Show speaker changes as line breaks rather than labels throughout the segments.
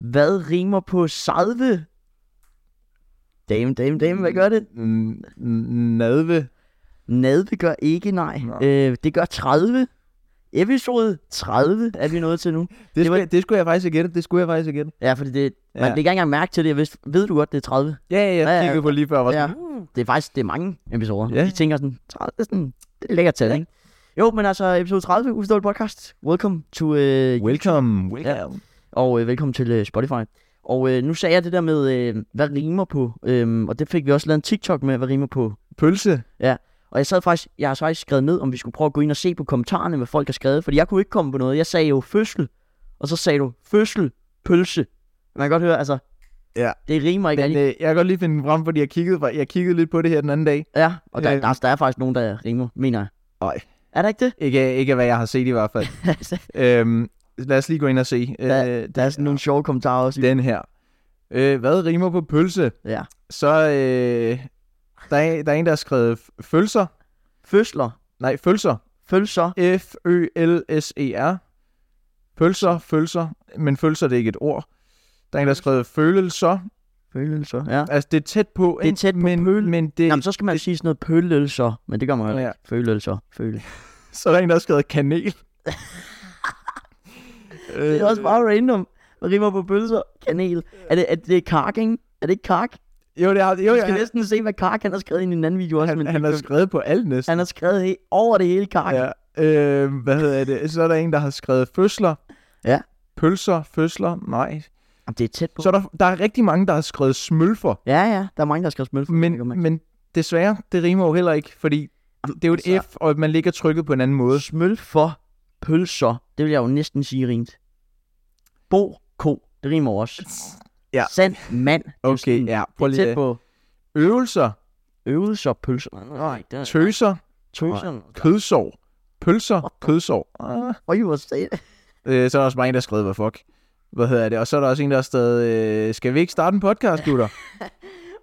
Hvad rimer på 30? Dame, dame, dame, hvad gør det?
N- n- Nadve.
Nadve gør ikke, nej.
Nå.
Øh, det gør 30. Episode 30 er vi nået til nu.
Det,
var-
skulle, det skulle jeg faktisk ikke gætte. Det skulle jeg faktisk ikke gætte.
Ja, fordi det, man
Ja.
ja. ikke engang mærke til det. Jeg vidste, ved du godt, det er 30?
Ja, ja,
Ja, ja.
jeg kiggede på lige før. og Var
Ja.
sådan,
Det er faktisk det er mange episoder.
Ja.
Ja. De tænker sådan, 30, det er sådan, det er lækkert tal, ikke? Jo, men altså episode 30, Uforståelig Podcast. Welcome to... Øh,
Welcome, welcome.
og øh, velkommen til øh, Spotify. Og øh, nu sagde jeg det der med, øh, hvad rimer på, øh, og det fik vi også lavet en TikTok med, hvad rimer på.
Pølse.
Og jeg sad faktisk, jeg har faktisk skrevet ned, om vi skulle prøve at gå ind og se på kommentarerne, hvad folk har skrevet, fordi jeg kunne ikke komme på noget. Jeg sagde jo fødsel, og så sagde du fødsel, pølse. Man kan godt høre, altså,
Ja.
det rimer ikke
Men
rigtigt.
øh, jeg kan godt lige finde den frem, fordi jeg kiggede, fra- jeg kiggede lidt på det her den anden dag.
Ja, og der,
øh,
øh, altså, der er faktisk nogen, der rimer, mener jeg.
Ej.
Er der ikke det?
Ikke, ikke af, hvad jeg har set i hvert fald.
Altså,
øhm, lad os lige gå ind og se.
Der-
øh,
der er sådan nogle sjove kommentarer også.
den her. Øh, hvad rimer på pølse?
Ja.
Så øh, der, er, der er en, der har skrevet f- følser.
Fødsler,
Nej, følser.
følelser,
F-Ø-L-S-E-R. E Pølser, følser. Men følser, det er ikke et ord. Der er en, der har skrevet følelser.
følelser, ja.
Altså, det er tæt på.
Det er
ikke?
tæt på
men,
pøl.
men det,
Jamen, så skal man sige sådan noget pølelser, men det gør man jo
Ja.
ikke. Følelser, føle.
så er der en, der har skrevet kanel. Øh,
Det er også bare random. Hvad rimer på pølser? Kanel. Er det, er det kark, ikke? Er det ikke kark?
Jo, det har, jo,
Jo,
jo
jeg skal
han,
næsten se, hvad kark han har skrevet ind i en anden video også.
han,
men
han har skrevet på alt næsten.
han har skrevet he- over det hele kark. Ja.
Ja. Øh, hvad hedder det? Så er der en, der har skrevet fødsler.
Ja.
Pølser, fødsler, nej.
Jamen, det er tæt på.
Så er der, der er rigtig mange, der har skrevet smølfer.
Ja, ja. Der er mange, der har skrevet smølfer. det kan man
Men, men desværre, det rimer jo heller ikke, fordi det er jo et
altså-
F, og man ligger trykket på en anden måde.
ikke. Smølfer, pølser. Det vil jeg jo næsten sige rent. Bo, ko. Det rimer jo også.
Ja.
Sand, mand. Det er jo
Okay,
sådan-
ja,
Det
prøv
er tæt
lige.
på
Øvelser,
øvelser, pølser. Nej, det er
tøser,
tøserne.
kødsår, pølser, kødsår. Ah.
Og I var sted.
Øh, så er der også mange, der har skrevet, hvad fuck. Hvad hedder det? Og så er der også en, der har skrevet, øh, skal vi ikke starte en podcast, gutter?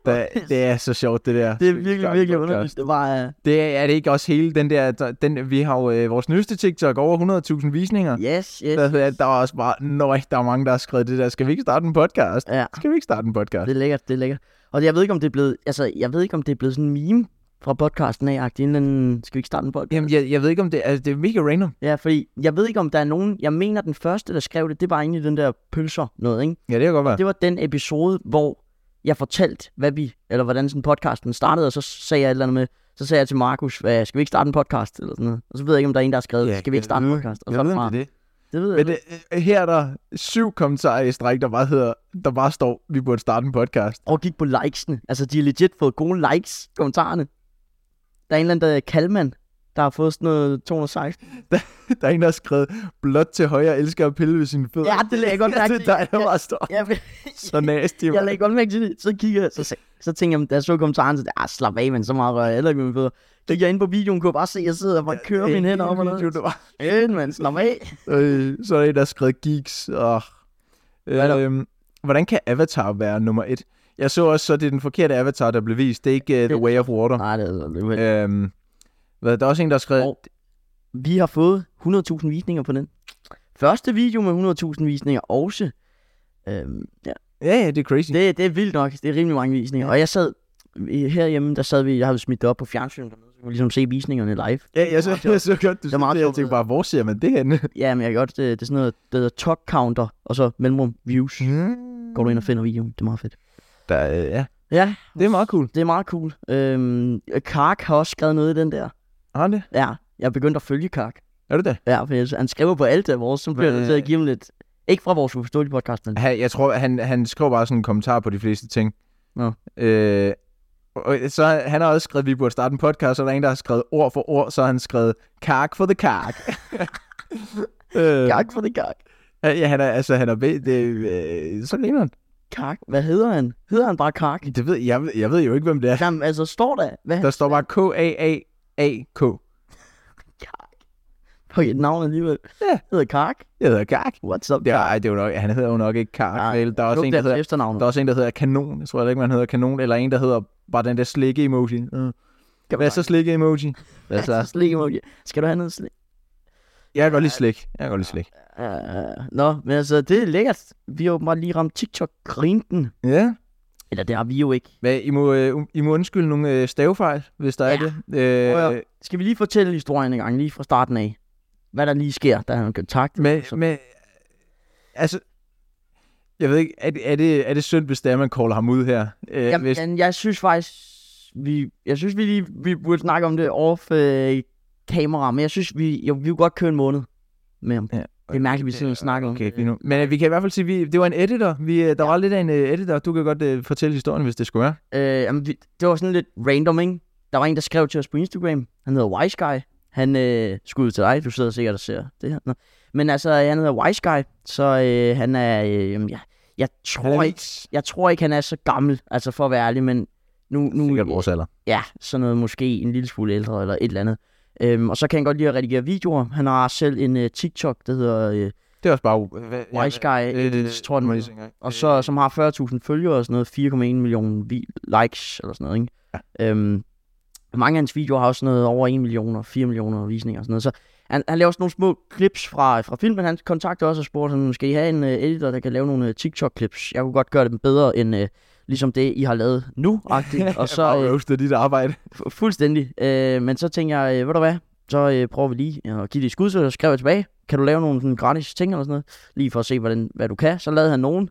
Da, det er så sjovt, det der.
Det er
Skal vi
virkelig,
starte en
virkelig
podcast?
underligt. Det var... Uh...
Det er, er det ikke også hele den der, der- den, vi har jo øh, vores nyeste TikTok over 100.000 visninger.
Yes, yes.
Der, der, der er også bare, nøj, der er mange, der har skrevet det der, skal vi ikke starte en podcast?
Ja.
Skal vi ikke starte en podcast?
Det er lækkert, det er lækkert. Og jeg ved ikke, om det er blevet, altså, jeg ved ikke, om det er blevet sådan en meme fra podcasten af, agtig, inden skal vi ikke starte en podcast?
Jamen, jeg, jeg ved ikke om det, altså det er mega random.
Ja, fordi jeg ved ikke, om der er nogen, jeg mener den første, der skrev det, det var egentlig den der pølser noget, ikke?
Ja, det kan godt være.
Det var den episode, hvor jeg fortalte, hvad vi, eller hvordan sådan podcasten startede, og så sagde jeg et eller andet med, så sagde jeg til Markus, hvad, skal vi ikke starte en podcast, eller sådan noget. Og så ved jeg ikke, om der er en, der har skrevet,
Ja,
skal vi ikke starte en podcast? Og så er bare-
det.
det ved jeg
Men
ikke.
det, øh, her er der syv kommentarer i stræk, der bare hedder, der bare står, vi burde starte en podcast.
Og gik på likesene. Altså, de har legit fået gode likes, kommentarerne. Der er en eller anden, der er Kalman, der har fået sådan noget 216.
Der er en, der har skrevet, blot til højre elsker at pille ved sine fødder.
Ja, det lagde jeg godt mærke
det er dig, der bare står
Jeg, jeg,
så nasty.
jeg
mand.
lagde godt mærke til det. Så kigger jeg, så, sag- så tænker jeg, da jeg så kommentaren, så tænkte jeg, ah, slap af, men så meget rører jeg heller ikke med mine fødder. Gik jeg ind på videoen, kunne jeg bare se, at jeg sidder og bare kører mine hænder op og
Video,
noget.
det var.
Øh, mand, slap af.
Øh, så er der en, der har skrevet geeks. Og, øhm, hvordan kan Avatar være nummer et? Jeg så også, så det er den forkerte Avatar, der blev vist. Det er ikke uh, The Way of Water.
Nej, det er det. er-
Øhm, hvad, der er også en, der har skrevet...
Og- Vi har fået 100.000 visninger på den. Første video med 100.000 visninger også. Øhm, ja,
Ja, ja, det er crazy. Det...
Det, det er vildt nok. Det er rimelig mange visninger. Og jeg sad i- herhjemme, der sad vi, jeg havde smidt det op på fjernsynet dernede, så kunne ligesom se visningerne live.
Ja, jeg så, jeg så godt, du
er
det
meget
det. Jeg
sjovt.
tænkte bare, hvor ser man det henne?
Ja, men jeg kan godt, det, det er sådan noget, der hedder talk counter, og så mellemrum views.
Mm.
Går du ind og finder videoen, det er meget fedt.
Der, øh, ja.
Ja,
Det er meget cool.
det er meget cool. Øhm, Kark har også skrevet noget i den der.
Har det?
Ja, jeg er begyndt at følge Kark.
Er det det?
Ja, for ellers- han skriver på alt af vores, så bliver jeg nødt til at give ham lidt... Ikke fra vores uforståelige podcast, men...
Han, jeg tror, han, han skrev bare sådan en kommentar på de fleste ting.
Nå.
Øh, og så han har også skrevet, at vi burde starte en podcast, og der er en, der har skrevet ord for ord, så har han skrevet kark for the kark. øh,
Kark for det Kark.
Ja, han er, altså, han er ved, det, øh, så ligner han.
Kark, hvad hedder han? Hedder han bare Kark?
Det ved, jeg, jeg ved jo ikke, hvem det er.
Jamen, altså, står der... Hvad
Der står bare K-A-A-A-K.
Kark. Okay, navnet alligevel.
Ja.
Hedder Kark.
Jeg hedder Kark.
What's up,
Det er,
Kark?
ej, det er jo nok, han hedder jo nok ikke Kark. vel? Der er også en, der hedder
efternavn.
Der er også en, der hedder kanon. Jeg tror heller ikke, man hedder kanon. Eller en, der hedder bare den der slikke-emoji. Mm.
Kan
Hvad er så slikke-emoji? Hvad
altså,
så?
slik emoji. Skal du have noget slik?
Jeg kan godt lide slik. Jeg kan godt lide slik.
Uh, nå, men altså, det er lækkert. Vi har åbenbart lige ramt TikTok-grinten.
Ja.
Eller det har vi jo ikke.
Hvad, I, må, øh, I må undskylde nogle øh, stavefejl, hvis der ja. er
Ja.
det.
Prøv at-
Øh,
Skal vi lige fortælle historien en gang, lige fra starten af? Hvad der lige sker, da han kontakt.
med, med, altså, jeg ved ikke, er, det- er, det, er det synd, hvis det er, man caller ham ud her? Øh,
Jamen,
hvis,
jeg, jeg synes faktisk, vi, jeg synes, vi lige vi burde snakke om det off øh, kamera, men jeg synes, vi, jo, vi kunne godt køre en måned med ham.
Ja,
Ja, det er mærkeligt, vi sidder og snakker om
Okay,
det.
lige nu. Men øh, vi kan i hvert fald sige, vi, det var en editor. Vi, øh, der var lidt af en øh, editor. Du kan godt øh, fortælle historien, hvis det skulle være.
Øh, jamen, vi, det var sådan lidt random, ikke? Der var en, der skrev til os på Instagram. Han hedder Wise Guy. Han øh, skud til dig. Du sidder sikkert og ser det her. Nå. Men altså, han hedder Wise Guy, så øh, han er... Øh, jamen, jeg, jeg, tror ikke, jeg tror ikke, han er så gammel, altså for at være ærlig, men nu... nu
Sikkert vores alder.
ja, sådan noget måske en lille smule ældre eller et eller andet. Øhm, og så kan han godt lide at redigere videoer. Han har selv en uh, TikTok, der hedder uh,
Det er også bare... Hvad,
Wise Guy,
øh, øh,
tror jeg, den
må
hedder.
jeg lige se en gang.
og så, som har 40.000 følgere og sådan noget, 4,1 millioner vi- likes eller sådan noget. Ikke? Ja. Øhm, mange af hans videoer har også sådan noget over 1 million og 4 millioner visninger og sådan noget. Så han, han laver også nogle små clips fra, fra filmen. Han kontakter også og spurgte, sådan, skal I have en uh, editor, der kan lave nogle uh, TikTok-clips? Jeg kunne godt gøre dem bedre end uh, ligesom det, I har lavet nu. og
Jeg
så,
har
øh,
bare roastet dit arbejde.
Fu- Fuldstændig. Øh, men så tænkte jeg, øh, ved du hvad, så øh, prøver vi lige at give det et skud, så skrev jeg tilbage, kan du lave nogle sådan, gratis ting eller sådan noget, lige for at se, hvordan, hvad du kan. Så lavede han nogen,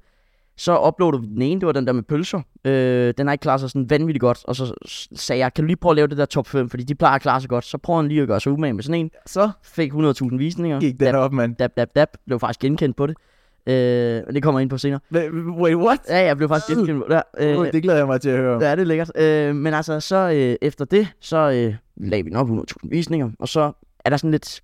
så uploadede vi den ene, det var den der med pølser. Øh, den har ikke klaret sig sådan vanvittigt godt, og så s- sagde jeg, kan du lige prøve at lave det der top 5, fordi de plejer at klare sig godt. Så prøver han lige at gøre sig umage med sådan en,
Så
fik 100.000 visninger.
gik den op, mand.
Dab, dab, dab, blev faktisk genkendt på det. Øh, men det kommer jeg ind på senere.
Hva- Wait, what?
Ja, jeg blev faktisk
Hvad?
genkendt på det. her.
Øh, det glæder jeg mig til at høre om.
Ja, det er lækkert. Øh, men altså, så øh, efter det, så øh, lagde vi den op 100.000 visninger, og så er der sådan lidt...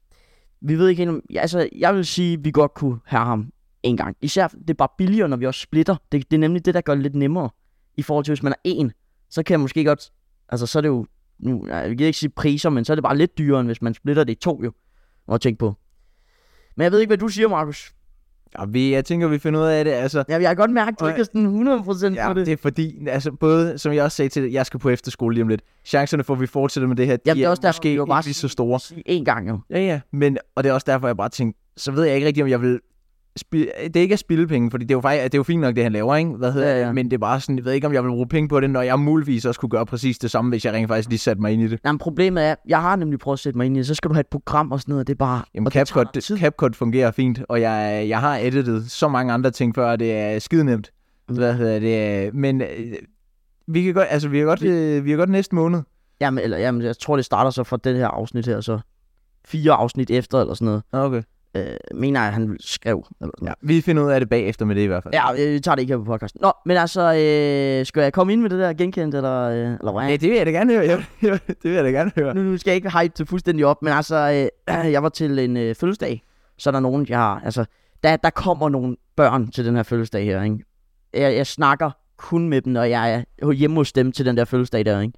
Vi ved ikke helt om... Ja, altså, jeg vil sige, at vi godt kunne have ham en gang. Især, det er bare billigere, når vi også splitter. Det, det er nemlig det, der gør det lidt nemmere. I forhold til, hvis man er en, så kan jeg måske godt... Altså, så er det jo... Nu, jeg vil ikke sige priser, men så er det bare lidt dyrere, end hvis man splitter det i to, jo. Og tænke på. Men jeg ved ikke, hvad du siger, Markus.
Ja, vi, jeg tænker, vi finder ud af det. Altså,
Jeg, jeg kan godt mærke, at du
Og-
ikke er sådan 100% ja,
ja,
på det.
det er fordi, altså både, som jeg også sagde til dig, jeg skal på efterskole lige om lidt. Chancerne for, at vi fortsætter med det her, de
Jamen, det er også derfor,
måske
vi jo
ikke
bare
lige så store.
En gang, jo.
Ja, ja. Men, og det er også derfor, jeg bare tænkte, så ved jeg ikke rigtig, om jeg vil... Spil, det er ikke at spille penge, fordi det er jo, faktisk, det er jo fint nok, det han laver, ikke? Hvad hedder
Ja,
ja,
ja.
ja. Men det er bare sådan, jeg ved ikke, om jeg vil bruge penge på det, når jeg muligvis også kunne gøre præcis det samme, hvis jeg rent faktisk lige satte mig ind i det.
Jamen, problemet er, jeg har nemlig prøvet at sætte mig ind i det, så skal du have et program og sådan noget, og det er bare...
Jamen,
og det tager
CapCut,
noget tid.
det, CapCut fungerer fint, og jeg, jeg har editet så mange andre ting før, og det er skide nemt.
Mm.
Hvad hedder det? øh, Men øh, vi kan godt, altså, vi kan godt, øh, vi kan godt næste måned.
Jamen, eller, jamen, jeg tror, det starter så fra det her afsnit her, så fire afsnit efter, eller sådan noget.
Okay.
Øh, mener jeg, han skrev. Eller sådan
Ja,
noget.
vi finder ud af det bagefter med det i hvert fald.
Ja, øh, vi tager det ikke her på podcasten. Nå, men altså, øh, skal jeg komme ind med det der genkendt, eller, øh, eller hvad?
Ja, det vil jeg da gerne høre. Jeg, jeg, det vil jeg da gerne høre.
nu, nu skal jeg ikke hype det fuldstændig op, men altså, øh, jeg var til en øh, fødselsdag, så er der nogen, jeg har, altså, der, der kommer nogle børn til den her fødselsdag her, ikke? Jeg, jeg snakker kun med dem, når jeg er hjemme hos dem til den der fødselsdag der, ikke?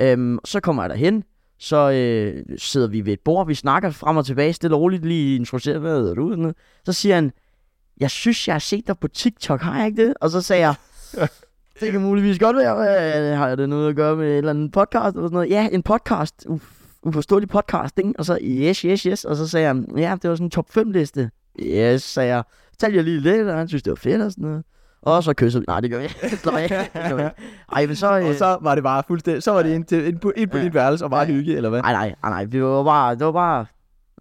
Øhm, så kommer jeg derhen, så øh, sidder vi ved et bord, vi snakker frem og tilbage, stille og roligt, lige introducerer, hvad hedder du? Sådan noget. Så siger han, jeg synes, jeg har set dig på TikTok, har jeg ikke det? Og så sagde jeg, det kan muligvis godt være, øh, har jeg det noget at gøre med en eller anden podcast eller sådan noget? Ja, en podcast, Uf, uforståelig podcast, ikke? Og så, yes, yes, yes. Og så sagde han, ja, det var sådan en top 5 liste. Yes, sagde jeg. Fortalte jeg lige lidt, og han synes, det var fedt og sådan noget. Og så kyssede vi. Nej, det gør vi ikke. Slap af. Det gør vi ikke. Ej, men så...
Og
Øh,
så var det bare fuldstændig, så var det ind, til, ind på, ind på
Ja.
dit værelse og bare
Ja.
hygge, eller hvad?
Nej, nej, nej, nej, vi var bare, det var bare,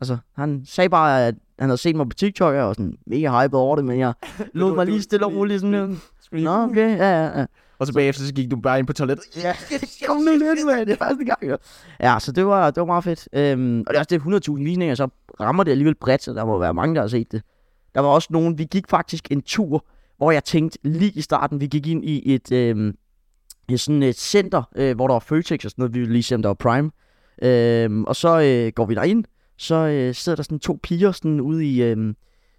altså, han sagde bare, at han havde set mig på TikTok, og jeg var sådan mega hyped over det, men jeg lod
Du-
mig
du-
lige stille og
lige-
roligt sådan,
Skulle I-
nå, okay, ja, ja, ja.
Og så bagefter, så gik du bare ind på toilettet.
Ja, kom nu lidt, mand. Det er første gang, jo. Ja, så det var, det var meget fedt. Øhm, og det er også det 100.000 visninger, så rammer det alligevel bredt, så der må være mange, der har set det. Der var også nogen, vi gik faktisk en tur, hvor jeg tænkte lige i starten, vi gik ind i et, øhm, et sådan et center, øh, hvor der var Føtex og sådan noget, vi ville lige se, om der var Prime. Øhm, og så øh, går vi derind, så øh, sidder der sådan to piger sådan ude i øhm,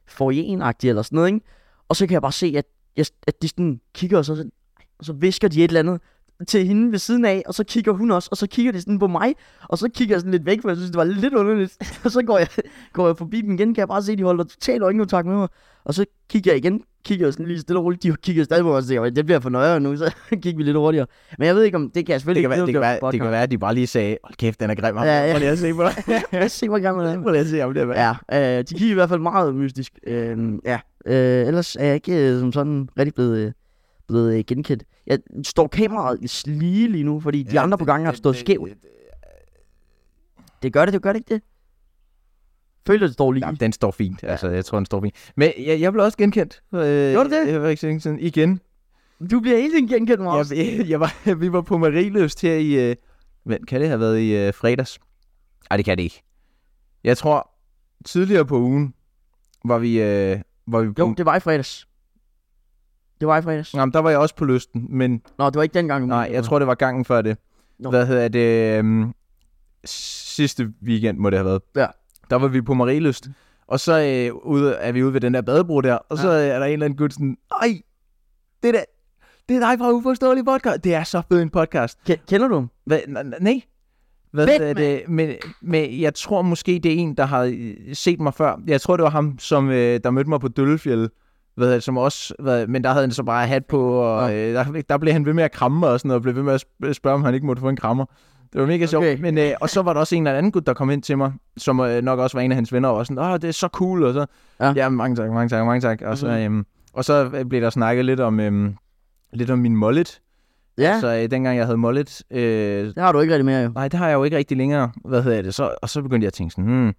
foyeren eller sådan noget, ikke? Og så kan jeg bare se, at, jeg, at de sådan kigger, og så, og så visker de et eller andet, til hende ved siden af, og så kigger hun også, og så kigger de sådan på mig, og så kigger jeg sådan lidt væk, for jeg synes, det var lidt underligt. og så går jeg, går jeg forbi dem igen, kan jeg bare se, at de holder totalt øjenkontakt med mig. Og så kigger jeg igen, kigger jeg sådan lige stille og roligt, de kigger stadig på mig og siger, det bliver for nøjere nu, så gik vi lidt hurtigere. Men jeg ved ikke, om det kan jeg
Det
selvfølgelig
kan, være, det,
ikke
kan
vide,
være,
om
det kan være, at de bare lige sagde, hold kæft, den er grim. ham.
Ja, ja.
Prøv lige at se på dig.
podcast. Lad os se, hvor gammel han er.
Prøv lige at se om det er.
Ja, øh, de gik i hvert fald meget mystisk. Øh, ja, øh, ellers er jeg ikke øh, som sådan rigtig blevet, øh, blevet øh, genkendt. Jeg står kameraet i slige lige nu, fordi de andre på gangen har stået skævt.
øh.
Det gør det, det gør det ikke det. Føler det står lige.
Jamen, den står fint. Altså, jeg tror, den står fint. Men jeg, jeg blev også genkendt. Øh,
Gjorde du det?
Jeg var ikke så længe siden. Igen.
Du bliver hele tiden genkendt, Maus.
Jeg, jeg, jeg var, vi var på Marieløst her i... Øh, men kan det have været i øh, fredags? Nej, det kan det ikke. Jeg tror, tidligere på ugen var vi... Øh, var vi på,
Jo, det var i fredags. Det var i fredags.
Jamen, der var jeg også på lysten, men
Nå, det var ikke dengang. du
Nej,
mente,
jeg
det
tror, det var gangen før det.
Nå.
Nå. Hvad hedder det? øhm, sidste weekend må det have været.
Ja.
Der var vi på Marieløst. Og så øh, ude, er vi ude ved den der badebro der. Og så øh, er der en eller anden gut sådan, Ej, det der, det er dig fra Uforståelig Podcast. Det er så fed en podcast.
var. Ke- Kender du ham?
Hvad, n- n- nej. Hvad
Fedt,
hedder det? Men, men jeg tror måske, det er en, der har øh, set mig før. Jeg tror, det var ham, som øh, der mødte mig på Døllefjell. Hvad hedder det, som også, hvad, men der havde han så bare hat på, og øh, der, der blev han ved med at kramme mig og sådan noget, og blev ved med at sp- øh, spørge, om han ikke måtte få en krammer. Det var mega sjovt.
Okay.
Men, øh, og så var der også en eller anden gut, der kom ind til mig, som øh, nok også var en af hans venner, og var sådan, åh, det er så cool, og så,
Ja.
ja, ja mange tak, mange tak, mange tak. Og så,
Mhm.
øhm, og så øh, blev der snakket lidt om, øhm, lidt om min mullet.
Ja,
Så øh, dengang jeg havde mullet, øh,
det har du ikke rigtig mere, jo.
nej, det har jeg jo ikke rigtig længere. Hvad hedder det? Så, og så begyndte jeg at tænke sådan, hmm,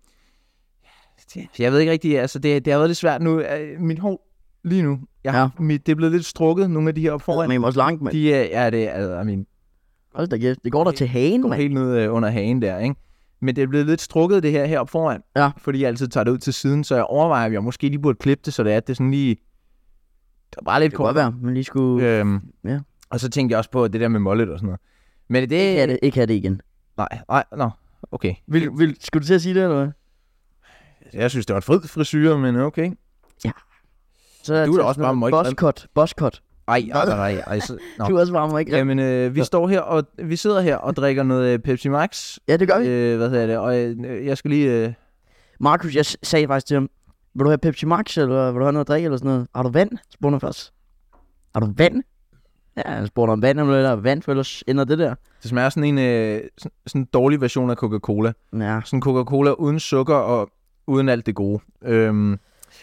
det- jeg ved ikke rigtig, altså det, det har været lidt svært nu. Øh, Min hår lige nu, jeg,
Ja.
ja. mit, det er blevet lidt strukket, nogle af de her op foran.
Men også langt, mand.
De, øh, ja, det, altså, I mean,
Hold da kæft. Det går der til hagen,
går
mand.
helt ned øh, under hagen der, ikke? Men det er blevet lidt strukket, det her heroppe foran.
Ja.
Fordi jeg altid tager det ud til siden, så jeg overvejer, at jeg måske lige burde klippe det, så det er, at det er sådan lige... Det er bare lidt
Det kunne godt være, men lige skulle...
Øhm,
Ja.
Og så tænkte jeg også på det der med mollet og sådan noget. Men
Ikke have
det...
det, ikke have det igen.
Nej, nej, nå, okay.
Vil, vil, skulle du til at sige det, eller hvad?
Jeg synes, det var en fed frisyr, men okay.
Så er
da også bare meget glad.
Boskot, boskot.
Ej, ej, nej, ej. Så, nå.
Du er også bare meget grim.
Jamen, øh, vi står her og vi sidder her og drikker noget øh, Pepsi Max.
Ja, det gør vi.
Øh, hvad hedder det? Og øh, jeg skal lige... Øh,
Markus, jeg s- sagde faktisk til ham, vil du have Pepsi Max, eller vil du have noget at drikke, eller sådan noget? Har du vand? spurgte han først. Har du vand? Ja, han spurgte om vand, eller der er vand, for ellers ender det der.
det smager sådan en øh, sådan, sådan en dårlig version af Coca-Cola.
Ja,
Sådan Coca-Cola uden sukker og uden alt det gode. Øhm,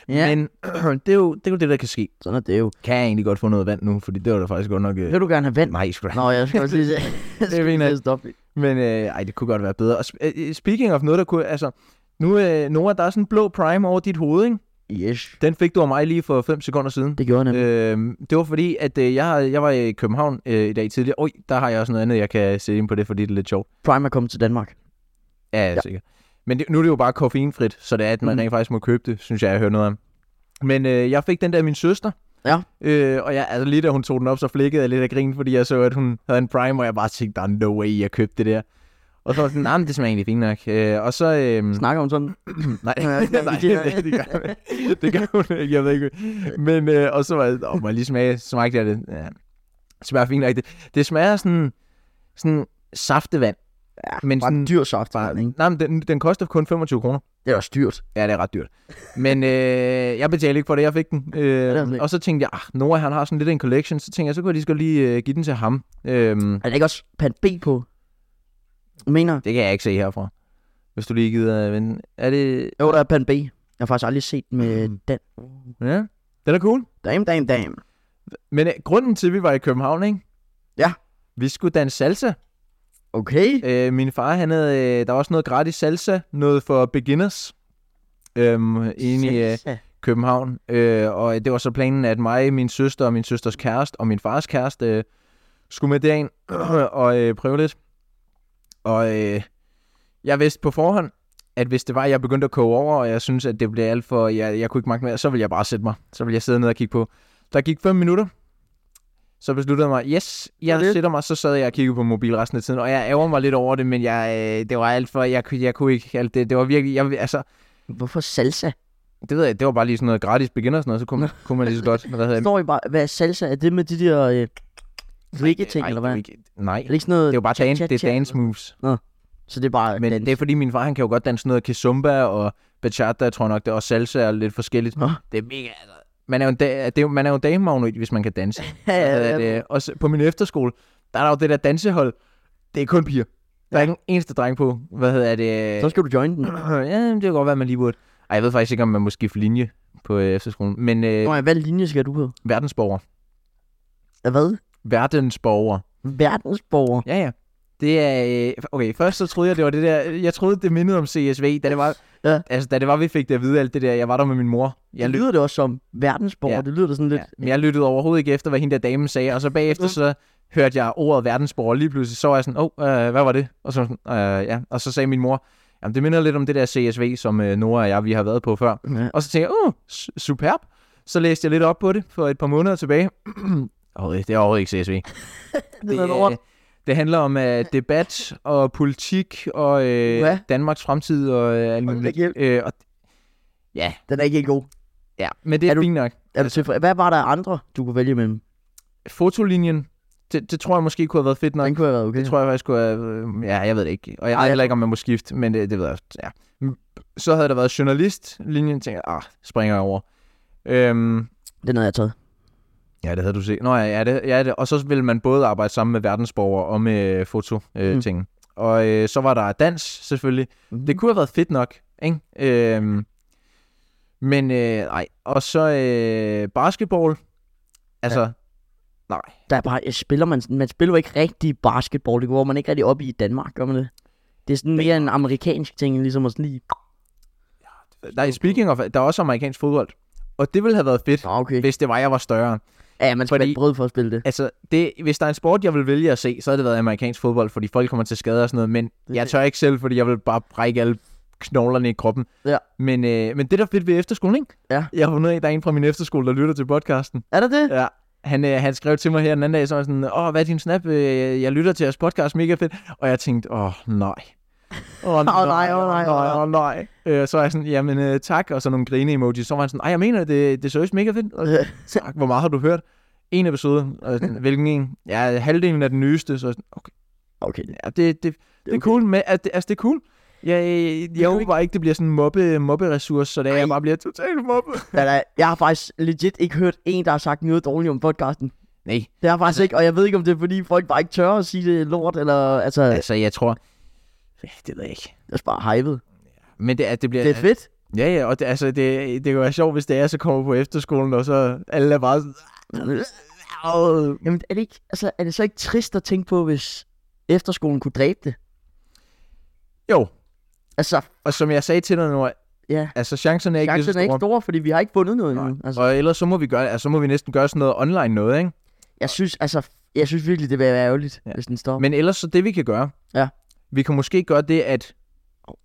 ja. Men...
Men det, er jo, det er jo det, der kan ske.
sådan er det jo.
Kan jeg egentlig godt få noget vand nu? Fordi det var da faktisk godt nok... Øh,
Vil du gerne have vand?
nej, sgu da.
Nå, jeg skal også lige se. det
mener jeg.
Stop. Det
Men øh, ej, det kunne godt være bedre. Og sp- øh, speaking of noget, der kunne... Altså, nu, øh, Nora, der er sådan en blå prime over dit hoved, ikke?
Yes.
Den fik du af mig lige for 5 sekunder siden.
Det gjorde han nemlig.
Øh, det var fordi, at øh, jeg, har- jeg var i København øh, i dag tidligere. Oj, der har jeg også noget andet, jeg kan sætte ind på det, fordi det er lidt sjovt.
Prime er kommet til Danmark.
Ja, ja. sikkert. Men det, nu er det jo bare koffeinfrit, så det er, at man
Mhm.
rent faktisk må købe det, synes jeg, jeg hører noget om. Men øh, jeg fik den der af min søster.
Ja.
Øh, og jeg, altså lige da hun tog den op, så flikkede jeg lidt af grin, fordi jeg så, at hun havde en prime, og jeg bare tænkte, der er no way, jeg købte det der. Og så var jeg sådan, nej, men det smager egentlig fint nok. Øh, og så... Øh,
Snakker hun sådan?
Nej,
Ja,
nej,
ja,
nej
det gør jeg.
det, det, gør, man ikke. det gør hun ikke, jeg ved ikke. Men, øh, og så var jeg, åh, må jeg lige smage, smagte jeg det. Ja. Smager fint nok. Det, det smager sådan, sådan saftevand.
Ja,
men
Bare
sådan,
dyr saft, ikke?
bare, nej, men den, den koster kun 25 kroner.
Det er også dyrt.
Ja, det er ret dyrt. Men øh, jeg betalte ikke for det, jeg fik den.
er altså også
Øh,
lidt.
og så tænkte jeg, ah, Nora han har sådan lidt en collection, så tænkte jeg, så kunne jeg lige så godt lige øh, give den til ham. Øhm,
Er der ikke også pant B på? Jeg mener,
det kan jeg ikke se herfra. Hvis du lige gider øh, vente. Er det...
jo, der er pant B. Jeg har faktisk aldrig set den med
Mm.
den.
Ja, den er cool.
Damn, damn, damn.
Men øh, grunden til, at vi var i København, ikke?
Ja.
Vi skulle danse salsa.
Okay.
Øh, min far, han havde, øh, der var også noget gratis salsa, noget for beginners. Øhm, inde i øh,
Salsa.
København. Øh, og det var så planen, at mig, min søster og min søsters kæreste og min fars kæreste øh, skulle med derind og øh, prøve lidt. Og øh, jeg vidste på forhånd, at hvis det var, at jeg begyndte at koge over, og jeg synes at det blev alt for, jeg, jeg kunne ikke magte mere, så ville jeg bare sætte mig. Så ville jeg sidde ned og kigge på. Der gik 5 minutter, så besluttede jeg mig, yes, jeg
Det er det.
sætter mig, så sad jeg og kiggede på mobil resten af tiden, og jeg ærger mig lidt over det, men jeg, øh, det var alt for, jeg, kunne- jeg kunne ikke, alt det, det var virkelig, jeg, altså,
Hvorfor salsa?
det ved jeg, det var bare lige sådan Øhm. noget gratis beginner og sådan noget, så kunne man, kunne man lige så godt, hvad hedder det?
Står I bare, hvad er salsa? Er det med de der... Øh, Rikke-ting,
Ej,
eller hvad?
det er jo ikke- Nej,
Er
det
det ikke sådan noget...
er jo bare
chat,
dan-
chat,
det er
chat?
dance moves.
Så det er bare
Men
dans.
det er fordi, min far han kan jo godt danse noget af kizumba og bachata, tror jeg nok, det, og salsa og lidt forskelligt.
Nå.
Det er mega... altså. Man er jo en, da- det er, jo- man er jo en damemagnet, hvis man kan danse.
Ja, ja,
At,
ja.
øh, også på min efterskole, der er der jo det der dansehold. Det er kun piger. Der er ikke en eneste dreng på. Hvad hedder det?
Så skal du join
Øh.
den.
ja, det kan godt være, man lige burde. Ej, jeg ved faktisk ikke, om man må skifte linje på øh, efterskolen. Men øh,
Nå, ja, hvad linje skal du på?
verdensborger.
Ja, Hvad?
Verdensborger.
Verdensborger.
Ja, ja. Det er... øh, Okay, først så troede jeg, det var det der... Jeg troede, det mindede om CSV, da det var...
Ja.
Altså, da det var, vi fik det at vide alt det der. Jeg var der med min mor. Jeg,
Det
lyt,
lyder det også som verdensborger.
Ja.
Det lyder da sådan lidt...
ja, men jeg lyttede overhovedet ikke efter, hvad hende der dame sagde. Og så bagefter, så hørte jeg ordet verdensborger. Lige pludselig så var jeg sådan, åh, oh, øh, hvad var det? Og så, var jeg sådan, øh, ja. og så sagde min mor, jamen det minder lidt om det der CSV, som øh, Nora og jeg, vi har været på før.
Ja.
Og så tænkte jeg, uh, su- superb. Så læste jeg lidt op på det for et par måneder tilbage. Åh, det er overhovedet ikke CSV.
Det er
øh,
lort.
det handler om uh, debat og politik og uh,
Uha.
Danmarks fremtid og uh, alt
Hold da
muligt.
kæft.
Øh, og, ja,
Den er ikke helt god.
ja, men det er,
Er du-
fint nok.
Er du tilfreds? Hvad var der af andre, du kunne vælge imellem?
Fotolinjen, det, det tror jeg måske kunne have været fedt nok.
Den kunne have været okay.
Det tror jeg faktisk kunne have, øh, ja, jeg ved det ikke. Og jeg
Nej,
ved
jeg
heller ikke, om man må skifte, men det, det ved jeg, ja. Mm, Så havde der været journalistlinjen, tænker jeg, ah, springer jeg over. Øhm,
Den havde jeg taget.
Ja, det havde du set. Nå ja, ja, det, ja det. og så ville man både arbejde sammen med verdensborgere og med fototingen. Øh,
Mm.
tingen. Og øh, så var der dans, selvfølgelig.
Mhm.
Det kunne have været fedt nok, ikke? Øhm, men øh, nej, og så øh, basketball. Altså, ja. nej.
Der er bare, spiller man, man spiller jo ikke rigtig basketball. Det går man ikke rigtig op i i Danmark, gør man det? Det er sådan mere en amerikansk ting, end ligesom at sådan lige...
Nej, speaking of, der er også amerikansk fodbold. Og det ville have været fedt,
Nå, okay.
hvis det var, jeg var større.
Ja, man skal
fordi-
Fordi... brød for at spille det.
Altså, det, hvis der er en sport, jeg vil vælge at se, så havde det været amerikansk fodbold, fordi folk kommer til skade og sådan noget. Men
er
jeg
det.
tør ikke selv, fordi jeg vil bare brække alle knoglerne i kroppen.
Ja.
Men, øh, men det, der er fedt ved efterskolen, ikke?
Ja.
Jeg har fundet ud af, at der er en fra min efterskole, der lytter til podcasten.
Er der det?
Ja. Han, øh, han skrev til mig her den anden dag, så var jeg sådan, åh, hvad er din snap? Øh, jeg lytter til jeres podcast, mega fedt. Og jeg tænkte, åh, nej. Åh, oh,
nej, åh, nej, åh,
åh, nej. Øh, så er jeg sådan, jamen øh, tak, og så nogle grine-emojis. Så var han sådan, ej, jeg mener, det, det er seriøst mega fedt. Og tak, hvor meget har du hørt? En episode, og sådan, hvilken en? Ja, halvdelen af den nyeste, så sådan, okay,
okay.
ja, det, det, det, det er cool, men at, altså det er cool. Jeg, jeg, jeg
jo
håber
ikke-
bare ikke, det bliver sådan en mobbe, mobberessource, så det er, jeg
Ej.
bare bliver totalt mobbet.
Der, der, jeg har faktisk legit ikke hørt en, der har sagt noget dårligt om podcasten.
Nej,
Det har jeg faktisk ikke, og jeg ved ikke, om det er, fordi folk bare ikke tør at sige det er lort, eller altså, det
altså jeg tror, ja, det ved jeg ikke.
er bare hypet.
Men det, at det bliver...
Det er fedt.
Ja, ja, og det, altså, det, det kan være sjovt, hvis det er, så kommer på efterskolen, og så alle er bare sådan,
Au. Jamen, er det, ikke, altså, er det så ikke trist at tænke på, hvis efterskolen kunne dræbe det?
jo.
Altså,
Og som jeg sagde til dig, Nora,
ja,
altså chancerne er ikke lige så
chancerne er ikke
store.
store, fordi vi har ikke fundet noget endnu.
Nej.
Altså,
Og ellers så må vi gøre, altså, så må vi næsten gøre sådan noget online noget, ikke?
jeg synes, altså, jeg synes virkelig, det vil være ærgerligt,
Ja.
ja. hvis den står. Men,
Men ellers så det vi kan gøre.
Ja.
Vi kan måske gøre det, at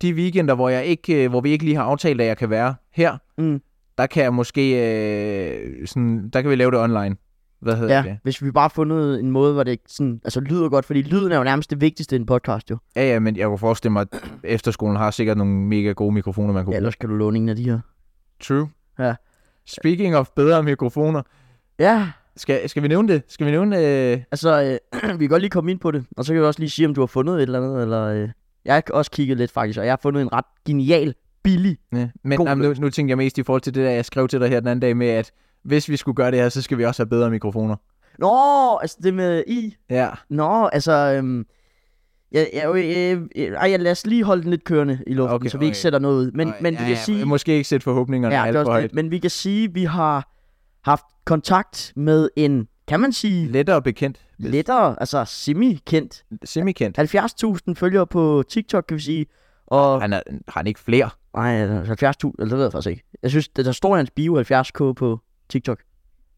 de weekender, hvor, jeg ikke, øh, hvor vi ikke lige har aftalt, at jeg kan være her,
Mm.
der kan jeg måske, øh, sådan, der kan vi lave det online. Hvad hedder
ja,
det?
hvis vi bare har fundet en måde, hvor det ikke sådan, altså, lyder godt, fordi lyden er jo nærmest det vigtigste i en podcast, jo.
Ja, ja, men jeg kunne forestille mig, at efterskolen har sikkert nogle mega gode mikrofoner, man kunne
Ja,
bruge.
ellers kan du låne en af de her.
True.
Ja.
Speaking of bedre mikrofoner,
Ja,
skal, skal vi nævne det? Skal vi nævne øh,
altså, øh, vi kan godt lige komme ind på det, og så kan du også lige sige, om du har fundet et eller andet, eller... Øh, jeg har også kigget lidt, faktisk, og jeg har fundet en ret genial, billig...
Ja, men
God
jamen, nu, nu tænker jeg mest i forhold til det der, jeg skrev til dig her den anden dag med, at hvis vi skulle gøre det her, så skal vi også have bedre mikrofoner.
Nå, altså det med i...
Ja.
Nå, altså... Øhm, jeg, jeg, øh, øh, ej, jeg, lad os lige holde den lidt kørende i luften,
Okay,
okay, så vi ikke
okay.
sætter noget ud. Men,
Og-
men
ja,
vi kan
ja,
sige...
Måske ikke sætte forhåbningerne ja,
ja, det
alt
er
for
også
højt.
det, men vi kan sige, vi har haft kontakt med en, kan man sige,
Lettere bekendt.
lettere, altså semi-kendt.
Semikendt.
70.000 følgere på TikTok, kan vi sige. Og
Han er, har han ikke flere?
Nej, altså 70.000, eller det ved jeg faktisk ikke. Jeg synes, det, der står i hans bio 70k på TikTok.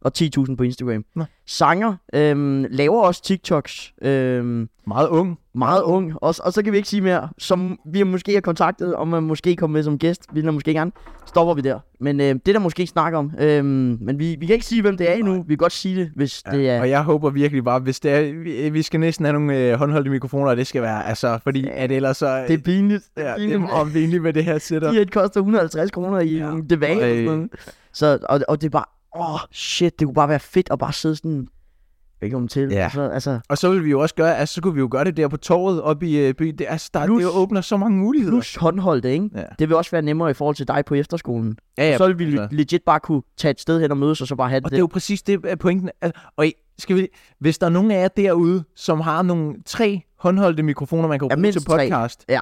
Og 10.000 på Instagram.
Nå.
Sanger øhm, laver også TikToks. Øhm,
Meget ung.
meget ung. Og, og så kan vi ikke sige mere, som vi måske har kontaktet, om man måske kommer med som gæst. Vi vil måske gerne. Stopper vi der. Men øh, det er der måske ikke snakker om. Øhm, men vi, vi kan ikke sige, hvem det er endnu. Vi kan godt sige det, hvis ja. det er...
Og jeg håber virkelig bare, hvis det er, vi, vi skal næsten have nogle øh, håndholdte mikrofoner, og det skal være, altså, fordi at ellers så...
Det er pinligt.
ja, det
pinligt.
er meget pinligt med det her setup.
De her koster 150 kroner i
Ja.
ja. det vage.
Ej.
Så, og, og det er bare, åh oh, shit, det kunne bare være fedt at bare sidde sådan Velkommen til.
Ja.
Og Så, altså,
Og så ville vi jo også gøre, altså så kunne vi jo gøre det der på torvet op i øh, by. Det, altså, der,
Plus-
det åbner så mange muligheder.
plus håndholdt det, ikke?
Ja.
Det vil også være nemmere i forhold til dig på efterskolen.
Ja, ja,
så vil vi
altså.
le- legit bare kunne tage et sted hen og mødes, og så bare have
Og
det.
det er jo præcis det er pointen. Al- Og I- skal vi, hvis der er nogen af jer derude, som har nogle tre håndholdte mikrofoner, man kan
Ja,
bruge
mindst
til
tre.
podcast,
Ja.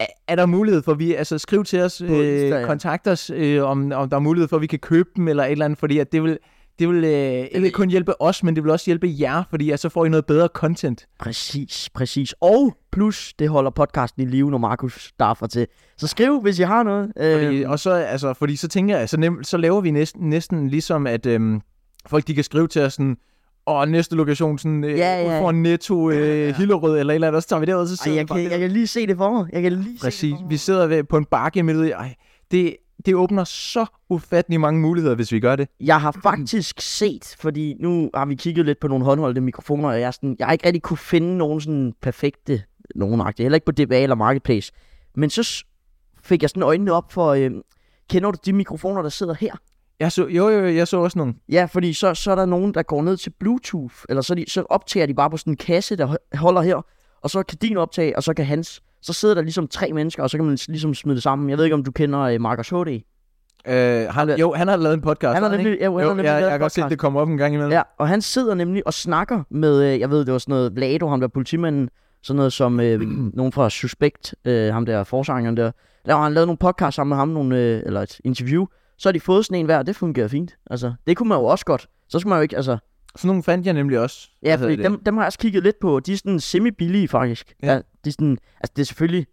er, er der mulighed for, at vi altså skriv til os, øh,
Insta, ja.
kontakt os, øh, om, om der er mulighed for, at vi kan købe dem eller et eller andet, fordi at det vil, det vil øh, ikke kun hjælpe os, men det vil også hjælpe jer, fordi at så får I noget bedre content.
Præcis, præcis. Og plus, det holder podcasten i live, når Markus daffer til. Så skriv, hvis I har noget.
Fordi,
Øh,
og så, altså, fordi så tænker jeg, så, nem, så laver vi næsten, næsten ligesom, at øhm, folk de kan skrive til os sådan, og næste lokation sådan, øh,
Ja,
ja,
ja.
ja. for Netto øh, ja, ja. Hillerød eller et eller andet, og så tager vi derud, og så sidder
ej,
vi
jeg,
bare
kan,
der.
jeg kan lige se det for mig. Jeg kan lige se
Præcis.
det for mig.
Vi sidder ved, på en bakke midt ude i... Ej, det, det åbner så ufattelig mange muligheder, hvis vi gør det.
Jeg har faktisk set, fordi nu har vi kigget lidt på nogle håndholdte mikrofoner, og jeg, er sådan, jeg har ikke rigtig kunne finde nogen sådan perfekte nogen agtige. Heller ikke på DBA eller Marketplace. Men så s- fik jeg sådan øjnene op for, øh, kender du de mikrofoner, der sidder her?
Jeg så, jo, jo, jo, jeg så også nogle.
Ja, fordi så, så er der nogen, der går ned til Bluetooth, eller så, er de, så optager de bare på sådan en kasse, der ho- holder her, og så kan din optage, og så kan hans. Så sidder der ligesom tre mennesker, og så kan man ligesom smide det sammen. Jeg ved ikke, om du kender øh, Markus HD.
Øh, han, jo, han har lavet en podcast.
Han har
ikke?
nemlig- ja, jo, han har
jo,
nemlig
jeg,
lavet
jeg
en
har godt set,
podcast.
det kommer op en gang imellem.
Ja, og han sidder nemlig og snakker med, øh, jeg ved, det var sådan noget Vlado, ham der politimanden, sådan noget som øh, nogen fra Suspekt, øh, ham der forsangeren der. Der har han lavet nogle podcasts sammen med ham, nogle, øh, eller et interview. Så har de fået sådan en hver, og det fungerer fint. Altså, det kunne man jo også godt. Så skal man jo ikke, altså,
Sådan nogle fandt jeg nemlig også.
Ja,
Hvad
fordi
hedder det?
dem, dem har jeg også kigget lidt på. og De er sådan semi-billige, faktisk.
Ja.
Ja. ja de er sådan, altså, det er selvfølgelig...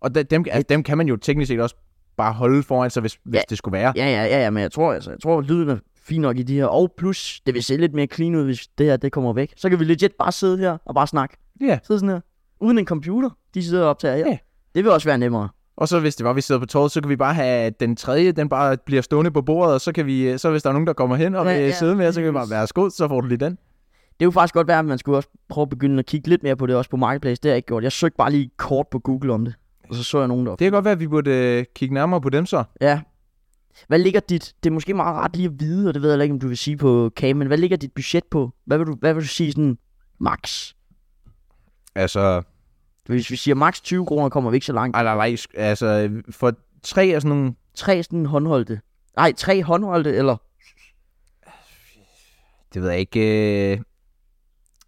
Og de, dem, altså, dem kan man jo teknisk set også bare holde foran sig, hvis, hvis
Ja.
det skulle være.
Ja, ja, ja, ja, men jeg tror, altså, jeg tror, lyden er fin nok i de her. Og plus, det vil se lidt mere clean ud, hvis det her, det kommer væk. Så kan vi legit bare sidde her og bare snakke.
Ja.
Sidde sådan her. Uden en computer. De sidder og optager her.
Ja.
Ja. Det vil også være nemmere.
Og så hvis det var, vi sidder på torvet, så kan vi bare have at den tredje, den bare bliver stående på bordet, og så kan vi, øh, så hvis der er nogen, der kommer hen og vil
Ja,
ja,
ja,
sidde med, så kan vi bare
præcis.
være skål, så får du lige den.
Det kunne faktisk godt være, at man skulle også prøve at begynde at kigge lidt mere på det, også på Marketplace. Det har jeg ikke gjort. Jeg søgte bare lige kort på Google om det. Og så så jeg nogen der.
Det kan godt være, at vi burde øh, kigge nærmere på dem så.
Ja. Hvad ligger dit, det er måske meget rart lige at vide, og det ved jeg ikke, om du vil sige på Kage, men hvad ligger dit budget på? Hvad vil du, hvad vil du sige sådan, max?
Altså,
Hvis vi siger max 20 kroner, kommer vi ikke så langt.
Ej, nej, nej, sk- altså for tre er sådan nogle...
Tre sådan håndholdte. Nej, tre håndholdte, eller
Det ved jeg ikke... Øh,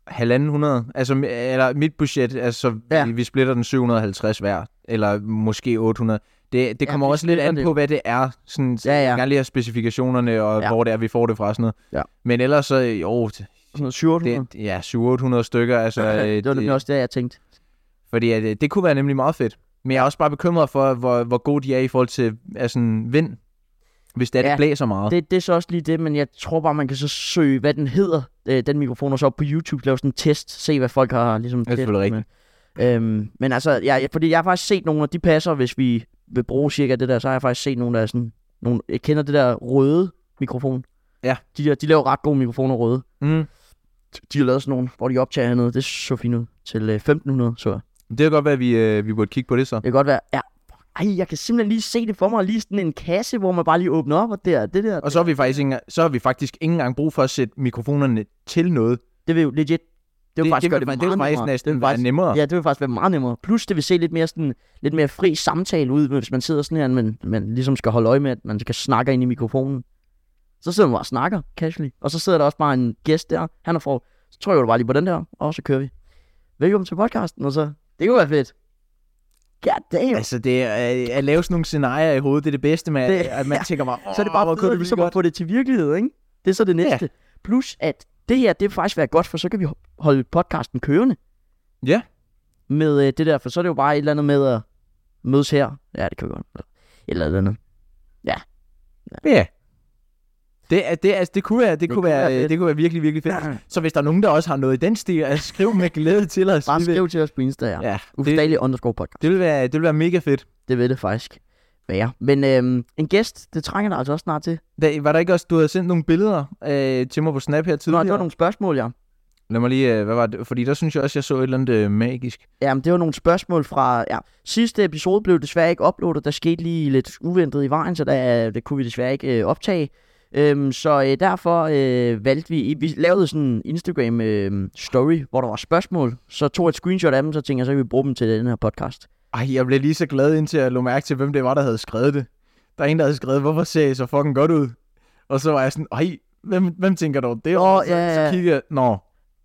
halvanden hundrede. Altså, mi- eller mit budget, altså ja.
Ja.
vi, vi splitter den 750 hver, eller måske 800. Det, det
Ja,
kommer
vi
også lidt
splitter
an
det
på, hvad det er. Sådan,
Ja, ja.
Jeg gerne lige have specifikationerne, og
Ja.
ja. hvor det er, vi får det fra sådan noget.
Ja.
Men ellers så, jo, det,
sådan noget 700.
det, ja, 700-800 stykker, altså... øh,
Det, det var nemlig også det, jeg tænkte.
Fordi at, øh, det kunne være nemlig meget fedt. Men jeg er også bare bekymret for, hvor, hvor gode de er i forhold til altså, vind, hvis det, er, ja.
Ja.
det blæser meget.
Det, det er så også lige det, men jeg tror bare, man kan så søge, hvad den hedder, øh, den mikrofon, og så op på YouTube lave sådan en test, se hvad folk har ligesom...
er selvfølgelig
testet med. Øhm, men altså, jeg, jeg- fordi jeg har faktisk set nogle, og de passer, hvis vi vil bruge cirka det der, så har jeg faktisk set nogle, der er sådan... Nogle, jeg kender det der røde mikrofon.
Ja.
De, der, de laver ret gode mikrofoner røde.
Mm.
De har lavet sådan nogle, hvor de optager hernede. Det så fint ud. Til øh, 1500, så jeg.
Det kan godt være, at vi, øh, vi burde kigge på det så.
Det kan godt være, ja. Ej, jeg kan simpelthen lige se det for mig. Lige sådan en kasse, hvor man bare lige åbner op, og der, det der.
Og så har vi faktisk ikke, engang- så har vi faktisk ikke engang brug for at sætte mikrofonerne til noget.
Det vil jo legit... Det vil faktisk
det,
gøre
vil-
det,
det vil
meget
faktisk
nemmere.
næsten
vil
være nemmere.
Ja, det vil faktisk være meget nemmere. Plus, det vil se lidt mere, sådan, lidt mere fri samtale ud, hvis man sidder sådan her, men man ligesom skal holde øje med, at man skal snakke ind i mikrofonen. Så sidder man bare og snakker, casually. Og så sidder der også bare en gæst der. Han er fra, så trykker du bare lige på den der, og så kører vi. Velkommen til podcasten, og så... Det kunne være fedt. God damn.
Altså, det er, øh, at lave sådan nogle scenarier i hovedet, det er det bedste med,
Det-
det, at man tænker bare,
så er det bare
hvor
bedre
kunne det blive
ligesom at
godt.
få det til virkelighed, ikke? Det er så det næste. Ja. Plus, at det her, det vil faktisk være godt, for så kan vi ho- holde podcasten kørende
Ja,
med øh, det der, for så er det jo bare et eller andet med at mødes her. Ja, det kan vi godt. Eller et eller andet.
ja. Det, er, det, altså, det kunne være, det, det, kunne
kunne
være,
være
øh,
fedt.
det kunne være virkelig, virkelig fedt.
Ja.
Så hvis der er nogen, der også har noget i den stil, altså, skriv med glæde til os.
Bare
Vi vil-
skriv til os på Insta, ja.
Ja, det,
Uforståelig underscore podcast.
Det ville være, det ville være mega fedt.
Det vil det faktisk være. Men øhm, en gæst, det trænger der altså også snart til.
Da, var der ikke også, du havde sendt nogle billeder øh, til mig på Snap her
Nå,
tidligere?
det var nogle spørgsmål, ja.
Lad mig lige, øh, hvad var det? Fordi der synes jeg også, jeg så et eller andet øh, magisk.
Jamen, det var nogle spørgsmål fra... Ja. Sidste episode blev desværre ikke uploadet. Der skete lige lidt uventet i vejen, så der, det kunne vi desværre ikke øh, optage. Øhm, så øh, derfor øh, valgte vi, vi lavede sådan en Instagram øh, story, hvor der var spørgsmål, så tog jeg et screenshot af dem, så tænkte jeg, så kan vi bruge dem til den her podcast.
Ej, jeg blev lige så glad, indtil jeg lå mærke til, hvem det var, der havde skrevet det. Der er en, der havde skrevet, hvorfor ser I så fucking godt ud? Og så var jeg sådan, ej, hvem, hvem tænker dog det?
Nå,
Og så,
ja, ja.
så kiggede jeg, nå,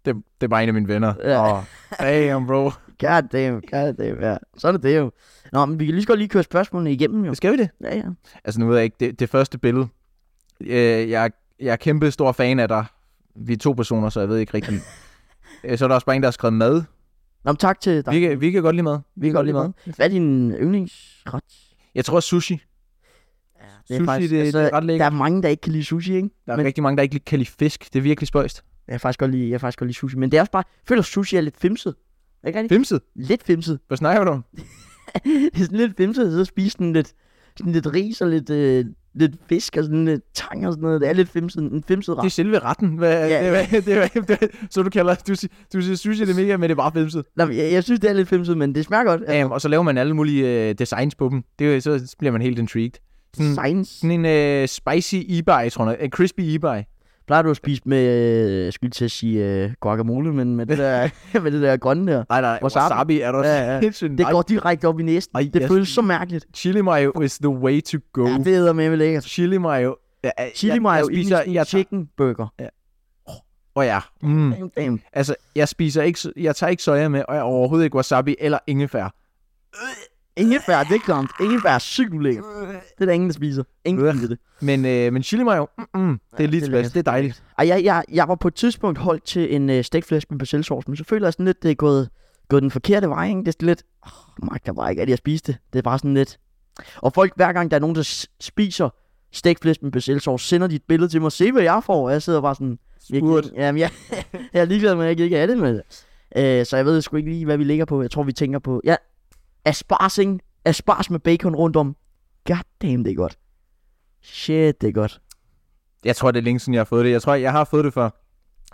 det, det er bare en af mine venner.
Ja.
Nå, damn, bro.
God damn, god damn, ja. Sådan er det jo. Nå, men vi kan lige så godt lige køre spørgsmålene igennem jo.
Skal vi det?
Ja, ja.
Altså, nu ved jeg ikke, det, det første billede. Øh, jeg, jeg er kæmpe stor fan af dig. Vi er to personer, så jeg ved ikke rigtigt. Øh, så er der også bare en, der har skrevet mad.
Nå, men tak til dig.
Vi kan, vi kan godt lide mad.
vi kan godt lide meget. Hvad er din yndlingsret?
Jeg tror sushi.
Ja,
Sushi, det- det er ret lækkert.
altså, Der er mange, der ikke kan lide sushi, ikke?
Der er
Men-
men... rigtig mange, der ikke lige kan lide fisk. Det er virkelig spøjst.
Jeg kan faktisk godt lide, jeg kan faktisk godt lide sushi, men det er også bare, jeg føler, at sushi er lidt fimset. Er det Ikke rigtigt?
Fimset?
Lidt fimset.
Hvad snakker du om?
det er sådan lidt fimset, at sidde og spise sådan lidt, sådan lidt ris og lidt, øh, lidt fisk og sådan lidt tang og sådan noget. Det er lidt fimset, en fimset
Det
ret.
er selve retten. Hvad,
Ja.
ja. det, hvad, det, hvad, det, så du kalder, du, si- du siger sushi, det er mega, men det er bare fimset.
Nå, men jeg, jeg, synes, det er lidt fimset, men det smager godt. Altså, Ja.
Um, og så laver man alle mulige uh, designs på dem. Det, er jo- så bliver man helt intrigued. Sådan,
Science.
sådan en uh, spicy e-bay, tror jeg. En crispy e-bay.
Plejer du at spise med, øh, jeg skulle til at sige øh, guacamole, men med det, der, med det der grønne der.
Nej, nej,
Wasabi.
wasabi, wasabi er der også.
Ja, ja.
sindssygt.
Det
Nej,
går direkte op i næsten.
Ej,
det
jeg-
føles så mærkeligt.
Chili mayo is the way to go.
Ja, det hedder med med lækkert.
Chili mayo. Ja, ja,
Chili
jeg-
mayo
jeg spiser,
i min
jeg tager,
chicken burger.
oh, ja. Mm.
Damn, damn.
Altså, jeg spiser ikke, so- jeg tager ikke soja med, og jeg overhovedet ikke wasabi eller ingefær.
Ingefær, det er klamt. Ingefær er sygt ulækkert. Det er der ingen, der spiser. Ingen
Øh.
spiser det.
Men, øh, men chili mayo, mm, mm, det er lige
det er
tilbage.
lækkert.
Det er dejligt.
Og jeg, jeg, jeg var på et tidspunkt holdt til en øh, stegflæsk med persillesauce, men så føler jeg sådan lidt, det er gået, gået den forkerte vej. Ikke? Det er sådan lidt, åh, magt der bare ikke, at jeg spiste det. Det er bare sådan lidt. Og folk, hver gang der er nogen, der s- spiser stegflæsk med persillesauce, sender de et billede til mig, se hvad jeg får. Og jeg sidder bare sådan, jeg,
Spurt.
jamen, jeg, jeg er ligeglad med, at jeg ikke er det med. Øh, så jeg ved sgu ikke lige, hvad vi ligger på. Jeg tror, vi tænker på, ja, asparges, ikke? Asparges med bacon rundt om. God damn, det er godt. Shit, det er godt.
Jeg tror, det er længe siden, jeg har fået det. Jeg tror, jeg har fået det før.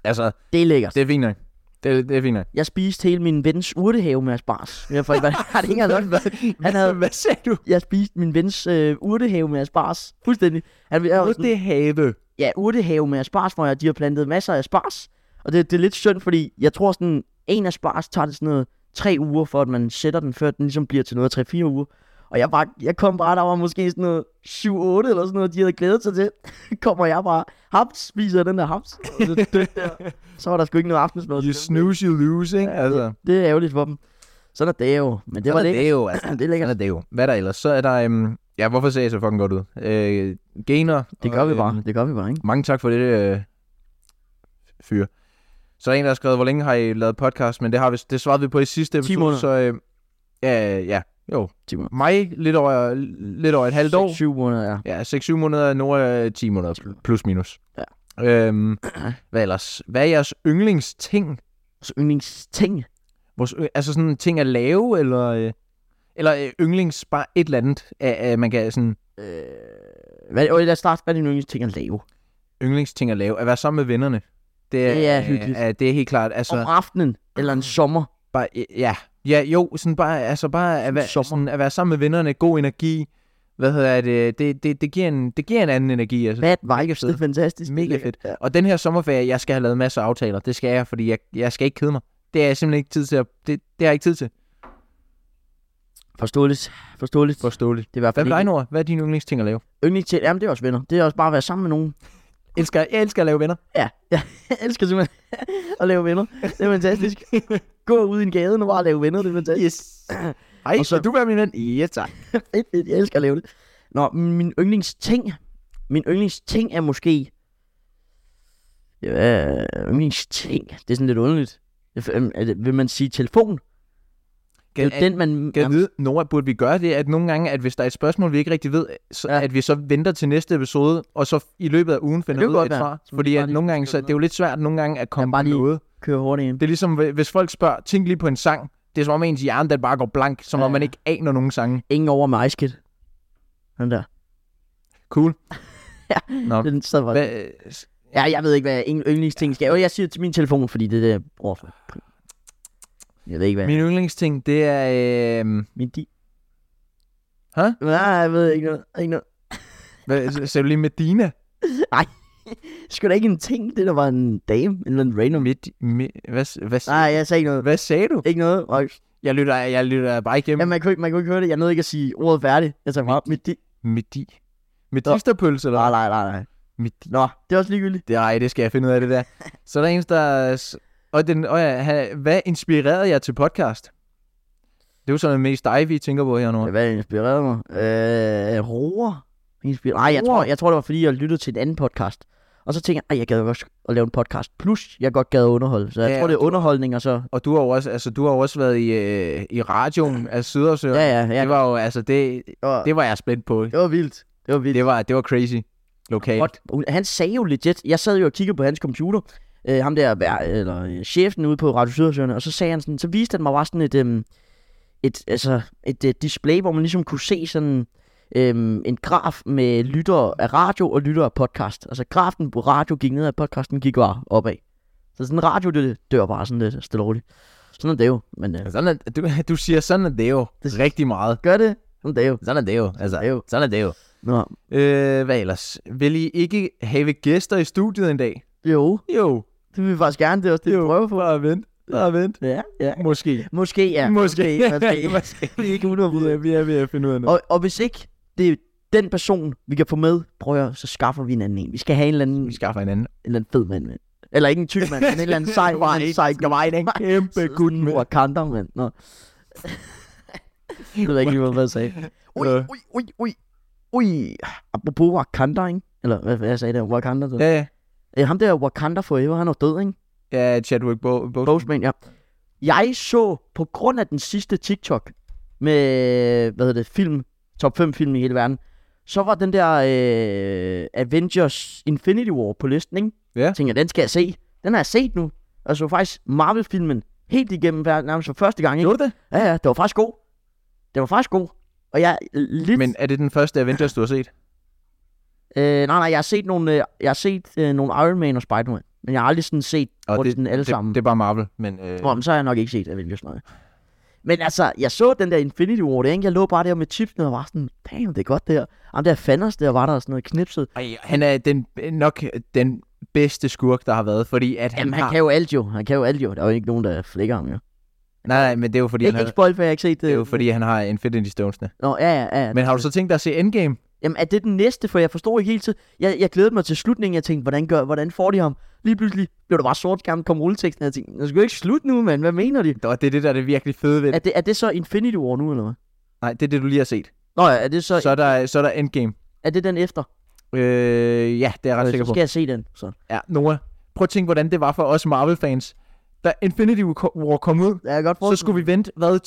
Altså,
Det er lækkert.
det er fint nok. Det, det er fint nok.
Jeg spiste hele min vens urtehave med asparges. Jeg får ikke, hvad har det ikke engang nok? Han havde-
Hvad sagde du?
Jeg spiste min vens øh, urtehave med asparges. Fuldstændig. Han, jeg, var sådan,
Det have.
ja, urtehave med asparges, hvor jeg, de har plantet masser af asparges. Og det, det er lidt synd, fordi jeg tror sådan, en asparges tager det sådan noget tre uger, for at man sætter den, før den ligesom bliver til noget tre-fire uger. Og jeg, var, jeg kom bare, der var måske sådan noget 7-8 eller sådan noget, de havde glædet sig til. Kommer jeg bare, haps, spiser den der haps. Og så dødt der. Så var der sgu ikke noget aftensmad.
You snooze, you lose, ikke? Altså,
Det er ærgerligt for dem. Sådan er det jo. Men det var
sådan er
det.
det jo, altså.
Det er lækkert.
Sådan er det jo. Hvad er der ellers? Så er der, øhm, ja, hvorfor ser jeg så fucking godt ud? Øh, gener.
Det
og,
gør vi
øhm,
bare. Det gør vi bare, ikke?
Mange tak for det, øh, fyr. Så er der en, der har skrevet, hvor længe har I lavet podcast? Men det, har vi, det svarede vi på i sidste episode.
måneder.
Så øh, ja, ja, jo.
10 måneder.
Mig lidt over, lidt over et halvt år.
7 måneder, ja.
Ja, 6-7 måneder, Nora øh, 10 måneder, plus minus.
Ja.
Øhm, hvad ellers? Hvad er jeres yndlingsting?
Altså yndlingsting.
Vores, yng- altså sådan ting at lave, eller, øh, eller øh, yndlings bare et eller andet, at, at man kan sådan
øh, Hvad, øh, lad os starte. Hvad er din yndlingsting at lave?
yndlingsting at lave, at være sammen med vennerne. Det er,
Det er
øh,
hyggeligt.
Er, det er helt klart, altså,
Om aftenen eller en sommer.
bare, øh, ja, ja, jo, sådan bare, altså bare at være,
sommer.
sådan, at være sammen med vennerne, god energi, hvad hedder det, det, det, det, giver, en, det giver en anden energi, altså.
Bad vibes.
fedt.
Det er fantastisk.
Mega
Det er
fedt.
lækkert.
Og den her sommerferie, jeg skal have lavet masser af aftaler. Det skal jeg, fordi jeg, jeg skal ikke kede mig. Det er jeg simpelthen ikke tid til. At, det, det har jeg ikke tid til.
Ja. Forståeligt. Forståeligt.
Forståeligt.
Det er i hvert
Hvad
fald
med dig,
ikke
Nora? Hvad er dine yndlingsting at lave?
yndlingsting. Jamen, det er også venner. Det er også bare at være sammen med nogen.
Elsker, jeg elsker at lave venner.
Ja, jeg elsker simpelthen at lave venner. Det er fantastisk. Gå ud i en gade nu bare lave venner. Det er fantastisk.
Yes. Hej,
Og så-
så... vil du være min ven? Ja, tak.
fedt, fedt. Jeg elsker at lave det. Nå, min yndlingsting. Min yndlingsting er måske... Ja, yndlingsting. Det er sådan lidt underligt. Det er- øhm, er det- Vil man sige telefon? Det er
Kan,
jo Øh, den, man...
kan jeg vide, Nora, burde vi gøre det, at nogle gange, at hvis der er et spørgsmål, vi ikke rigtig ved, så,
Ja.
ja. at vi så venter til næste episode, og så i løbet af ugen finder
det kunne
ud af
godt
et
være.
svar.
Så vi
Fordi
bare
at
lige
nogle gange,
skriver
så,
noget.
det er jo lidt svært nogle gange at komme
bare
på
lige-
noget.
Køre hurtigt ind.
Det er ligesom, hvis folk spørger, tænk lige på en sang. Det er som om ens hjerne, den bare går blank, som om
Ja.
man ikke aner nogen sange.
Ingen over med Ice Kid. Den der.
Cool. Nå.
Den sad bare...
Hva,
Ja, jeg ved ikke, hvad ingen yndlingsting skal. Jo, jeg siger til min telefon, fordi det er det, jeg bruger for. Jeg ved ikke, hvad... Min...
min yndlingsting, det er... Øh,
Min di...
Hå?
Nej, jeg ved ikke noget. Ikke noget.
hvad, sagde du lige Medina?
Nej, sgu da ikke en ting, det der var en dame, en eller anden random.
Midt, midt, hvad, s- hvad,
Nej,
Nej.
jeg sagde ikke noget.
hvad sagde du?
Ikke noget, og
Jeg lytter, jeg lytter bare igennem.
ja, man, kunne ikke, man kunne ikke høre det. Jeg nåede ikke at sige ordet færdigt. Jeg sagde bare, mit di...
Medi. Medisterpølse, eller?
Nej,
hvad?
nej, nej, nej.
Medi.
Nå, det er også ligegyldigt.
Det, ej, det skal jeg finde ud af, det der. Så er der en, der... s- Og den, og ja, ha- hvad inspirerede jer til podcast? Det er jo sådan mest dig, vi tænker på her nu.
Hvad inspirerede mig? Øh, roer. Inspir... Nej, jeg
Roer?
tror, jeg tror, det var fordi, jeg lyttede til en anden podcast. Og så tænkte jeg, "Ej, jeg gad godt at lave en podcast. Plus, jeg godt gad at underholde. Så jeg
Ja,
ja, tror, det er underholdning, og så...
Og du har jo også, altså, du har jo også været i, øh, i radioen af Sydersøer.
Ja, ja, ja.
Det var jo, altså, det,
var,
det var jeg spændt på.
det var vildt. Det var vildt.
Det var, det var crazy. Lokalt.
Godt. Han sagde jo legit, jeg sad jo og kiggede på hans computer, øh, ham der, vær- eller øh, chefen ude på Radio Sydersøerne, og så sagde han sådan, så viste han mig bare sådan et, øhm, et, altså, et øh, display, hvor man ligesom kunne se sådan øhm, en graf med lyttere af radio og lyttere af podcast. Altså grafen på radio gik ned, og podcasten gik bare opad. Så sådan radio, det dør bare sådan lidt stille og roligt. Sådan er det jo, men øh,
Sådan er, du, du siger, sådan er det jo.
Det-
Rigtig meget.
gør det, sådan er det jo.
Sådan er det jo. Altså,
Det er jo.
sådan er det jo.
Nå,
Øh, hvad ellers? Vil I ikke have gæster i studiet en dag?
jo,
Jo.
det vil vi faktisk gerne, det er også det, vi prøver på.
Bare vent. Bare vent.
Ja, ja.
Måske.
Måske, ja. Måske, måske.
måske.
Det er ikke 100
Vi er, vi er ved at finde ud af noget.
Og, og hvis ikke det er den person, vi kan få med, prøv at høre, så skaffer vi en anden en. Vi skal have en eller anden,
Vi
en
skaffer hinanden.
eller anden fed mand med. Eller ikke en tyk mand, men en eller anden sej, en eller anden sej
mig en kæmpe gut med.
Wakanda, mand. Nå. jeg ved ikke lige, hvad jeg sagde. Ui,
Øh.
ui, ui, ui. Ui, apropos Wakanda, ikke? Eller hvad, hvad jeg sagde der, Wakanda. Så.
Ja, ja.
Øh, ham der Wakanda Forever, han er jo død, ikke?
Ja, Chadwick Bo- Bo-
Boseman, ja. Jeg så på grund af den sidste TikTok med, hvad hedder det, film, top 5 film i hele verden, så var den der øh, Avengers Infinity War på listen, ikke?
Ja.
Jeg tænker, den skal jeg se. Den har jeg set nu. Og så faktisk Marvel-filmen helt igennem hver- nærmest for første gang, ikke?
Gjorde du det?
Ja, ja, det var faktisk god. Det var faktisk god. Og jeg er lidt...
Men er det den første Avengers, du har set?
Øh, nej, nej, jeg har set nogle, øh, jeg har set, øh, nogle Iron Man og Spider-Man. Men jeg har aldrig sådan set,
Og
hvor det, sådan alle
det,
sammen...
Det er bare Marvel, men... Øh,
Nå, men så har jeg nok ikke set Avengers noget. Men altså, jeg så den der Infinity War, der, ikke? jeg lå bare der med chipsene og var sådan, damn, det er godt det her. Jamen, der Thanos der var der og sådan noget knipset.
ej, han er den, nok den bedste skurk, der har været, fordi at han,
Jamen, han
har...
kan jo alt jo, han kan jo alt jo. Der er jo ikke nogen, der flækker ham jo.
Nej, nej, men det er jo fordi,
Ikke,
han,
ikke
har,
spoil, for jeg har ikke set det.
det er jo fordi, han har Infinity Stones'ene.
Nå, ja, ja, ja.
Men har du så tænkt dig at se Endgame?
Jamen, er det den næste? For jeg forstod ikke helt til. Jeg, jeg glædede mig til slutningen. Jeg tænkte, hvordan, gør, hvordan får de ham? Lige pludselig blev der bare sort skærm, kom rulleteksten. og Jeg tænkte, det skal jo ikke slutte nu, mand. Hvad mener de?
Og det er det, der er det virkelig fede ved
Er
det.
det, er det så Infinity War nu, eller hvad?
Nej, det er det, du lige har set.
Nå ja, er det så,
Så er der, så er der Endgame.
er det den efter?
Øh, ja, det er jeg ret sikker
så
på.
skal jeg se den. Så.
Ja, Noah, prøv at tænke, hvordan det var for os Marvel-fans. Da Infinity War kom ud,
Ja, jeg kan godt
så
forstå.
skulle vi vente, hvad,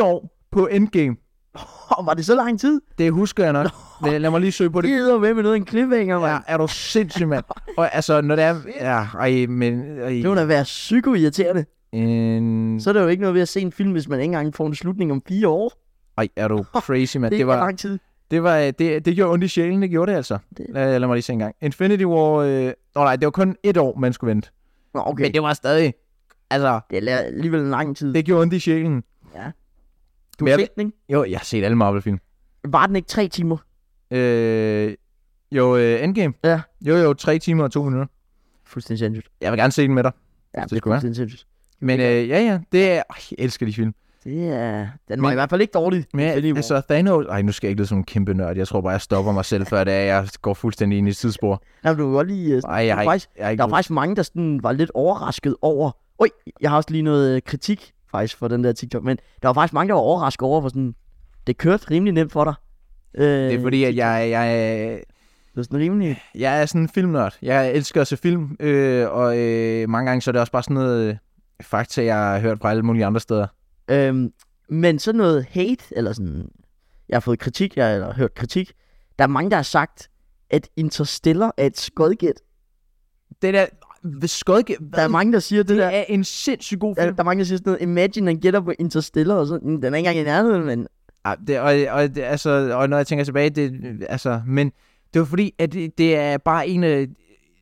3-4 år på Endgame.
Åh, var det så lang tid?
Det husker jeg nok. Lad, lad mig lige søge på
Det
det.
hedder med med noget af en cliffhanger, mand.
Ja,
Ja.
er du sindssyg, mand? Og altså, når det er... Ja, ej, men... Ej,
Det må da være psykoirriterende.
en,
Så er der jo ikke noget ved at se en film, hvis man ikke engang får en slutning om fire år.
ej er du crazy, mand?
det,
Det,
er
var,
lang tid.
det, var, det, det gjorde ondt i sjælen, det gjorde det altså.
Det-
Lad, lad mig lige se en gang. Infinity War... Øh, Nå nej, det var kun et år, man skulle vente.
Nå, okay.
Men det var stadig... Altså,
Det er la- alligevel en lang tid. Det,
det gjorde ondt i sjælen.
du
men
har
jeg-
set den, ikke?
Jo, jeg har set alle Marvel-film.
Var den ikke tre timer?
Øh, jo, øh, Endgame.
Ja.
Jo, jo, 3 timer og 2 minutter.
Fuldstændig sindssygt.
Jeg vil gerne se den med dig.
Ja,
det
det, det er
skulle være.
fuldstændig sindssygt.
Men øh, ja, ja, det er... Ej, jeg elsker de film.
Det er... Den var
Men-
i hvert fald ikke dårlig.
Men jeg,
Infinity War.
altså, Thanos... Ej, nu skal jeg ikke lyde som en kæmpe nørd. Jeg tror bare, jeg stopper mig selv, før det er, jeg går fuldstændig ind i et tidsspor.
Nå, men du kan godt lige... øh,
Ej, jeg
du
har
kan
ikke...
faktisk-
Jeg har ikke
Der var faktisk mange, der sådan var lidt overrasket over... Oj, jeg har også lige noget øh, kritik faktisk for den der TikTok, men der var faktisk mange, der var overrasket over, hvor sådan... Det kørte rimelig nemt for dig. Øh,
det er fordi, at jeg, jeg,
Det var sådan rimelig...
jeg er sådan en filmnørd. Jeg elsker at se film, øh, og øh, mange gange så er det også bare sådan noget øh, fakta, jeg har hørt fra alle mulige andre steder.
Øhm, men sådan noget hate, eller sådan, jeg har fået kritik, jeg har hørt kritik, der er mange, der har sagt, at Interstellar er et skodgæt.
Det der... Ved Skodge,
Der er mange, der siger det der.
det er altså- en sindssygt god
Der,
film.
der er mange, der siger sådan noget, imagine han gætter på Interstellar, og sådan, den er ikke engang i nærheden, men
Ja, det, og, og, det, altså, og når jeg tænker tilbage, det, altså, men det var fordi, at det, det er bare en øh,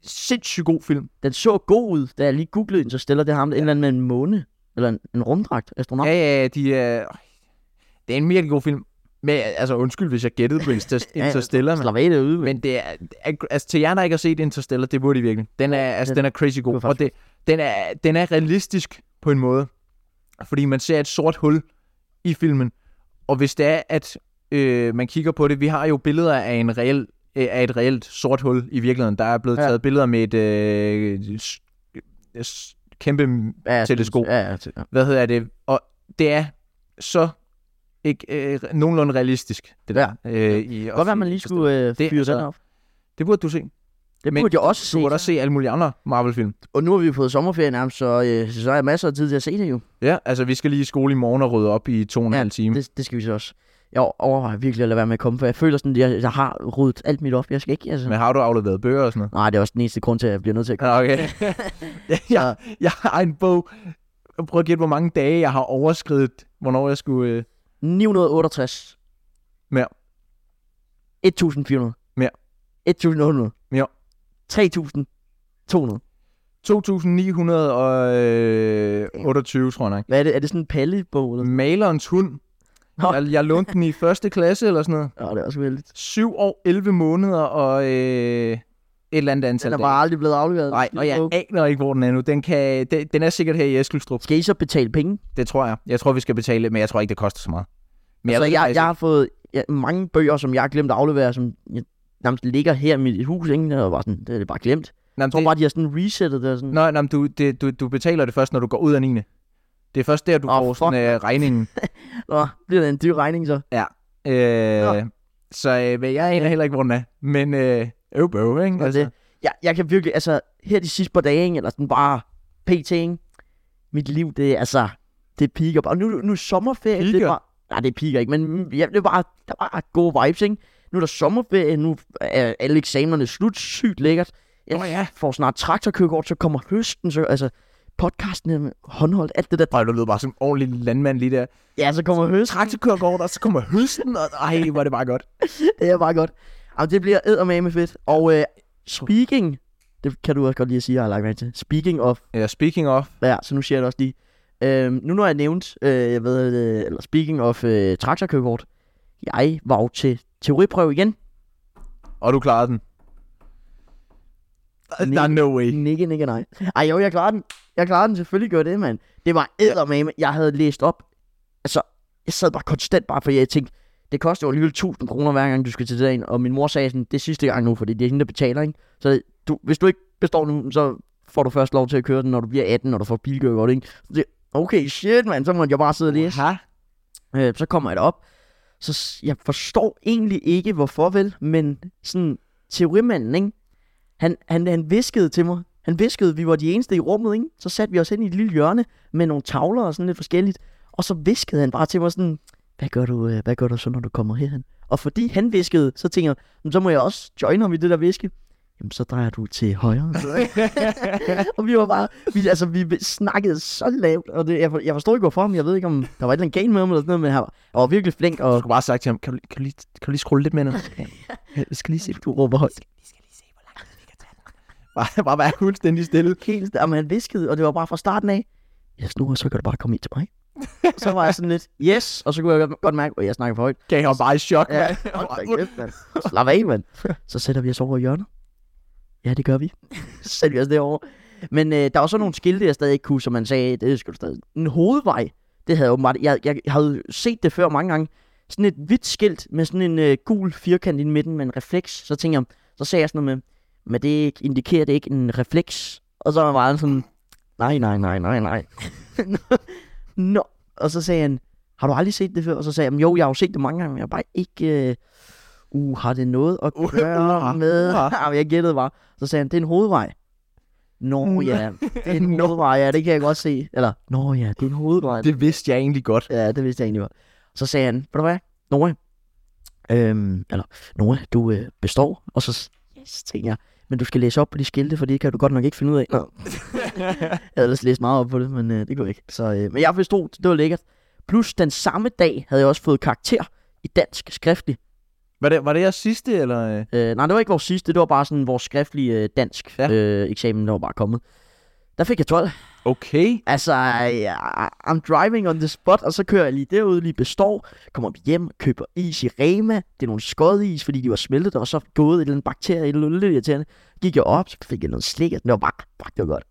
sindssygt god film.
den så god ud, da jeg lige googlede Interstellar, det har ham, ja. en eller anden med en måne, eller en, en rumdragt, astronaut.
Ja, ja, de er... Øh, det er en virkelig god film. Men altså, undskyld, hvis jeg gættede på Inter- Interstellar, men,
Slap af det ude, men
men det er, altså, til jer, der ikke har set Interstellar, det burde I virkelig. Den er, altså,
Den-
den er crazy
det var
god, og det,
faktisk-
den, er, den er realistisk på en måde, fordi man ser et sort hul i filmen, og hvis det er, at øh, man kigger på det, vi har jo billeder af, en reel, øh, af et reelt sort hul i virkeligheden. Der er blevet
Ja.
taget billeder med et øh, s- s- kæmpe
ja,
teleskop.
Ja, ja, til- ja.
hvad hedder det, og det er så ikke øh, nogenlunde realistisk, det der. Øh, i,
Godt være, man lige skulle øh,
Det-
fyre det,
altså-
den op.
Det burde du se.
Det
men
burde jeg også se.
Du burde også se alle mulige andre Marvel-film.
Og nu har vi jo fået sommerferie nærmest, så, øh, så har jeg masser af tid til at se det jo.
Ja, altså vi skal lige i skole i morgen og rydde op i to og en
Ja,
halv time.
Det, det skal vi så også. Jeg overvejer virkelig at lade være med at komme, for jeg føler sådan, at jeg, jeg har ryddet alt mit op. Jeg skal ikke, altså.
Men har du afleveret bøger og sådan noget?
Nej, det er også den eneste grund til, at jeg bliver nødt til at komme.
Ja, Okay. jeg, jeg har en bog. Prøv at gætte, hvor mange dage jeg har overskridet, hvornår jeg skulle... Øh...
968.
Mere.
1400.
Mere.
1800.
Mere.
3200.
2.928, øh, tror jeg nok.
Hvad er det? Er det sådan en pallebog?
Mm.
Eller?
Malerens hund.
Nå.
Jeg, jeg lånte den i første klasse eller sådan noget.
Ja, det er også vældigt.
7 år, 11 måneder og øh, et eller andet antal
Den er
dage.
bare aldrig blevet afleveret.
Nej, og jeg aner ikke, hvor den er nu. Den, kan, den, den er sikkert her i Eskilstrup.
Skal I så betale penge?
Det tror jeg. Jeg tror, vi skal betale, men jeg tror ikke, det koster så meget. Men
Men altså,
ved det
jeg, jeg,
faktisk
jeg
ikke.
har fået ja, mange bøger, som jeg har glemt at aflevere, som jeg, nærmest ligger her i mit hus, ikke? Og bare sådan, det er det bare glemt.
Nå, men
Jeg tror
det,
bare, de har sådan resettet det og sådan.
Nå, nå, men du, det, du, du betaler det først, når du går ud af 9. Det er først der, du
Åh,
får sådan, øh, regningen.
Nå, bliver det en dyr regning så?
Øh, så øh, men jeg aner heller ikke, hvor den er. Men øh, øv bøv, ikke? Altså,
Og det, jeg, jeg kan virkelig, altså, her de sidste par dage, ikke, eller sådan bare pt, ikke? mit liv, det er altså, det piker bare. Og nu, nu er sommerferie, det
Piker?
er bare, nej, det piker ikke, men mm, ja, det er bare, der er bare gode vibes, ikke? Nu er der sommerferie, nu er alle eksamenerne slut, sygt lækkert. Jeg
Nå ja.
får snart traktorkørekort, så kommer høsten, så altså, podcasten er med håndholdt, alt det der.
Prøv, du lyder bare som en ordentlig landmand lige der.
Ja, så kommer høsten.
Traktorkørekort, og så kommer høsten, og ej, hvor er det bare godt.
Det er bare godt. Jamen, det bliver eddermame fedt. Og øh, speaking, det kan du også godt lige at sige, jeg har lagt mærke til. Speaking of,
Ja, speaking of,
ja, så nu siger jeg det også lige. Øhm, nu når jeg nævnt, øh, jeg ved, øh, eller speaking of øh, traktorkørekort, jeg var jo til teoriprøve igen.
og du klarede den.
Nej.
Der er no way.
Nikke, nikke, nej. Ej jo, jeg klarede den. Jeg klarede den, selvfølgelig gør det, mand. Det var eddermame, jeg havde læst op. Altså, jeg sad bare konstant bare, fordi jeg tænkte, det koster jo alligevel 1000 kroner hver gang, du skal til dagen. Og min mor sagde sådan, det er sidste gang nu, fordi det er hende, der betaler, ikke? Så du, hvis du ikke består nu, så får du først lov til at køre den, når du bliver 18, når du får bilkørekort, ikke? Så det, okay, shit, mand, så måtte jeg bare sidde og læse.
Aha.
Øh, så kommer jeg derop. Så s- jeg forstår egentlig ikke, hvorfor vel, men sådan teorimanden, ikke? Han, han, han viskede til mig. Han viskede, vi var de eneste i rummet, ikke? Så satte vi os ind i et lille hjørne med nogle tavler og sådan lidt forskelligt. Og så viskede han bare til mig sådan, hvad gør du, øh, hvad gør du så, når du kommer herhen? Og fordi han viskede, så tænker jeg, "Men så må jeg også join ham i det der viske. Jamen, så drejer du til højre. og vi var bare, vi, altså, vi snakkede så lavt, og det, jeg, for- jeg forstod ikke, hvorfor, men jeg ved ikke, om der var et eller andet galt med ham, eller sådan noget, men han var, han var virkelig flink,
Du
og
skulle bare have sagt til ham, kan du, lige- kan du, lige, kan du lige scrolle lidt mere ned? Jeg skal lige se.
du råber højt.
Bare, bare være fuldstændig stille.
Helt, stille, men han viskede, og det var bare fra starten af, yes, nu, og så kan du bare komme ind til mig. så var jeg sådan lidt, yes, og så kunne jeg godt- godt mærke, at jeg snakker for højt.
Gav ham bare i chok.
Ja,
mand.
hold da kæft, mand. Slap af, mand. Så sætter vi os over i hjørnet. Ja, det gør vi. så sætter vi os derovre. Men øh, der var så nogle skilte, jeg stadig ikke kunne, som man sagde, det skal du stadig. En hovedvej, det havde jeg åbenbart, jeg, jeg havde set det før mange gange. Sådan et hvidt skilt med sådan en øh, gul firkant i midten med en refleks. Så tænker jeg, så sagde jeg sådan noget med, men det ikke- indikerer det ikke en refleks. Og så var jeg bare sådan, nej, nej, nej, nej, nej. Nå, og så sagde han, har du aldrig set det før? Og så sagde jeg, jo, jeg har jo set det mange gange, men jeg har bare ikke... Øh, uh, har det noget at
Uh,
gøre
uh,
med?
uh.
Uh. jeg gættede bare. Så sagde han, det er en hovedvej. Nå
Mm.
ja, det er en
Nå.
hovedvej, ja, det kan jeg godt se. Eller, nå ja, det er en hovedvej.
Det vidste jeg egentlig godt.
Ja, det vidste jeg egentlig godt. Så sagde han, ved du hvad, Nora, øhm, eller, Nora, du øh, består, og så s- yes, tænkte jeg, men du skal læse op på de skilte, for det kan du godt nok ikke finde ud af. Nå. jeg havde ellers læst meget op på det, men øh, det kunne jeg ikke. Så, øh, men jeg forstod, det var lækkert. Plus den samme dag havde jeg også fået karakter i dansk skriftlig.
Var det, var det jeres sidste, eller? øh?
Øh, nej, det var ikke vores sidste, det var bare sådan vores skriftlige øh, dansk
Ja.
ja. øh, eksamen, der var bare kommet. Der fik jeg 12.
Okay.
Altså, ja, I'm driving on the spot, og så kører jeg lige derud, lige består, kommer vi hjem, køber is i Rema, det er nogle skådis, fordi de var smeltet, der var så gået et eller andet bakterie, et eller andet lidt irriterende. Gik jeg op, så fik jeg noget slik, og det var bare, fuck, det var godt.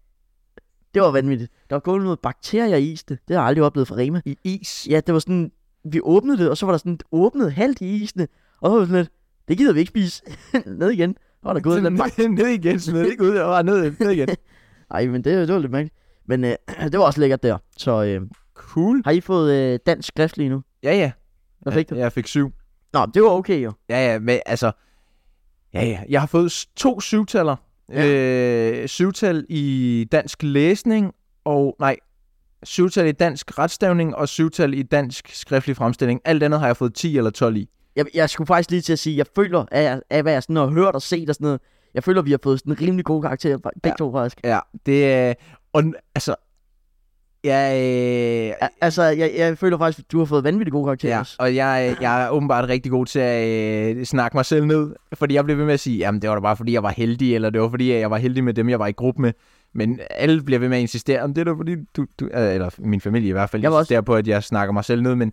Det var vanvittigt. Der var gået noget bakterier i is, det, det har jeg aldrig oplevet fra Rema.
I is?
Ja, det var sådan, vi åbnede det, og så var der sådan åbnet halvt i isene, og så var det sådan lidt, det gider vi ikke spise. Ned igen. Så var der gået et eller andet
ned, ned igen, smed det ikke ud, og bare ned, ned igen.
Ej, men det, det var lidt mærkeligt. Men øh, det var også lækkert der. Så øh,
Cool.
har I fået øh, dansk skrift lige nu?
Ja, ja.
Hvad fik du?
Jeg, jeg fik syv.
Nå, det var okay jo.
Ja, ja, men altså... Ja, ja. Jeg har fået s- to syvtaller.
Ja.
Ja. Øh, syvtal i dansk læsning, og... Nej, syvtal i dansk retstavning, og syvtal i dansk skriftlig fremstilling. Alt andet har jeg fået 10 eller 12 i.
Jeg, jeg skulle faktisk lige til at sige, jeg føler, af, af hvad jeg sådan har hørt og set og sådan noget, jeg føler, vi har fået sådan en rimelig god karakter, begge ja.
Ja.
to faktisk.
Ja, det er... Og n- altså... Jeg, øh,
Al- altså, jeg, jeg føler faktisk, at du har fået vanvittigt gode karakterer.
Ja,
også.
og jeg, jeg er åbenbart rigtig god til at øh, snakke mig selv ned, fordi jeg blev ved med at sige, jamen det var da bare fordi, jeg var heldig, eller det var fordi, jeg var heldig med dem, jeg var i gruppe med. Men alle bliver ved med at insistere, om det er da fordi, du, du, øh, eller min familie i hvert fald,
Jeg
jeg
var også-
insisterer også... på, at jeg snakker mig selv ned, men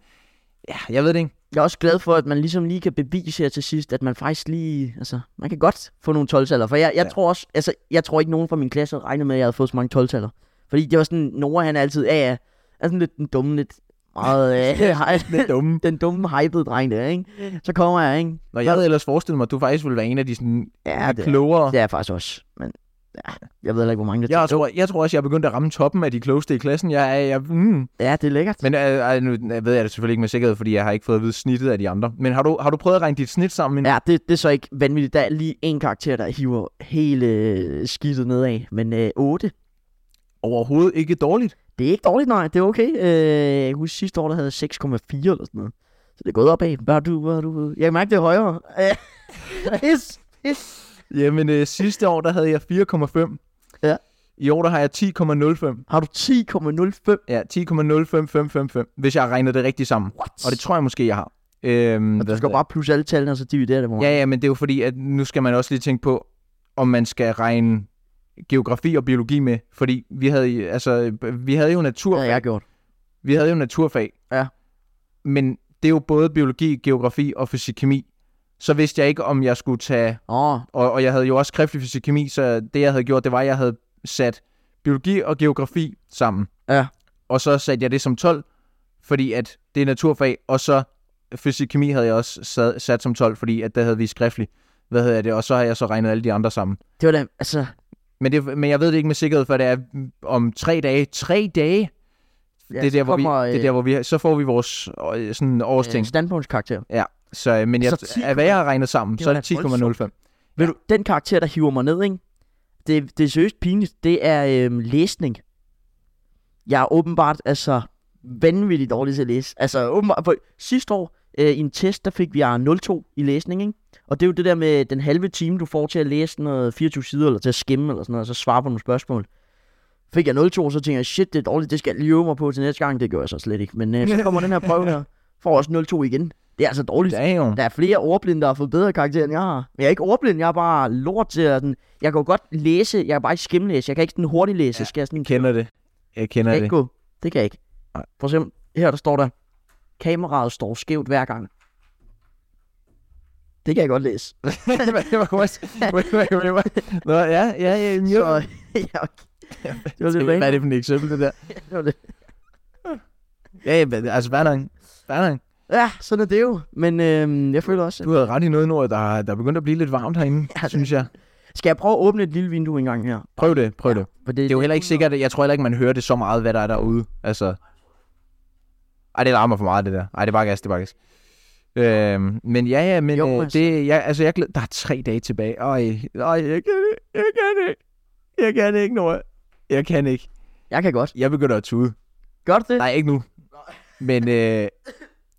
ja, jeg ved det ikke.
Jeg er også glad for, at man ligesom lige kan bevise her til sidst, at man faktisk lige, altså, man kan godt få nogle 12 for jeg, jeg ja.
Ja.
tror også, altså, jeg tror ikke nogen fra min klasse regnede med, at jeg havde fået så mange 12 -taller. Fordi det var sådan, Nora han er altid, ja, ja, er sådan lidt den dumme, lidt meget, øh,
Det er dumme.
den dumme, hypede dreng der, ikke? Så kommer jeg, ikke?
Når jeg havde ellers forestillet mig, at du faktisk ville være en af de sådan,
Ja,
ja,
det er-
klogere.
Det er jeg faktisk også, men ja, jeg ved heller ikke, hvor mange der
Jeg tror, jeg tror også, jeg er begyndt at ramme toppen af de klogeste i klassen. Jeg er, jeg, mm.
Ja, det er lækkert.
Men øh, øh, nu ved jeg det selvfølgelig ikke med sikkerhed, fordi jeg har ikke fået at vide snittet af de andre. Men har du, har du prøvet at regne dit snit sammen?
Ja, det, det er så ikke vanvittigt. Der er lige en karakter, der hiver hele øh, skidtet nedad, men øh, 8.
Overhovedet ikke dårligt.
Det er ikke dårligt, nej. Det er okay. Øh, jeg husker sidste år, der havde jeg 6,4 eller sådan noget. Så det er gået opad. Hvad har du? Hvad har du? Jeg kan mærke, det er højere. Øh, Pis.
Jamen øh, sidste år, der havde jeg 4,5.
Ja.
I år, der har jeg 10,05.
har du 10,05?
Ja, 10,05555, hvis jeg har regnet det rigtigt sammen.
What?
Og det tror jeg måske, jeg har. Øhm,
og du
hvad
skal
hedder
bare plusse alle tallene, og så dividere det, mor.
det? Ja, ja, men det er jo fordi, at nu skal man også lige tænke på, om man skal regne geografi og biologi med, fordi vi havde, altså, vi havde jo natur,
det har jeg gjort.
vi havde jo naturfag.
Ja.
Men det er jo både biologi, geografi og fysikkemi. Så vidste jeg ikke, om jeg skulle tage
Åh, oh,
Og, og jeg havde jo også skriftlig fysikkemi, så det jeg havde gjort, det var, at jeg havde sat biologi og geografi sammen.
Ja.
Og så satte jeg det som 12, fordi at det er naturfag, og så fysikkemi havde jeg også sad, sat som 12, fordi at der havde vi skriftlig. Hvad hedder det? Og så har jeg så regnet alle de andre sammen.
det var da, altså,
Men, det, men jeg ved det ikke med sikkerhed, for det er mm, om tre dage. Tre dage?
ja,
det, er
så
der, hvor
kommer,
vi, det er der, hvor vi... Så får vi vores øh, sådan
øh,
årsting.
standpunktskarakter.
Så, øh, men jeg,
Så 10,0
af hvad jeg har regnet sammen,
Det
så er
var da
det 10,05.
Ved du, den karakter, der hiver mig ned, ikke? Det, det er seriøst pinligt. Det er øhm, læsning. Jeg er åbenbart, altså, vanvittigt dårlig til at læse. Altså, åbenbart, for sidste år øh, i en test, der fik vi ah, 0,2 i læsning, ikke? Og det er jo det der med den halve time, du får til at læse sådan noget 24 sider, eller til at skimme, eller sådan noget, og så svare på nogle spørgsmål. Fik jeg 0,2, så tænkte jeg, shit, det er dårligt, det skal jeg lige øve mig på til næste gang. Det gør jeg så slet ikke. Men øh, så kommer den her prøve her, får også 0,2 igen. Det er altså dårligt.
Damn.
Der er flere ordblinde, der har fået bedre karakterer, end jeg har. Men jeg er ikke ordblind, jeg er bare lort til at... Sådan, jeg kan jo godt læse, jeg kan bare ikke skimlæse. Jeg kan ikke sådan hurtigt læse. Ja,
Ja,
skal jeg sådan
kender det. Jeg kender
kan
det.
ikke gå. Det kan jeg ikke.
Nej.
For eksempel, her der står der, kameraet står skævt hver gang. Det kan jeg godt læse.
det var, det var godt. Wait, wait, wait, wait. Nå, ja, ja, ja. Jo.
Så, ja, okay. det var lidt
Hvad er
random.
det for et eksempel, det der?
Det var det.
Ja, ja, men altså, hvad nok? Hvad nok?
Ja, sådan er det jo. Men øhm, jeg føler også...
Du havde ret i noget, Nord, der, der er begyndt at blive lidt varmt herinde,
Ja, det-
synes jeg.
Skal jeg prøve at åbne et lille vindue engang her?
Prøv det, prøv det.
For
Det er jo heller ikke sikkert, jeg tror heller ikke, man hører det så meget, hvad der er derude. Altså. Ej, det larmer for meget, det der. Ej, det er bare gas, det er bare gas. Øhm, men ja, ja, men
Jo,
jo, øh,
altså.
det, jeg, altså, jeg glæder, der er tre dage tilbage. Øj, øj, jeg kan det, jeg kan det. Jeg kan det ikke, Nora. Jeg kan ikke.
Jeg kan godt.
Jeg begynder at tude.
Gør du det?
Nej, ikke nu. Men øh,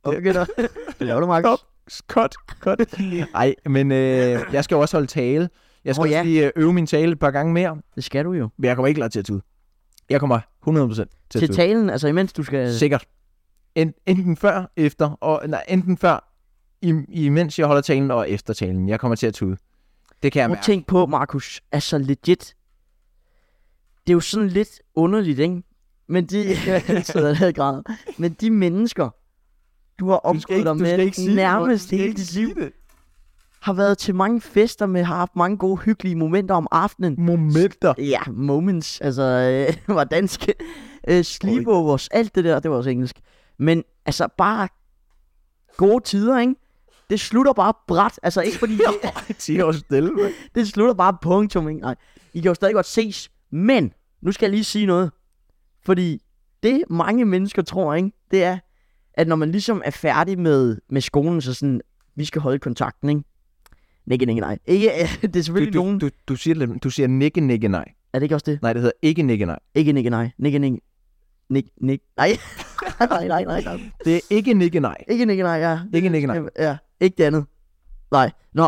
Okay, da. Det laver du, Markus.
Stop. cut, cut. Ej, men øh, jeg skal jo også holde tale. Jeg skal
Åh,
oh, ja.
ja.
også lige øh, øve min tale et par gange mere,
Det skal du jo.
men jeg kommer ikke klar til at tude. Jeg kommer 100% til at
Til
tude.
talen, altså imens du skal...
Sikkert. En, enten før, efter, og nej, enten før, i, imens jeg holder talen, og efter talen. Jeg kommer til at tude. Det kan jeg
Prøv at
mærke.
tænk på, Markus, altså legit. det er jo sådan lidt underligt, ikke? Men de, sidder ned og græder. Men de mennesker, du har omgået dig med nærmest hele dit liv,
Det.
har været til mange fester med, har haft mange gode, hyggelige momenter om aftenen.
Momenter.
Ja, moments, altså øh, var dansk. Øh, sleepovers, alt det der, det var også engelsk. Men altså bare gode tider, ikke? Det slutter bare bræt, altså ikke fordi... det,
10 år stille, mand.
det slutter bare punktum, ikke? Nej, I kan jo stadig godt ses, men nu skal jeg lige sige noget. Fordi det mange mennesker tror, ikke? Det er, at når man ligesom er færdig med, med skolen, så sådan, vi skal holde kontakten, ikke? Nikke, nikke, nej. Ikke, det er selvfølgelig
Du,
nogen...
du, du, du, siger, lidt- du siger nikke, nikke, nej.
Er det ikke også det?
Nej, det hedder ikke nikke, nej.
Ikke nikke nej. Nikke nikke. Nik, nik. Nej. nej, nej, nej, nej.
Det er ikke nikke, nej.
Ikke nikke nej, ja.
Ikke nikke, nej.
Ja, ikke det andet. Nej, nå.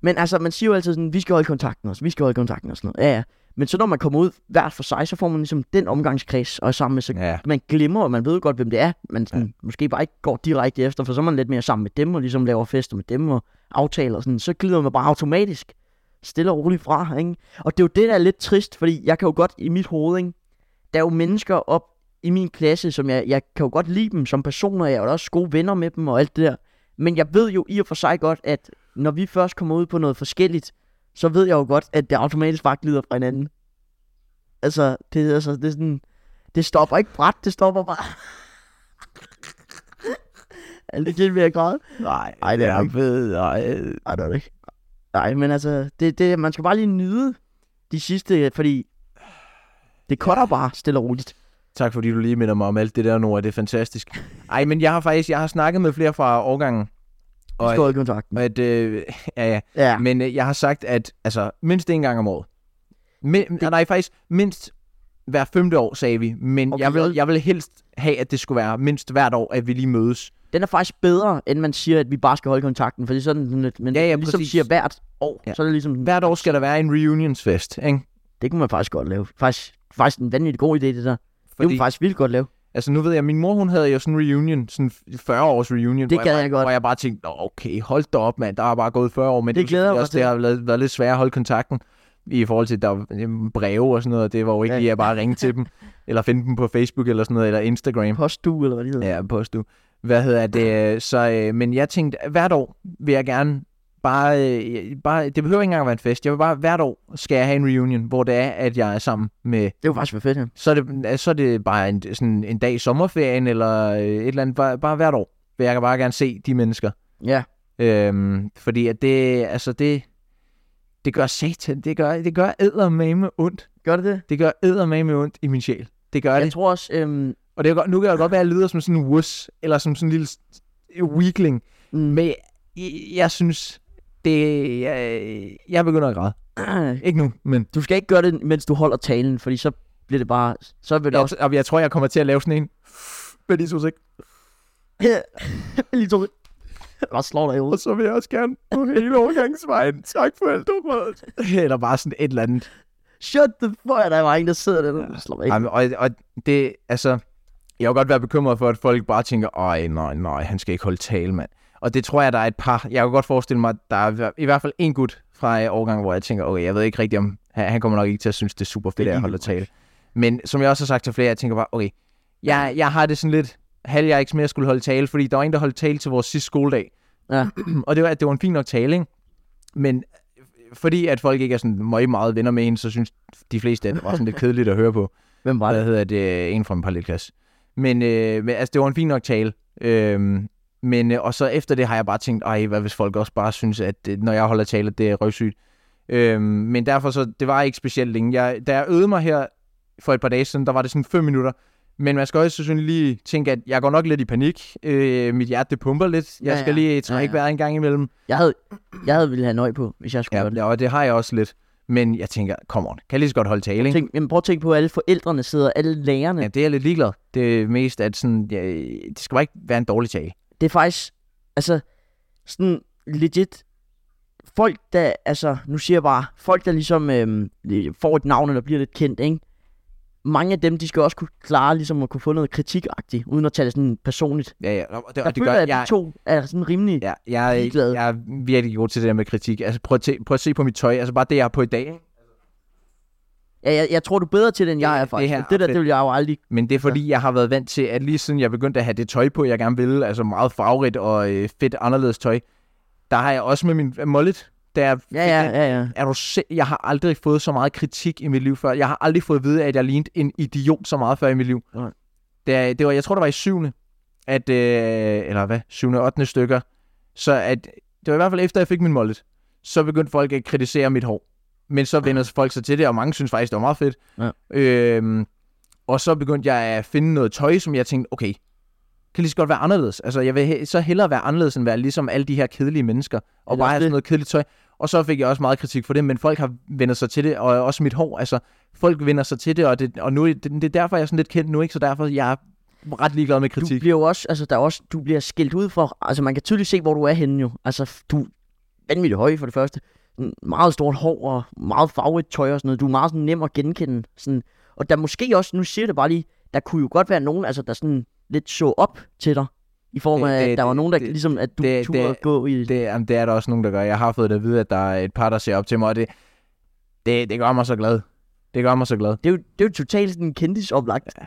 Men altså, man siger jo altid sådan, vi skal holde kontakten også, vi skal holde kontakten og sådan noget. Ja, ja. Men så når man kommer ud hver for sig, så får man ligesom den omgangskreds, og er sammen med, så
Ja.
man glemmer, og man ved godt, hvem det er, men sådan, ja. måske bare ikke går direkte efter, for så er man lidt mere sammen med dem, og ligesom laver fester med dem, og aftaler og sådan, så glider man bare automatisk stille og roligt fra, ikke? Og det er jo det, der er lidt trist, fordi jeg kan jo godt i mit hoved, ikke? Der er jo mennesker op i min klasse, som jeg, jeg kan jo godt lide dem som personer, jeg er jo også gode venner med dem og alt det der, men jeg ved jo i og for sig godt, at når vi først kommer ud på noget forskelligt, så ved jeg jo godt, at det automatisk bare glider fra hinanden. Altså, det, er- altså, det er sådan, det stopper ikke bræt, det stopper bare. er det lidt ved at græde?
Nej,
Ej, det er ikke.
ved, nej.
Nej, det er det ikke. Nej, men altså, det, det, man skal bare lige nyde de sidste, fordi det cutter bare stille og roligt.
Tak fordi du lige minder mig om alt det der, Nora. Det er fantastisk. Ej, men jeg har faktisk jeg har snakket med flere fra årgangen.
Vi
Og,
skal holde kontakten.
og at, øh, ja, ja.
Ja,
Men øh, jeg har sagt, at altså, mindst en gang om året. Men, det... Nej, faktisk mindst hver femte år, sagde vi. Men
Okay.
okay. jeg, vil, jeg vil helst have, at det skulle være mindst hvert år, at vi lige mødes.
den er faktisk bedre, end man siger, at vi bare skal holde kontakten, fordi sådan sådan lidt, men
Ja, ja,
ligesom
præcis.
siger hvert år, ja.
Ja.
så er det ligesom,
Hvert år skal der være en reunionsfest, ikke?
det kunne man faktisk godt lave. Faktisk, faktisk en vanvittig god idé, det der. Det kunne
Fordi,
man faktisk vildt godt lave.
altså nu ved jeg, min mor, hun havde jo sådan en reunion, sådan 40 års reunion. hvor
gad
bare-
jeg godt.
Hvor jeg bare tænkte, "Nå, okay, hold da op, mand, der er bare gået 40 år. Men
Det
er jo
glæder jeg mig
selvfølgelig også, det har været, været lidt svært at holde kontakten i forhold til, at der var øhm, breve og sådan noget, og det var jo ikke
Ja.
lige at bare ringe til dem, eller finde dem på Facebook eller sådan noget, eller Instagram.
Postdu, eller hvad det hedder.
Ja, post du. Hvad hedder det? øh, Så, øh, men jeg tænkte, at hvert år vil jeg gerne bare, øh, jeg- bare, det behøver ikke engang at være en fest, jeg vil bare, hvert år skal jeg have en reunion, hvor det er, at jeg er sammen med,
Det kunne faktisk være fedt, ja.
så er det, så er det bare en, sådan en dag i sommerferien, eller øh, et eller andet, bare, bare hvert år vil jeg bare gerne se de mennesker.
Ja,
Øhm, fordi at det, altså det, det gør satan, det gør, det gør eddermame ondt.
gør det det?
Det gør eddermame ondt i min sjæl. Det gør det.
Jeg tror også, øhm,
Og det er godt, nu kan jeg godt være, at jeg lyder som sådan en wuss, eller som sådan en lille s- weakling.
Mm.
Men jeg, jeg synes, det jeg, jeg begynder at græde. Ikke nu, men
du skal ikke gøre det, mens du holder talen, fordi så bliver det bare, så vil det
jeg, og jeg tror, jeg kommer til at lave sådan en. Men de ikke.
Lige to Bare slår dig ud.
Og så vil jeg også gerne på hele overgangsvejen. Tak for alt, du Eller bare sådan et eller andet.
Shut the fuck, der er bare en, der sidder der. Ja. Slår mig ikke.
Jamen, og, og det, altså, jeg kan godt være bekymret for, at folk bare tænker, ej, nej, nej, han skal ikke holde tale, mand. Og det tror jeg, der er et par, jeg kan godt forestille mig, at der er i hver- i hvert fald en gut fra øh, årgang, hvor jeg tænker, okay, jeg ved ikke rigtigt om, han han kommer nok ikke til at synes, det er super fedt,
Det er
at jeg
din
holder tale. Men som jeg også har sagt til flere, jeg tænker bare, okay, jeg, jeg har det sådan lidt, halv jeg ikke mere skulle holde tale, fordi der var en, der holdt tale til vores sidste skoledag.
Ja.
og det var, at det var en fin nok tale, ikke? Men øh, fordi at folk ikke er sådan meget, meget venner med hende, så synes de fleste, at det var sådan lidt kedeligt at høre på
Hvem var det?
hvad hedder det, en fra min parallelklasse. Men, øh, men altså, det var en fin nok tale. Øhm, men, øh, og så efter det har jeg bare tænkt, ej, hvad hvis folk også bare synes, at øh, når jeg holder tale, at det er røvsygt. Øhm, men derfor så, det var ikke specielt længe. Jeg, da jeg øvede mig her for et par dage siden, der var det sådan 5 minutter. Men man skal også selvfølgelig lige tænke, at jeg går nok lidt i panik. Øh, mit hjerte det pumper lidt. Jeg
Ja,
skal
ja.
lige trække
Ja, ja.
vejret en gang imellem.
Jeg havde, jeg havde ville have nøj på, hvis jeg skulle gøre det.
Ja, og det har jeg også lidt. Men jeg tænker, come on, kan jeg lige så godt holde tale, ikke?
Tænk, jamen, prøv at tænke på, at alle forældrene sidder, alle lærerne.
Ja, det er jeg lidt ligeglad. Det er mest, at sådan, ja, det skal bare ikke være en dårlig tale.
Det er faktisk, altså, sådan legit, folk der, altså, nu siger jeg bare, folk der ligesom øhm, får et navn, eller bliver lidt kendt, ikke? Mange af dem, de skal også kunne klare ligesom at kunne få noget kritikagtigt, uden at tage det sådan personligt.
Ja, ja. Og det,
Der
og det
føler
gør,
jeg, at
jeg,
de to er sådan rimelig...
ja, jeg,
ligeglad.
jeg, jeg er virkelig god til det der med kritik. Altså, prøv at, te, prøv at se på mit tøj. Altså, bare det, jeg har på i dag. ikke?
Ja, jeg, jeg tror, du er bedre til det, end jeg er, faktisk.
her
Det, det der,
outfit.
det vil jeg jo aldrig...
Men det er fordi, jeg har været vant til, at lige siden jeg begyndte at have det tøj på, jeg gerne ville, altså meget farverigt og øh, fedt anderledes tøj, der har jeg også med min øh, mullet, der jeg
Ja, ja, ja, ja.
er du se- jeg har aldrig fået så meget kritik i mit liv før. Jeg har aldrig fået at vide, at jeg lignede en idiot så meget før i mit liv.
Nej.
Det, det var, jeg tror, det var i syvende, at, øh, eller hvad, syvende og ottende stykker, så at, det var i hvert fald efter, jeg fik min mollet, så begyndte folk at kritisere mit hår. Men så vender folk sig til det, og mange synes faktisk, det var meget fedt.
Ja.
Øhm, og så begyndte jeg at finde noget tøj, som jeg tænkte, okay, kan lige så godt være anderledes. Altså, jeg vil he- så hellere være anderledes, end være ligesom alle de her kedelige mennesker, og
Det er også
bare have
det.
sådan noget kedeligt tøj. Og så fik jeg også meget kritik for det, men folk har vendt sig til det, og også mit hår. Altså, folk vender sig til det, og, det, og nu, det, det er derfor, jeg er sådan lidt kendt nu, ikke? Så derfor, jeg er ret ligeglad med
Du
kritik.
bliver jo også, altså der er også, du bliver skilt ud fra, altså man kan tydeligt se, hvor du er henne jo. Altså f- du er vanvittigt høj for det første. Mm, Meget stort hår og meget farvet tøj og sådan noget. Du er meget sådan nem at genkende. Sådan. Og der måske også, nu siger jeg det bare lige, der kunne jo godt være nogen, altså der sådan lidt så op til dig. I form
Det-
af,
det-
at der var nogen, der
det-
ligesom, at du
det-
turde
det-
gå i...
Det, jamen, det er der også nogen, der gør. Jeg har fået det at vide, at der er et par, der ser op til mig, og det, det, det gør mig så glad. Det gør mig så glad.
Det er jo, det er jo totalt sådan kendisoplagt.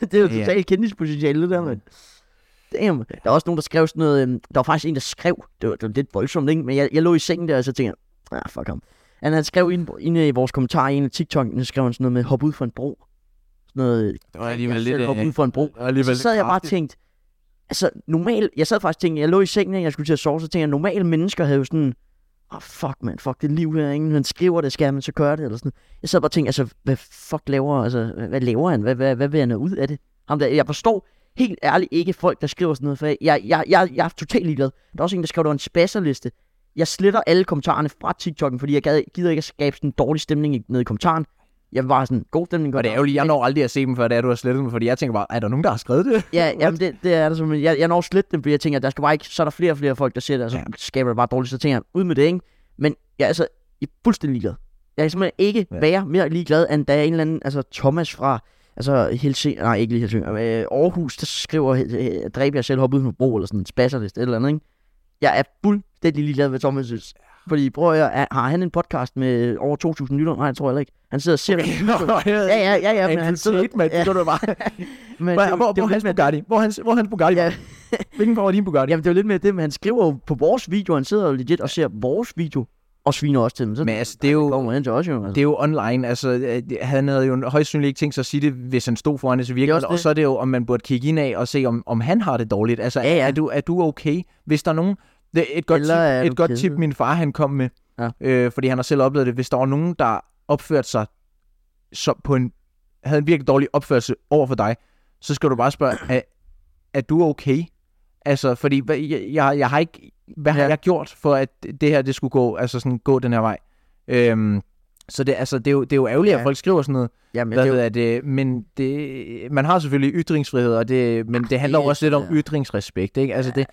det er jo
Ja.
totalt kendispotentiale, det der, mand. Damn. Der er også nogen, der skrev sådan noget. øhm, Der var faktisk en, der skrev. Det var, det var lidt voldsomt, ikke? Men jeg, jeg lå i sengen der, og så tænkte jeg, ah, fuck ham. Han, han skrev ind, ind i vores kommentar i en af TikTok'ene, så skrev han sådan noget med, hop ud for en bro. Sådan noget,
Det var
jeg selv hop ud for en bro.
Og alligevel
Så sad jeg bare og
kraftigt.
tænkte, altså normalt, jeg sad faktisk og tænkte, jeg lå i sengen, jeg skulle til at sove, så tænkte jeg, normale mennesker havde jo sådan, ah oh, fuck man, fuck det liv her, ingen, han skriver det, skal man så gøre det, eller sådan. Jeg sad bare og tænkte, altså, hvad fuck laver, altså, hvad, hvad laver han, hvad, hvad, hvad vil han have ud af det? Ham der, jeg forstår helt ærligt ikke folk, der skriver sådan noget, for jeg, jeg, jeg, jeg, jeg er totalt ligeglad. Der er også en, der skrev, der var en spasserliste. Jeg sletter alle kommentarerne fra TikTok'en, fordi jeg gad, gider ikke at skabe sådan en dårlig stemning i- nede i kommentaren. Jeg vil bare sådan, god stemning.
Og
godt
det er ærgerligt, jeg når aldrig at se dem, før det er, du har slettet dem, fordi jeg tænker bare, er der nogen, der har skrevet det?
Ja, jamen det, det er der simpelthen. Jeg, jeg når slet den, fordi jeg tænker, der skal bare ikke, så er der flere og flere folk, der ser det, og så
Ja.
skaber det bare dårligt, så tænker jeg, ud med det, ikke? Men jeg er altså jeg er fuldstændig ligeglad. Jeg kan simpelthen ikke
Ja.
ja. være mere ligeglad, end da en eller anden, altså Thomas fra, altså Helsing, nej ikke lige Helsing, øh, Aarhus, der skriver, øh, dræb jeg selv, hop ud på bro, eller sådan en spasserlist, eller andet, ikke? Jeg er fuldstændig ligeglad, hvad Thomas synes. Fordi prøv at høre, er- har han en podcast med over 2.000 lyttere? Nej, jeg tror heller ikke. Han sidder og ser... Okay. Ja, ja, ja, ja, men han sidder...
man. Det
Ja.
gør du bare.
Men det
Hvor,
er jo-
hvor,
det er jo
hvor er hans Bugatti? Hvor er hans, hvor er hans Bugatti?
Ja.
Hvilken farve er din Bugatti?
Jamen, det er jo lidt mere det, men han skriver jo på vores video. Han sidder jo legit og ser vores video og sviner også til dem. Så
Men altså, det er jo,
kommer han til os jo. Altså.
det er jo online. Altså, øh, det- han havde jo højst sandsynligt ikke tænkt sig at sige det, hvis han stod foran det til
Det er
virkelig.
også
Og
det.
så er det jo, om man burde kigge ind af og se, om, om han har det dårligt. Altså,
Ja, ja.
Er, du, er du okay? Hvis der er nogen... Det, et godt,
Eller er
tip,
du
et godt tip,
kedelig?
min far han kom med,
Ja.
øh, fordi han har selv oplevet det. Hvis der var nogen, der opførte sig så på en, havde en virkelig dårlig opførsel over for dig, så skal du bare spørge, er, er du okay? Altså, fordi hvad- jeg, jeg, jeg har ikke... Hvad har
Ja.
jeg gjort for, at det her, det skulle gå, altså sådan, gå den her vej? Øhm, så det, altså, det, er jo, det er jo ærgerligt, ja. at
Ja.
folk skriver sådan noget.
Jamen,
Hvad
det er
ved
jo,
jeg, det, men det, man har selvfølgelig ytringsfrihed, og det, men det handler jo
det-
også lidt om
ja.
ytringsrespekt. Ikke? Altså det,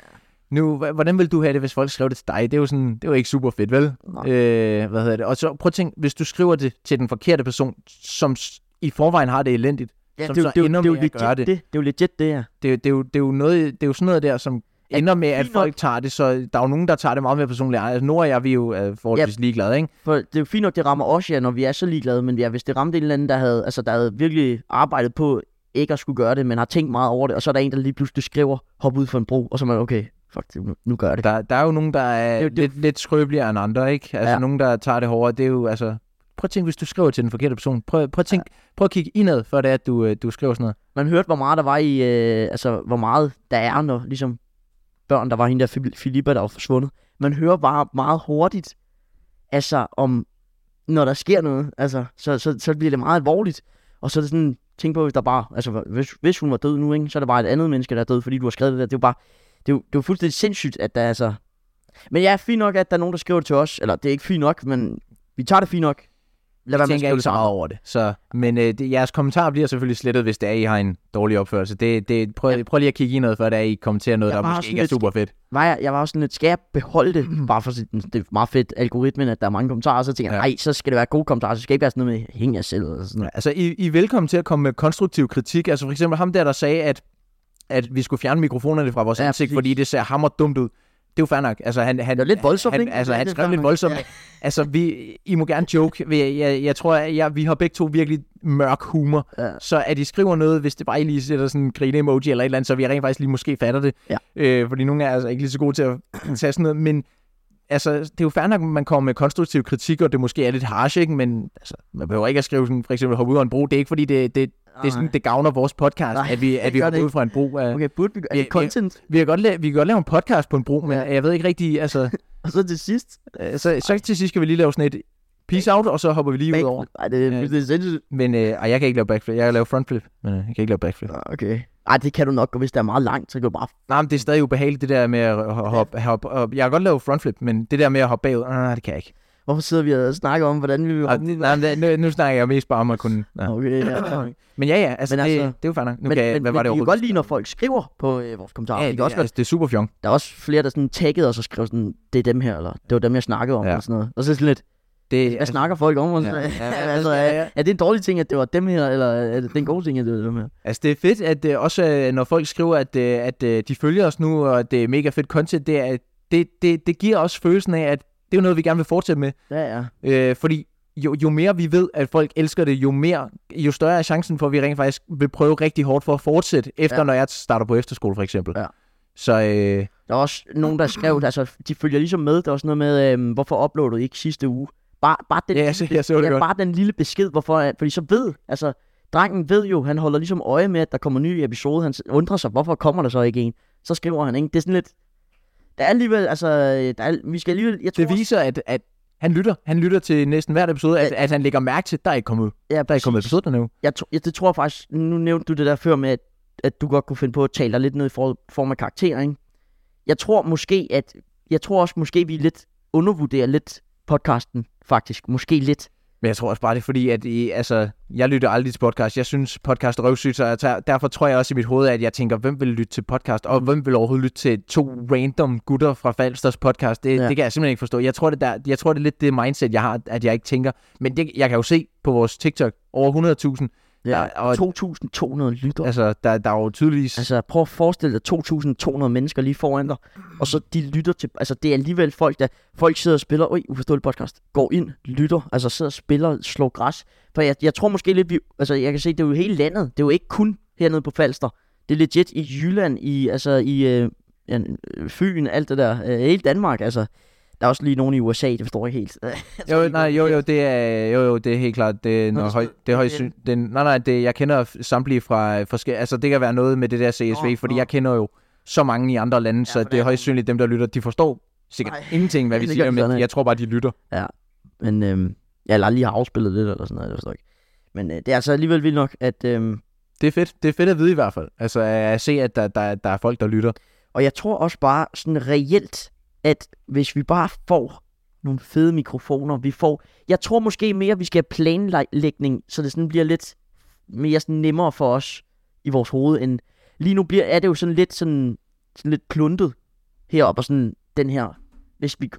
nu, hva- hvordan vil du have det, hvis folk skrev det til dig? Det er jo, sådan, det er jo ikke super fedt, vel?
Nej.
Øh, hvad hedder det? Og så prøv at tænke, hvis du skriver det til den forkerte person, som s- i forvejen har det elendigt,
ja,
som
det, er jo-
så
det, er jo-
ender
det, er jo
med at
legit
gøre det.
det. Det er jo legit det her.
det, er jo- det, er jo, det, er jo noget, det er jo sådan noget der, som
Ja,
ender med, at
fint
folk tager det, så der er jo nogen, der tager det meget mere personligt. Altså, Nora og jeg, vi er jo øh, forholdsvis ligeglade, ikke?
For det er jo fint nok, det rammer os, ja, når vi er så ligeglade. Men ja, hvis det ramte en eller anden, der havde, altså, der havde virkelig arbejdet på ikke at skulle gøre det, men har tænkt meget over det, og så er der en, der lige pludselig skriver, hop ud for en bro, og så er man, okay, fuck det, nu, nu gør jeg det.
Der, der er jo nogen, der er
Det er jo-
det, det,
det-
lidt, lidt skrøbeligere end andre, ikke? Altså ja.
Ja.
nogen, der tager det hårdere, det er jo, altså... Prøv at tænke, hvis du skriver til den forkerte person. Prøv, prøv, at, tænke, prøv at kigge indad, før det er, at du, øh, du skriver sådan noget.
man hørte, hvor meget der var i, øh, altså, hvor meget der er, når ligesom børn, der var hende der Fili- Filippa, der var forsvundet. Man hører bare meget hurtigt, altså om, når der sker noget, altså, så, så, så bliver det meget alvorligt. Og så er det sådan, tænk på, hvis der bare, altså, hvis, hvis hun var død nu, ikke, så er der bare et andet menneske, der er død, fordi du har skrevet det der. Det er jo bare, det er jo, det er jo fuldstændig sindssygt, at der er altså... Men ja, fint nok, at der er nogen, der skriver det til os. Eller det er ikke fint nok, men vi tager det fint nok. Lad
Jeg
være med at
tænker
skrive
ikke
det
så
til
meget
andre.
over det. Så, men øh, det, jeres kommentarer bliver selvfølgelig slettet, hvis det er, I har en dårlig opførselse. Det, det, prøv, prøv lige at kigge indad, før det er, I kommenterer noget,
Jeg
der
var
måske
sådan
ikke er
lidt-
super fedt.
var jeg, jeg var også sådan lidt, skal jeg beholde det? Bare for at sige, det er meget fedt algoritmen, at der er mange kommentarer, så tænker jeg,
Mm. Ja.
nej, så skal det være gode kommentarer, så skal det ikke være sådan noget med, hæng jer selv, eller sådan noget.
Altså, I, I er velkommen til at komme med konstruktiv kritik. Altså, for eksempel ham der, der sagde, at, at vi skulle fjerne mikrofonerne fra vores
Ja,
ansigt,
præcis.
fordi det ser hammer dumt ud. Det er jo fair nok. Altså, han, han,
Det er lidt voldsomt,
han,
ikke?
Altså,
Det er
han
lidt
skrev
fair
lidt
nok.
voldsomt.
Ja.
Altså, vi, I må gerne joke. Jeg, jeg, jeg tror, at jeg, vi har begge to virkelig mørk humor.
Ja.
Så at I skriver noget, hvis det bare I lige sætter sådan en grine-emoji eller et eller andet, så vi rent faktisk lige måske fatter det.
Ja.
Øh, fordi nogle af jer er altså ikke lige så gode til at tage sådan noget. Men altså, det er jo fair nok, at man kommer med konstruktiv kritik, og det måske er lidt harsh, ikke? men altså, man behøver ikke at skrive sådan, for eksempel, hoppe ud af en bro. Det er ikke, fordi det, det, det, er sådan, det gavner vores podcast,
Nej,
at vi,
det
at vi
gør det
hopper ud
ikke.
fra en bro. Af,
Okay, burde vi gøre? Er
Vi-
det content?
vi kan, godt lave, vi kan godt lave en podcast på en bro, men jeg ved ikke rigtig, altså...
Og så til sidst?
øh, Så, så til sidst skal vi lige lave sådan et peace out, og så hopper vi lige ud over.
Backflip. Ej, det er
Ja.
fuldstændig sindssygt.
Men øh, ej, jeg kan ikke lave backflip, jeg kan lave frontflip, men øh, jeg kan ikke lave backflip.
Nå, Okay. Ej, det kan du nok, og hvis det er meget langt, så kan du bare...
Nej, men det er stadig ubehageligt, det der med at ho- hoppe, hoppe, hoppe. Jeg kan godt lave frontflip, men det der med at hoppe bagud, nej, det kan jeg ikke.
Hvorfor sidder vi og snakker om, hvordan vi vil...
Og, nej, men det- nu, nu snakker jeg mest bare om at kunne... Nej.
Okay, ja.
Men ja, ja, altså,
Men
det,
altså-
det er jo fair nok. Nu
men,
kan jeg,
men,
hvad var
men
det
vi kan
overhovedet?
godt lide, når folk skriver på øh, vores kommentarer.
Ja,
Ja,
det,
kan også
er,
godt,
altså, det er super fjong.
der er også flere, der sådan taggede os og skrev sådan, det er dem her, eller det var dem, jeg snakkede om,
Ja.
ja. eller sådan noget. Og så er det sådan lidt,
Det, altså,
hvad snakker folk om? Og
Ja.
sådan,
Ja,
ja.
ja,
altså,
ja, ja.
er, er, det en dårlig ting, at det var dem her, eller er det en god ting, at det var dem her?
Altså, det er fedt, at øh, også øh, når folk skriver, at, øh, at øh, de følger os nu, og at det er mega fedt content, det, er, det, det, det giver også følelsen af, at det er jo noget, vi gerne vil fortsætte med.
Ja, ja.
Øh, fordi jo, jo mere vi ved, at folk elsker det, jo, mere, jo større er chancen for, at vi rent faktisk vil prøve rigtig hårdt for at fortsætte, efter ja.
Ja.
når jeg starter på efterskole, for eksempel.
Ja.
Så øh,
Der er også nogen, der skrev, altså, de følger ligesom med. Der var sådan noget med, øhm, hvorfor uploadede I ikke sidste uge? Bare, bare den,
ja, jeg, så, jeg så det
ja,
godt.
bare den lille besked, hvorfor, at- fordi så ved, altså, drengen ved jo, han holder ligesom øje med, at der kommer en ny episode, han s- undrer sig, hvorfor kommer der så ikke en? Så skriver han, ikke? Det er sådan lidt, der er alligevel, altså, der er, vi skal alligevel, jeg tror,
Det viser, at, at han lytter. Han lytter til næsten hvert episode, at, at han lægger mærke til, at der er ikke kommet,
ja,
der er ikke kommet
præcis.
episode dernede.
jeg, tro, jeg, det tror jeg faktisk, nu nævnte du det der før med, at, at du godt kunne finde på at tale dig lidt ned i for, form af karakter, ikke? Jeg tror måske, at, jeg tror også måske, vi lidt undervurderer lidt podcasten, faktisk. Måske lidt.
Men jeg tror også bare, det er fordi, at I, altså, jeg lytter aldrig til podcast. Jeg synes, podcast er røvsygt, så jeg tager, derfor tror jeg også i mit hoved, at jeg tænker, hvem vil lytte til podcast, og hvem vil overhovedet lytte til to random gutter fra Falsters podcast? Det, ja.
Ja.
det kan jeg simpelthen ikke forstå. Jeg tror, det der, jeg tror, det er lidt det mindset, jeg har, at jeg ikke tænker. Men det, jeg kan jo se på vores TikTok over 100.000.
Ja,
Ja, og-
2.200 lytter.
Altså, der, der er jo tydeligvis... Altså,
Altså, prøv at forestille dig 2.200 mennesker lige foran dig, og så de lytter til... Altså, det er alligevel folk, der... Folk sidder og spiller... Øj, uforståelig podcast. Går ind, lytter, altså sidder og spiller, slår græs. For jeg, jeg tror måske lidt... Vi, altså, jeg kan se, det er jo hele landet. Det er jo ikke kun hernede på Falster. Det er legit i Jylland, i, altså, i øh, ja, øh, Fyn, alt det der. Øh, hele Danmark, altså. Der er også lige nogen i USA, det forstår jeg ikke helt. Altså,
jo, nej, jo, jo, det er, jo, jo, det er helt klart, det er,
Nå,
når
det
høj,
skal-
det er høj,
det er-
den, nej, nej, det, jeg kender f- samtlige fra øh, forskellige, altså det kan være noget med det der CSV,
Nå,
fordi
nå.
jeg kender jo så mange i andre lande, så
for
det
der
er
er
højst sandsynligt dem, der lytter, de forstår sikkert
Nej,
ingenting, hvad vi
det gør
siger,
de
men
fandme
jeg tror bare, de lytter.
Men øhm, jeg eller lige har afspillet lidt eller sådan noget, det forstår jeg ikke. Men øh, det er altså alligevel vildt nok, at... Øhm,
Det er fedt, det er fedt at vide i hvert fald, altså at se, at der, der, der er folk, der lytter.
Og jeg tror også bare sådan reelt, at hvis vi bare får nogle fede mikrofoner, vi får... Jeg tror måske mere, vi skal have planlægning, så det sådan bliver lidt mere sådan nemmere for os i vores hoved, end... Lige nu bliver, er det jo sådan lidt sådan, sådan lidt kluntet heroppe, og sådan den her... Hvis vi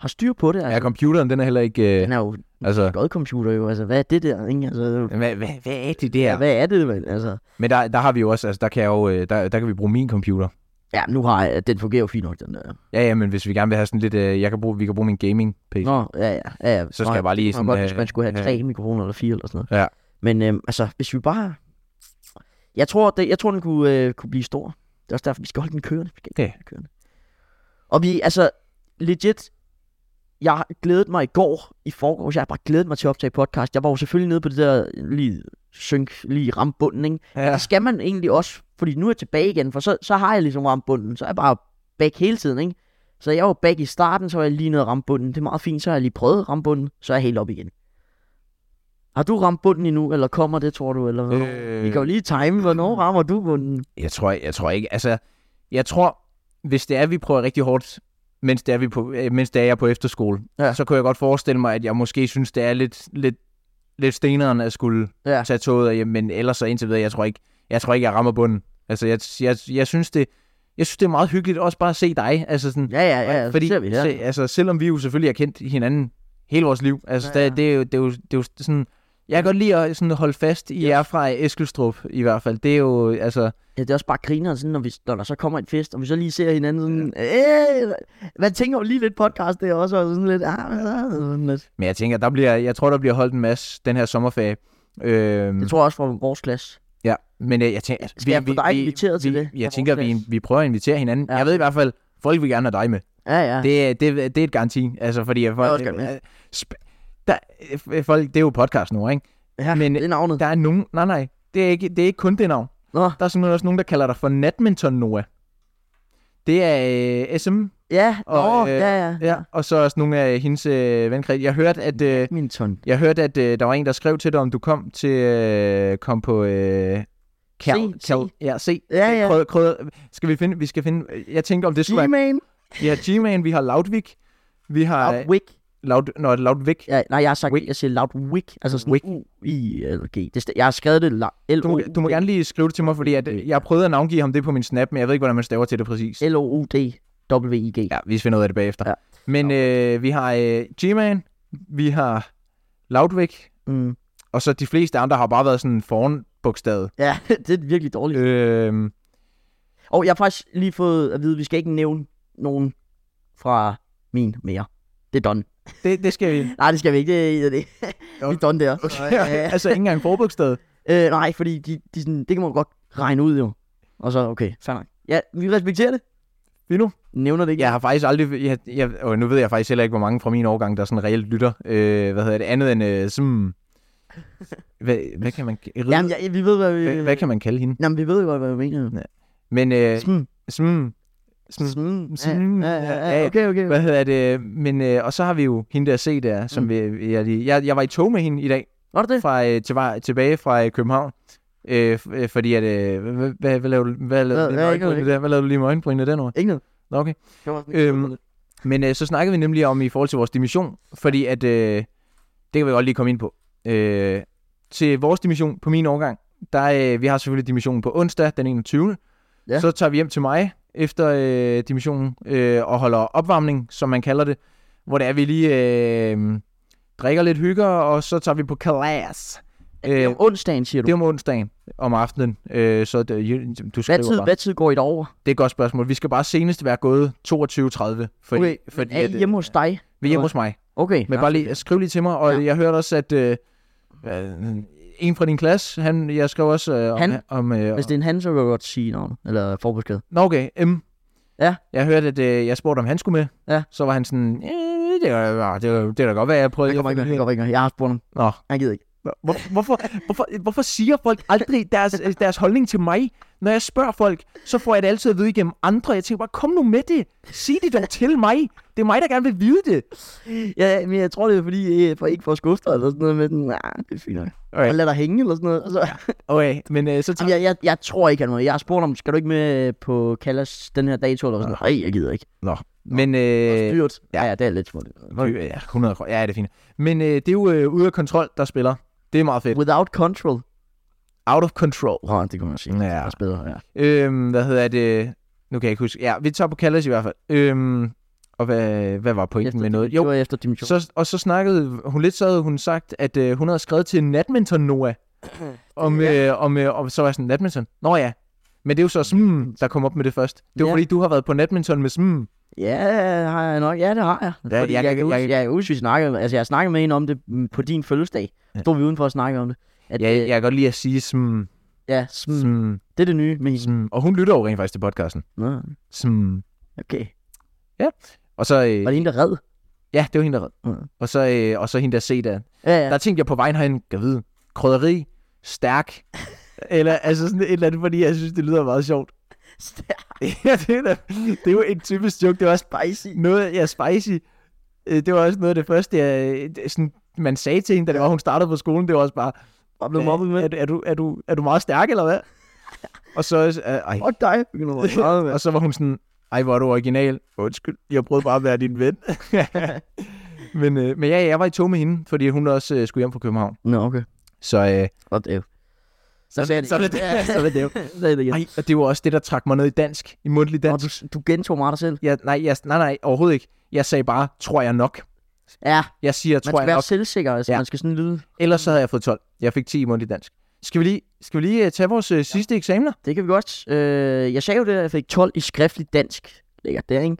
har styr på det, altså...
Ja, computeren, den er heller ikke, øh,
den er jo
altså,
god computer jo, altså hvad er det der, ikke? Altså, det er jo-
hvad, hvad, hvad er det der?
ja. hvad er det, man? Altså,
Men der, der har vi jo også, altså der kan jeg jo, øh, der, der kan vi bruge min computer.
ja, nu har jeg, den fungerer jo fint nok, den der.
Ja, ja, men hvis vi gerne vil have sådan lidt, øh, jeg kan bruge, vi kan bruge min gaming-PC.
Nå, ja, ja, ja, ja.
Så skal
Nå,
jeg bare lige
Det
sådan...
sådan, godt, hvis
øh,
man skulle have
øh,
tre mikrofoner eller fire eller sådan noget.
Ja.
Men øhm, altså, hvis vi bare... Jeg tror, det, jeg tror den kunne, øh, kunne blive stor. Det er også derfor, vi skal holde den kørende. Vi skal ikke
Ja.
holde den kørende. Og vi, altså, legit, jeg har glædet mig i går, i forgårs, jeg har bare glædet mig til at optage podcast. Jeg var jo selvfølgelig nede på det der lige synk, lige ramme bunden, ikke? Ja.
Ja.
Det skal man egentlig også, fordi nu er jeg tilbage igen, for så, så har jeg ligesom ramt bunden, så er jeg bare back hele tiden, ikke? Så jeg var back i starten, så var jeg lige nede og ramme bunden. Det er meget fint, så har jeg lige prøvet at ramme bunden, så er jeg helt op igen. Har du ramt bunden endnu, eller kommer det, tror du? Eller hvornår?
Øh.
Vi kan jo lige time, hvornår rammer du bunden?
Jeg tror, jeg tror ikke, altså, jeg tror, hvis det er, vi prøver rigtig hårdt, mens det er, vi på, øh, mens det er jeg er på efterskole, ja.
Ja.
så kunne jeg godt forestille mig, at jeg måske synes, det er lidt, lidt, lidt steneren at skulle
Ja.
tage toget hjem, men ellers så indtil videre, jeg tror ikke, jeg, tror ikke, jeg rammer bunden. Altså, jeg, jeg, jeg, synes det, jeg synes, det er meget hyggeligt også bare at se dig. Altså sådan,
Ja, ja, ja,
fordi
fordi, ser vi
se,
her.
altså, selvom vi jo selvfølgelig har kendt hinanden hele vores liv, altså, ja,
Ja, ja.
ja. Det, det, er jo, det, er jo, det er jo sådan, Jeg kan godt lide at sådan holde fast i
Ja.
jer fra Eskilstrup, i hvert fald. Det er jo, altså...
Ja, det er også bare griner, sådan, når, vi, når der så kommer en fest, og vi så lige ser hinanden sådan, øh, man tænker jo lige lidt podcast der også, og sådan lidt, ah, hvad er det?" sådan lidt.
Men jeg tænker, der bliver, jeg tror, der bliver holdt en masse den her sommerferie. Øhm,
Det tror jeg også fra vores klasse.
ja, men øh, jeg tænker...
Skal jeg få dig inviteret til
vi,
det?
Jeg tænker, vi, vi prøver at invitere hinanden.
Ja.
Ja. Jeg ved i hvert fald, folk vil gerne have dig med.
Ja, ja. Det,
Det, er- det, det er et garanti. Altså, fordi jeg,
Jeg
folk,
vil også gerne med.
øh, sp- der, øh, folk, det er jo podcast nu, ikke?
ja, men,
men- øh,
det er navnet.
Der er nogen... Nej, nej. Det er ikke, det er ikke kun det navn.
Nå,
Der er simpelthen også nogen, der kalder dig for Natminton Noah. Det er øh, SM.
ja,
Og,
nå,
øh,
ja, ja.
Ja. Og så også nogle af hendes øh, venkreds. Jeg hørte, at... Øh,
Min ton.
jeg hørte, at øh, der var en, der skrev til dig, om du kom til øh, kom på øh, Kæl,
Se,
Kæl, ja, se.
Ja, ja.
Krød, krød, skal vi finde, vi skal finde, jeg tænker om det skulle være,
G-Man.
vi har G-Man, vi har Laudvik, vi har,
Loud Wick.
Laud, nå, Laudvik,
Ja, nej, jeg har sagt,
Wick.
jeg siger Loud Wick. Altså sådan
Wick.
U, I, eller G. Det, er sta- jeg har skrevet det la- l
du må,
o
du må gerne lige skrive det til mig, fordi at, øh, jeg prøvede at navngive ham det på min snap, men jeg ved ikke, hvordan man staver til det præcis.
l o u d w i g
Ja, vi finder ud af det bagefter.
Ja.
Men øh, vi har øh, G-Man, vi har Laudvik,
Mm.
og så de fleste andre har bare været sådan foran bogstavet.
Ja, det er virkelig dårligt.
Øh,
Og jeg har faktisk lige fået at vide, at vi skal ikke nævne nogen fra min mere. Det er done.
det, det skal vi.
Nej, det skal vi ikke. Det er det. vi er done der.
Okay. altså ikke engang forbogstavet.
Øh, nej, fordi de, de sådan, det kan man godt regne ud jo. Og så, okay, fair nok. Ja, vi respekterer det.
Lige nu.
Nævner det ikke.
Jeg har faktisk aldrig... Jeg, jeg, og nu ved jeg faktisk heller ikke, hvor mange fra min årgang, der sådan reelt lytter. Øh, hvad hedder det? Andet end øh, sådan... Hvad, hvad, kan man,
Jamen, ja, vi ved, hvad vi...
hvad, hvad kan man kalde hende?
Jamen, vi ved jo godt, hvad vi mener. jo.
Men øh,
Sm.
sådan... sådan
Sm.
sm-
Ja, ja, ja,
ja.
Okay, okay.
hvad hedder det? Men, øh, og så har vi jo hende der se der, som
Mm.
mm. vi, jeg, lige- jeg, jeg var i tog med hende i dag,
Var det det?
fra, øh, til, var- tilbage fra øh, København. Øh, f- øh, fordi at, øh, hvad, hvad, hvad lavede du, hvad
Hvad-
lavede,
hvad-
hvad,
ikke-
hvad, der? hvad lavede du lige med øjenbrynene den år?
Ikke noget.
Nå, okay.
Det var sådan-
Øhm, Men øh, så snakkede vi nemlig om i forhold til vores dimission, fordi at, øh, det kan vi godt lige komme ind på. Øh, til vores dimission på min årgang, der, øh, vi har selvfølgelig dimissionen på onsdag den 21.
Ja.
Ja. Så tager vi hjem til mig efter øh, dimissionen øh, og holder opvarmning, som man kalder det, hvor det er, vi lige øh, drikker lidt hygger, og så tager vi på kalas. Øh,
Det er om onsdagen, siger du.
det er om onsdagen om aftenen, øh, så det, du
Hvad
skriver
tid,
bare.
hvad tid går I derover?
Det er et godt spørgsmål. Vi skal bare senest være gået 22.30. Fordi,
Okay,
fordi
Er
at,
I
øh,
hjemme hos dig?
Vi er hjemme hos mig.
Okay.
Men
nå.
bare lige, skriv lige til mig, og
Ja.
ja. jeg hørte også, at øh, øh, en fra din klasse, han, jeg skrev også øh, om...
Han?
om øh,
Hvis det er en han, så kan jeg godt sige navnet. Eller forbudskade.
Nå, okay, M.
Ja.
Jeg hørte, at øh, jeg spurgte, om han skulle med.
Ja.
Så var han sådan, øh, det, er, det, er, det er da godt, hvad jeg prøvede.
Han kommer ikke med. Han kommer ikke med. Jeg har spurgt ham.
Nå,
Han gider ikke.
hvor, hvorfor, hvorfor, hvorfor siger folk aldrig deres, øh, deres holdning til mig? Når jeg spørger folk, så får jeg det altid at vide igennem andre. Jeg tænker bare, kom nu med det. Sig det dog til mig. Det er mig, der gerne vil vide det.
Ja, men jeg tror, det er fordi, øh, for ikke for at skuffe dig, eller sådan noget med den. Nej, det er fint nok.
Okay.
Og lad dig hænge, eller sådan noget. Altså,
Okay, men øh, så tager
jamen, jeg, jeg, jeg, tror ikke, han må. Jeg har spurgt om, skal du ikke med øh, på Kallas den her dato, eller sådan noget. Nej, jeg gider ikke.
Nå, men...
Det er
Øh,
også dyrt. Ja, ja, det er lidt småt.
Dy- Ja, 100 kroner. Ja, det er fint. Men øh, det er jo øh, ude af kontrol, der spiller. Det er meget fedt.
Without control.
Out of control.
Åh, det kunne man sige. Det er
Ja.
også bedre, ja.
Øhm, hvad hedder det? Nu kan jeg ikke huske. Ja, vi tager på Callas i hvert fald. Øhm, og hvad, hvad var pointen
Efter
med noget?
Jo. Det
Jo,
var efter dimension.
så, og så snakkede hun lidt, så havde hun sagt, at øh, hun havde skrevet til Natminton Noah. Om, øh, om, øh, og så var jeg sådan, Natminton? Nå ja. Men det er jo så sm, der kom op med det først. Det var
Ja.
fordi, du har været på Natminton med sm.
Ja, har jeg nok. Ja, det har jeg.
Ja,
Fordi
jeg
jeg,
kan-
kan huske,
jeg-
jeg, kan huske, vi snakkede, altså jeg snakkede med en om det mm, på din fødselsdag.
Ja.
Stod vi udenfor og snakkede om det. At,
Ja, jeg
øh,
kan godt lide at sige sm,
ja sm,
sm,
det er det nye med hende.
sm. Og hun lytter jo rent faktisk til podcasten.
Nå,
Sm.
okay.
Øh. Og så... Øh,
Var det en, der red?
Ja, det var hende, der red.
Mm.
Mm. Og, så, øh, og så hende, der se der. Ja.
Ja, ja.
Der tænkte jeg på vejen herhen, kan vide, krydderi, stærk, eller altså sådan et eller andet, fordi jeg synes, det lyder meget sjovt. ja, det er, da, det er jo en typisk joke. Det var også
Spicy.
noget, ja, spicy. Øh, Det var også noget af det første, jeg, øh, det- sådan, man sagde til hende, da det var, hun startede på skolen. Det var også bare, "Øh,
Var blevet mobbet med.
er, er, du, er, du, er du meget stærk, eller hvad? og så, øh, ej,
Og dig. Begynder at være meget med.
og så var hun sådan, ej, hvor er du original. Undskyld, jeg prøvede bare at være din ven. men, øh, men ja, jeg var i tog med hende, fordi hun også øh, skulle hjem fra København.
Nå, okay.
Så, øh,
Og det er jo. Så
Så-
sagde det.
så er det det.
Ja,
Så er det det.
Så er det igen.
ej, og det var også det, der trak mig ned i dansk, i mundtlig
Og
dansk.
du, du gentog mig dig selv.
Jeg, nej, jeg, nej, nej, overhovedet ikke. Jeg sagde bare, tror jeg nok.
Ja,
Jeg siger,
man
tror
skal
jeg
være
nok.
selvsikker, altså.
Ja.
Man skal sådan lyde.
Ellers så havde jeg fået 12. Jeg fik 10 i mund i dansk. Skal vi lige, skal vi lige øh, tage vores øh, sidste eksamener?
Det kan vi godt. Øh, jeg sagde jo det, at jeg fik 12 i skriftlig dansk. Ligger der, ikke?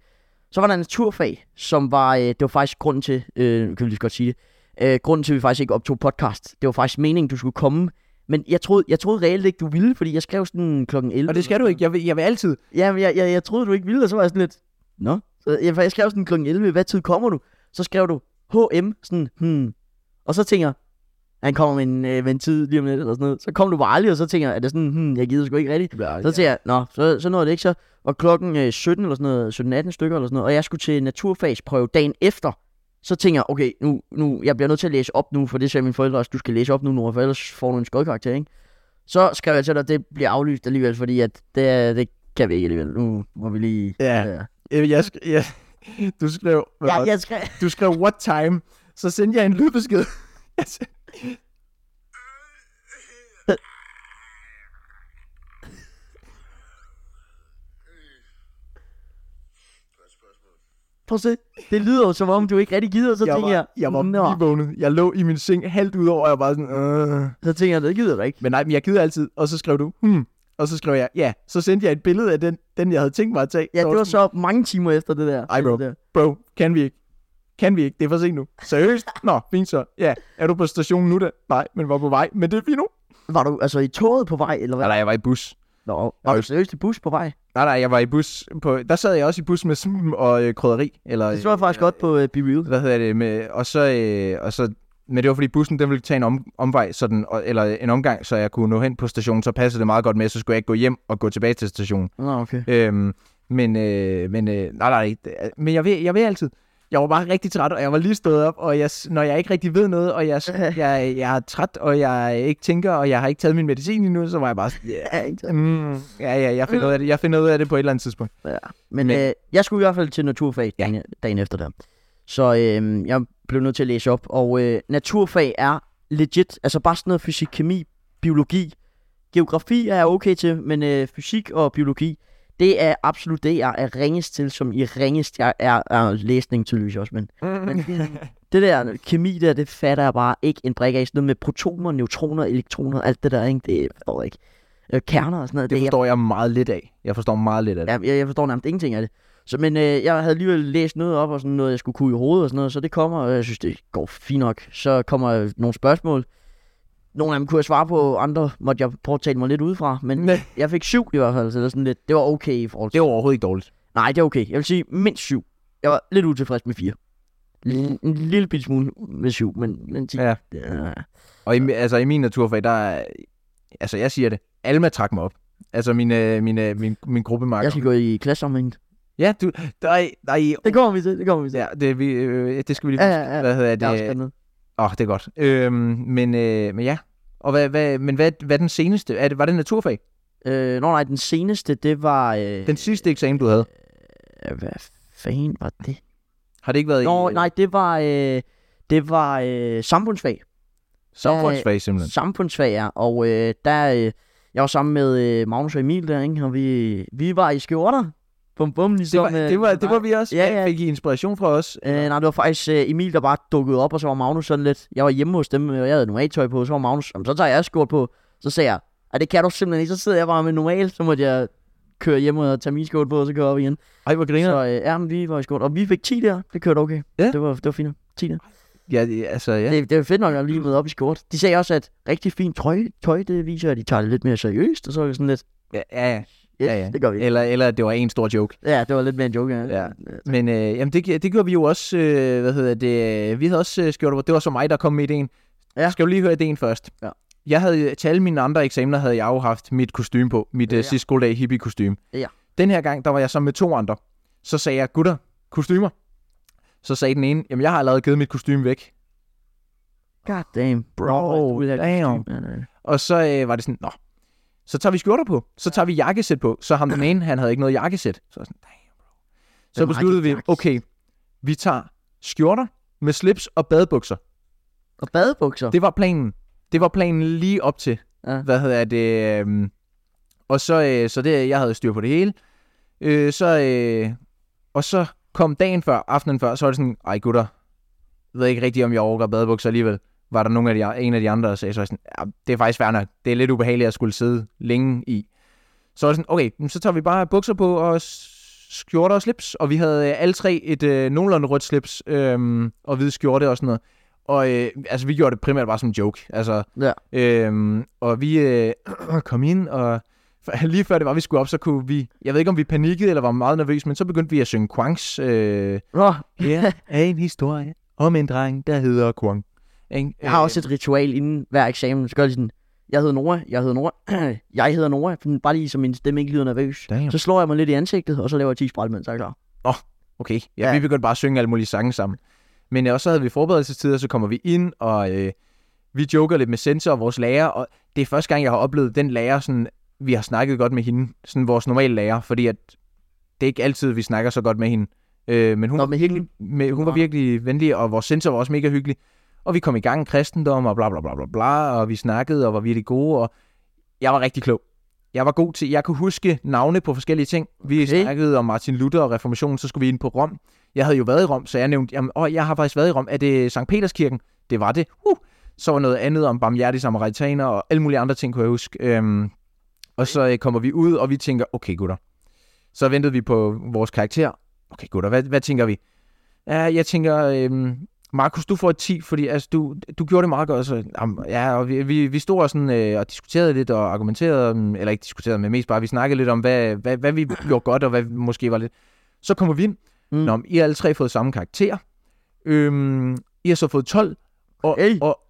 Så var der naturfag, som var, øh, det var faktisk grunden til, øh, nu kan vi lige så godt sige det, øh, grunden til, at vi faktisk ikke optog podcast. Det var faktisk meningen, du skulle komme. Men jeg troede, jeg troede reelt ikke, du ville, fordi jeg skrev sådan klokken 11.
Og det skal du ikke. Jeg vil, jeg vil altid.
Ja, men jeg, jeg, jeg troede, du ikke ville, og så var jeg sådan lidt, nå. Så jeg, for jeg skrev sådan klokken 11, hvad tid kommer du? Så skrev du HM, sådan, hmm. Og så tænker jeg, han kommer med en, øh, med en tid lige om lidt, eller sådan noget. Så kom du bare aldrig, og så tænker jeg, er det sådan, hmm, jeg gider sgu ikke rigtigt.
Ja,
Så tænker jeg, nå, så, så nåede det ikke så. Og klokken øh, 17 eller sådan noget, 17-18 stykker eller sådan noget, og jeg skulle til naturfagsprøve dagen efter. Så tænker jeg, okay, nu, nu, jeg bliver nødt til at læse op nu, for det sagde mine forældre også, du skal læse op nu, Nora, for ellers får du en skodkarakter, ikke? Så skrev jeg til dig, at det bliver aflyst alligevel, fordi at det, er- det kan vi ikke alligevel. Nu må vi lige...
Ja.
ja.
Øh, Jeg, sk- jeg, du skrev, hvad var
Jeg,
det?
jeg skrev...
du skrev what time, så sendte jeg en lydbesked. Jeg s-
Prøv at se. Det lyder jo, som om du ikke rigtig gider, så
jeg
tænker jeg...
var, jeg var
"Nå."
lige vågnet. Jeg lå i min seng halvt ud over, og jeg var sådan, øh.
Så tænker jeg, det gider du ikke.
Men nej, men jeg gider altid. Og så skrev du, hmm. Og så skrev jeg, ja. Så sendte jeg et billede af den, den jeg havde tænkt mig at tage.
Ja,
Der
det var
sådan,
så mange timer efter det der.
Ej, bro.
Det der.
Bro, kan vi ikke? Kan vi ikke? Det er for sent nu. Seriøst? Nå, fint så. Ja, er du på stationen nu da? Nej, men var på vej. Men det er fint nu.
Var du altså i toget på vej, eller hvad?
Nej, nej, jeg var i bus.
Nå, var du
jeg-
seriøst i bus på vej?
Nej, nej, jeg var i bus. På, der sad jeg også i bus med smum og øh, krydderi. Eller,
Det så jeg faktisk godt på uh, Be Real.
hvad hedder det, med, og så, øh, og så, men det var fordi bussen, den ville tage en om, omvej, sådan, og, eller en omgang, så jeg kunne nå hen på stationen, så passede det meget godt med, så skulle jeg ikke gå hjem og gå tilbage til stationen.
Nå, okay.
Øhm, men, øh, men, øh, nej, nej, det er- men jeg vil, jeg vil altid. Jeg var bare rigtig træt, og jeg var lige stået op, og jeg, s- når jeg ikke rigtig ved noget, og jeg, s- jeg, jeg er træt, og jeg ikke tænker, og jeg har ikke taget min medicin endnu, så var jeg bare sådan, yeah.
Ja, ikke så-
mm, ja, ja, jeg finder, ud af det, jeg finder ud af det på et eller andet tidspunkt.
Men
Men-
øh, jeg skulle i hvert fald til naturfag
Ja.
dagen, dagen efter der. Så øh, jeg blev nødt til at læse op. Og øh, naturfag er legit, altså bare sådan noget fysik, kemi, biologi. Geografi er jeg okay til, men øh, fysik og biologi, det er absolut det, jeg er ringest til, som i ringest. Jeg er, er læsning tydeligvis også, men, men det der kemi der, det fatter jeg bare ikke en brik af. Sådan noget med protoner, neutroner, elektroner, alt det der, ikke? det er ikke. Øh, kerner og sådan noget,
Det
er
forstår jeg meget lidt af. Jeg forstår meget lidt af det.
Ja, jeg, jeg forstår nærmest ingenting af det. Så, men øh, jeg havde alligevel læst noget op og sådan noget, jeg skulle kunne i hovedet og sådan noget, så det kommer, og jeg synes, det går fint nok. Så kommer øh, nogle spørgsmål. Nogle af dem kunne jeg svare på, andre måtte jeg prøve at tale mig lidt udefra, men
Nej.
jeg fik syv i hvert fald, så det, var sådan lidt, det var okay i forhold til...
Det var overhovedet ikke dårligt.
Nej, det er okay. Jeg vil sige mindst syv. Jeg var lidt utilfreds med fire. L- en lille bitte smule med syv, men, men ti.
Ja.
Ja.
Og i, altså, i min naturfag, der er, altså jeg siger det, Alma trak mig op. Altså min, øh, min, øh, min, min gruppemarker.
Jeg skal gå i klassesammenhæng.
Ja, du, nej, nej,
Det kommer vi til, det kommer vi til.
ja, det, vi, øh, det skal vi lige
Ja,
huske.
ja, ja.
Hvad hedder
Jeg er også
det? Åh,
spændt.
oh, det er godt. Øhm, men, øh, men ja, og hvad, hvad, men hvad, hvad er den seneste? Er det, var det naturfag?
Øh, nå nej, den seneste, det var... Øh,
Den sidste eksamen, du havde?
øh, hvad fanden var det?
Har det ikke været
Nå,
i
nej, det var, øh, det var øh, samfundsfag.
samfundsfag
Øh,
simpelthen?
Samfundsfag, ja. Og øh, der, øh, jeg var sammen med øh, Magnus og Emil der, ikke? og vi, vi var i skjorter. Bum, bum,
Det
ligesom...
var, det var, det var vi også.
Ja, ja.
Fik I inspiration fra os?
Øh, nej, det var faktisk øh, Emil, der bare dukkede op, og så var Magnus sådan lidt... Jeg var hjemme hos dem, og jeg havde normalt-tøj på, så var Magnus... Jamen, så tager jeg skjort på. Så sagde jeg, at det kan du simpelthen ikke. Så sidder jeg bare med normal, så måtte jeg køre hjem og tage min skjort på, og så køre op igen.
Ej, hvor griner.
Så øh, ja, men vi var i skjort, og vi fik 10 der. Det kørte okay.
Ja.
Det var, det var fint. 10 der.
Ja, det- altså, ja.
Det, det er fedt nok at lige møde op i skjort. De sagde også, at rigtig fint tøj, tøj det viser, at de tager det lidt mere seriøst. Og så er det sådan lidt,
Ja, ja, ja.
yes,
Ja,
ja,
ja.
ja. det gør vi.
Eller, eller det var en stor joke.
Ja, det var lidt mere en joke. Ja.
Ja. Men øh, jamen det, gi- det gjorde vi jo også, øh, hvad hedder det, øh, vi havde også øh, skjort, det var så mig, der kom med ideen.
Ja.
Skal jo lige høre ideen først.
Ja.
Jeg havde, øh, til alle mine andre eksamener havde jeg jo haft mit kostume på, mit ja.
Ja.
øh, sidste skoledag hippie kostume.
Ja.
Den her gang, der var jeg så med to andre. Så sagde jeg, gutter, kostymer. Så sagde den ene, jamen jeg har allerede givet mit kostume væk.
God damn, bro.
Bro,
Ud af det
damn.
kostume, ja, ja.
Og så øh, var det sådan, nå, så tager vi skjorter på, så tager vi jakkesæt på. Så ham den ene, han havde ikke noget jakkesæt. Så jeg var sådan, damn bro. Så
Hvem har
besluttede
ikke
vi,
et
okay, vi tager skjorter med slips og badebukser.
Og badebukser. Det...
Det var planen. Det var planen lige op til.
Ja.
Hvad hedder det? øhm, Og så, øh, så det, jeg havde styr på det hele. Øh, så, øh, og så kom dagen før, aftenen før, så var det sådan, ej gutter, ved ikke rigtigt, om jeg overgår badebukser alligevel. Var der nogen af de, en af de andre, der sagde så var jeg sådan, ja, det er faktisk fair nok. Det er lidt ubehageligt at skulle sidde længe i. Så var det sådan, okay, men så tager vi bare bukser på og skjorter og slips, og vi havde øh, alle tre et øh, nogenlunde rødt slips øh, og hvide skjorte og sådan noget. Og øh, altså, vi gjorde det primært bare som en joke. Altså,
Ja.
Øhm, og vi øh, kom ind, og f- lige før det var, vi skulle op, så kunne vi... Jeg ved ikke, om vi panikkede eller var meget nervøse, men så begyndte vi at synge Quangs. Øh,
Nå,
Her er en historie om en dreng, der hedder Quang. Ikke? Øh,
jeg har også et ritual inden hver eksamen. Så gør jeg lige sådan, jeg hedder Nora, jeg hedder Nora, jeg hedder Nora. Sådan Bare lige så min stemme ikke lyder nervøs.
Damn.
Så slår jeg mig lidt i ansigtet, og så laver jeg 10 spræl, mens jeg er klar.
Okay, ja,
Ja.
vi begyndte bare at synge alle mulige sange sammen. Men øh, så havde vi forberedelsestid, og så kommer vi ind, og øh, vi joker lidt med sensor og vores lærer, og det er første gang, jeg har oplevet den lærer, sådan, vi har snakket godt med hende, sådan vores normale lærer, fordi at det er ikke altid, vi snakker så godt med hende. Øh, men hun,
Nå, men helt
med, hun var
Nå.
virkelig venlig, og vores sensor var også mega hyggelig. Og vi kom i gang i kristendom, og bla bla bla bla bla, og vi snakkede, og var virkelig gode, og jeg var rigtig klog. Jeg var god til, jeg kunne huske navne på forskellige ting. Vi
Okay.
okay. snakkede om Martin Luther og reformationen, så skulle vi ind på Rom. Jeg havde jo været i Rom, så jeg nævnte, jamen, åh, jeg har faktisk været i Rom. Er det Sankt Peterskirken? Det var det. Uh! Så var noget andet om barmhjertige samaritaner og alle mulige andre ting, kunne jeg huske. Øhm, og så øh, kommer vi ud, og vi tænker, okay gutter. Så ventede vi på vores karakter. Okay gutter, hvad, hvad tænker vi? Ja, jeg tænker, øhm, Markus, du får et 10, fordi altså, du, du gjorde det meget godt. Så, jamen, ja, og vi, vi, vi stod og, sådan, øh, og diskuterede lidt og argumenterede, om- eller ikke diskuterede, men mest bare, vi snakkede lidt om, hvad, hvad, hvad vi gjorde godt, og hvad vi måske var lidt. Så kommer vi ind.
Mm.
Mm. Nå, men I har alle tre fået samme karakter. Øhm, I har så fået 12. Og,
Okay.
og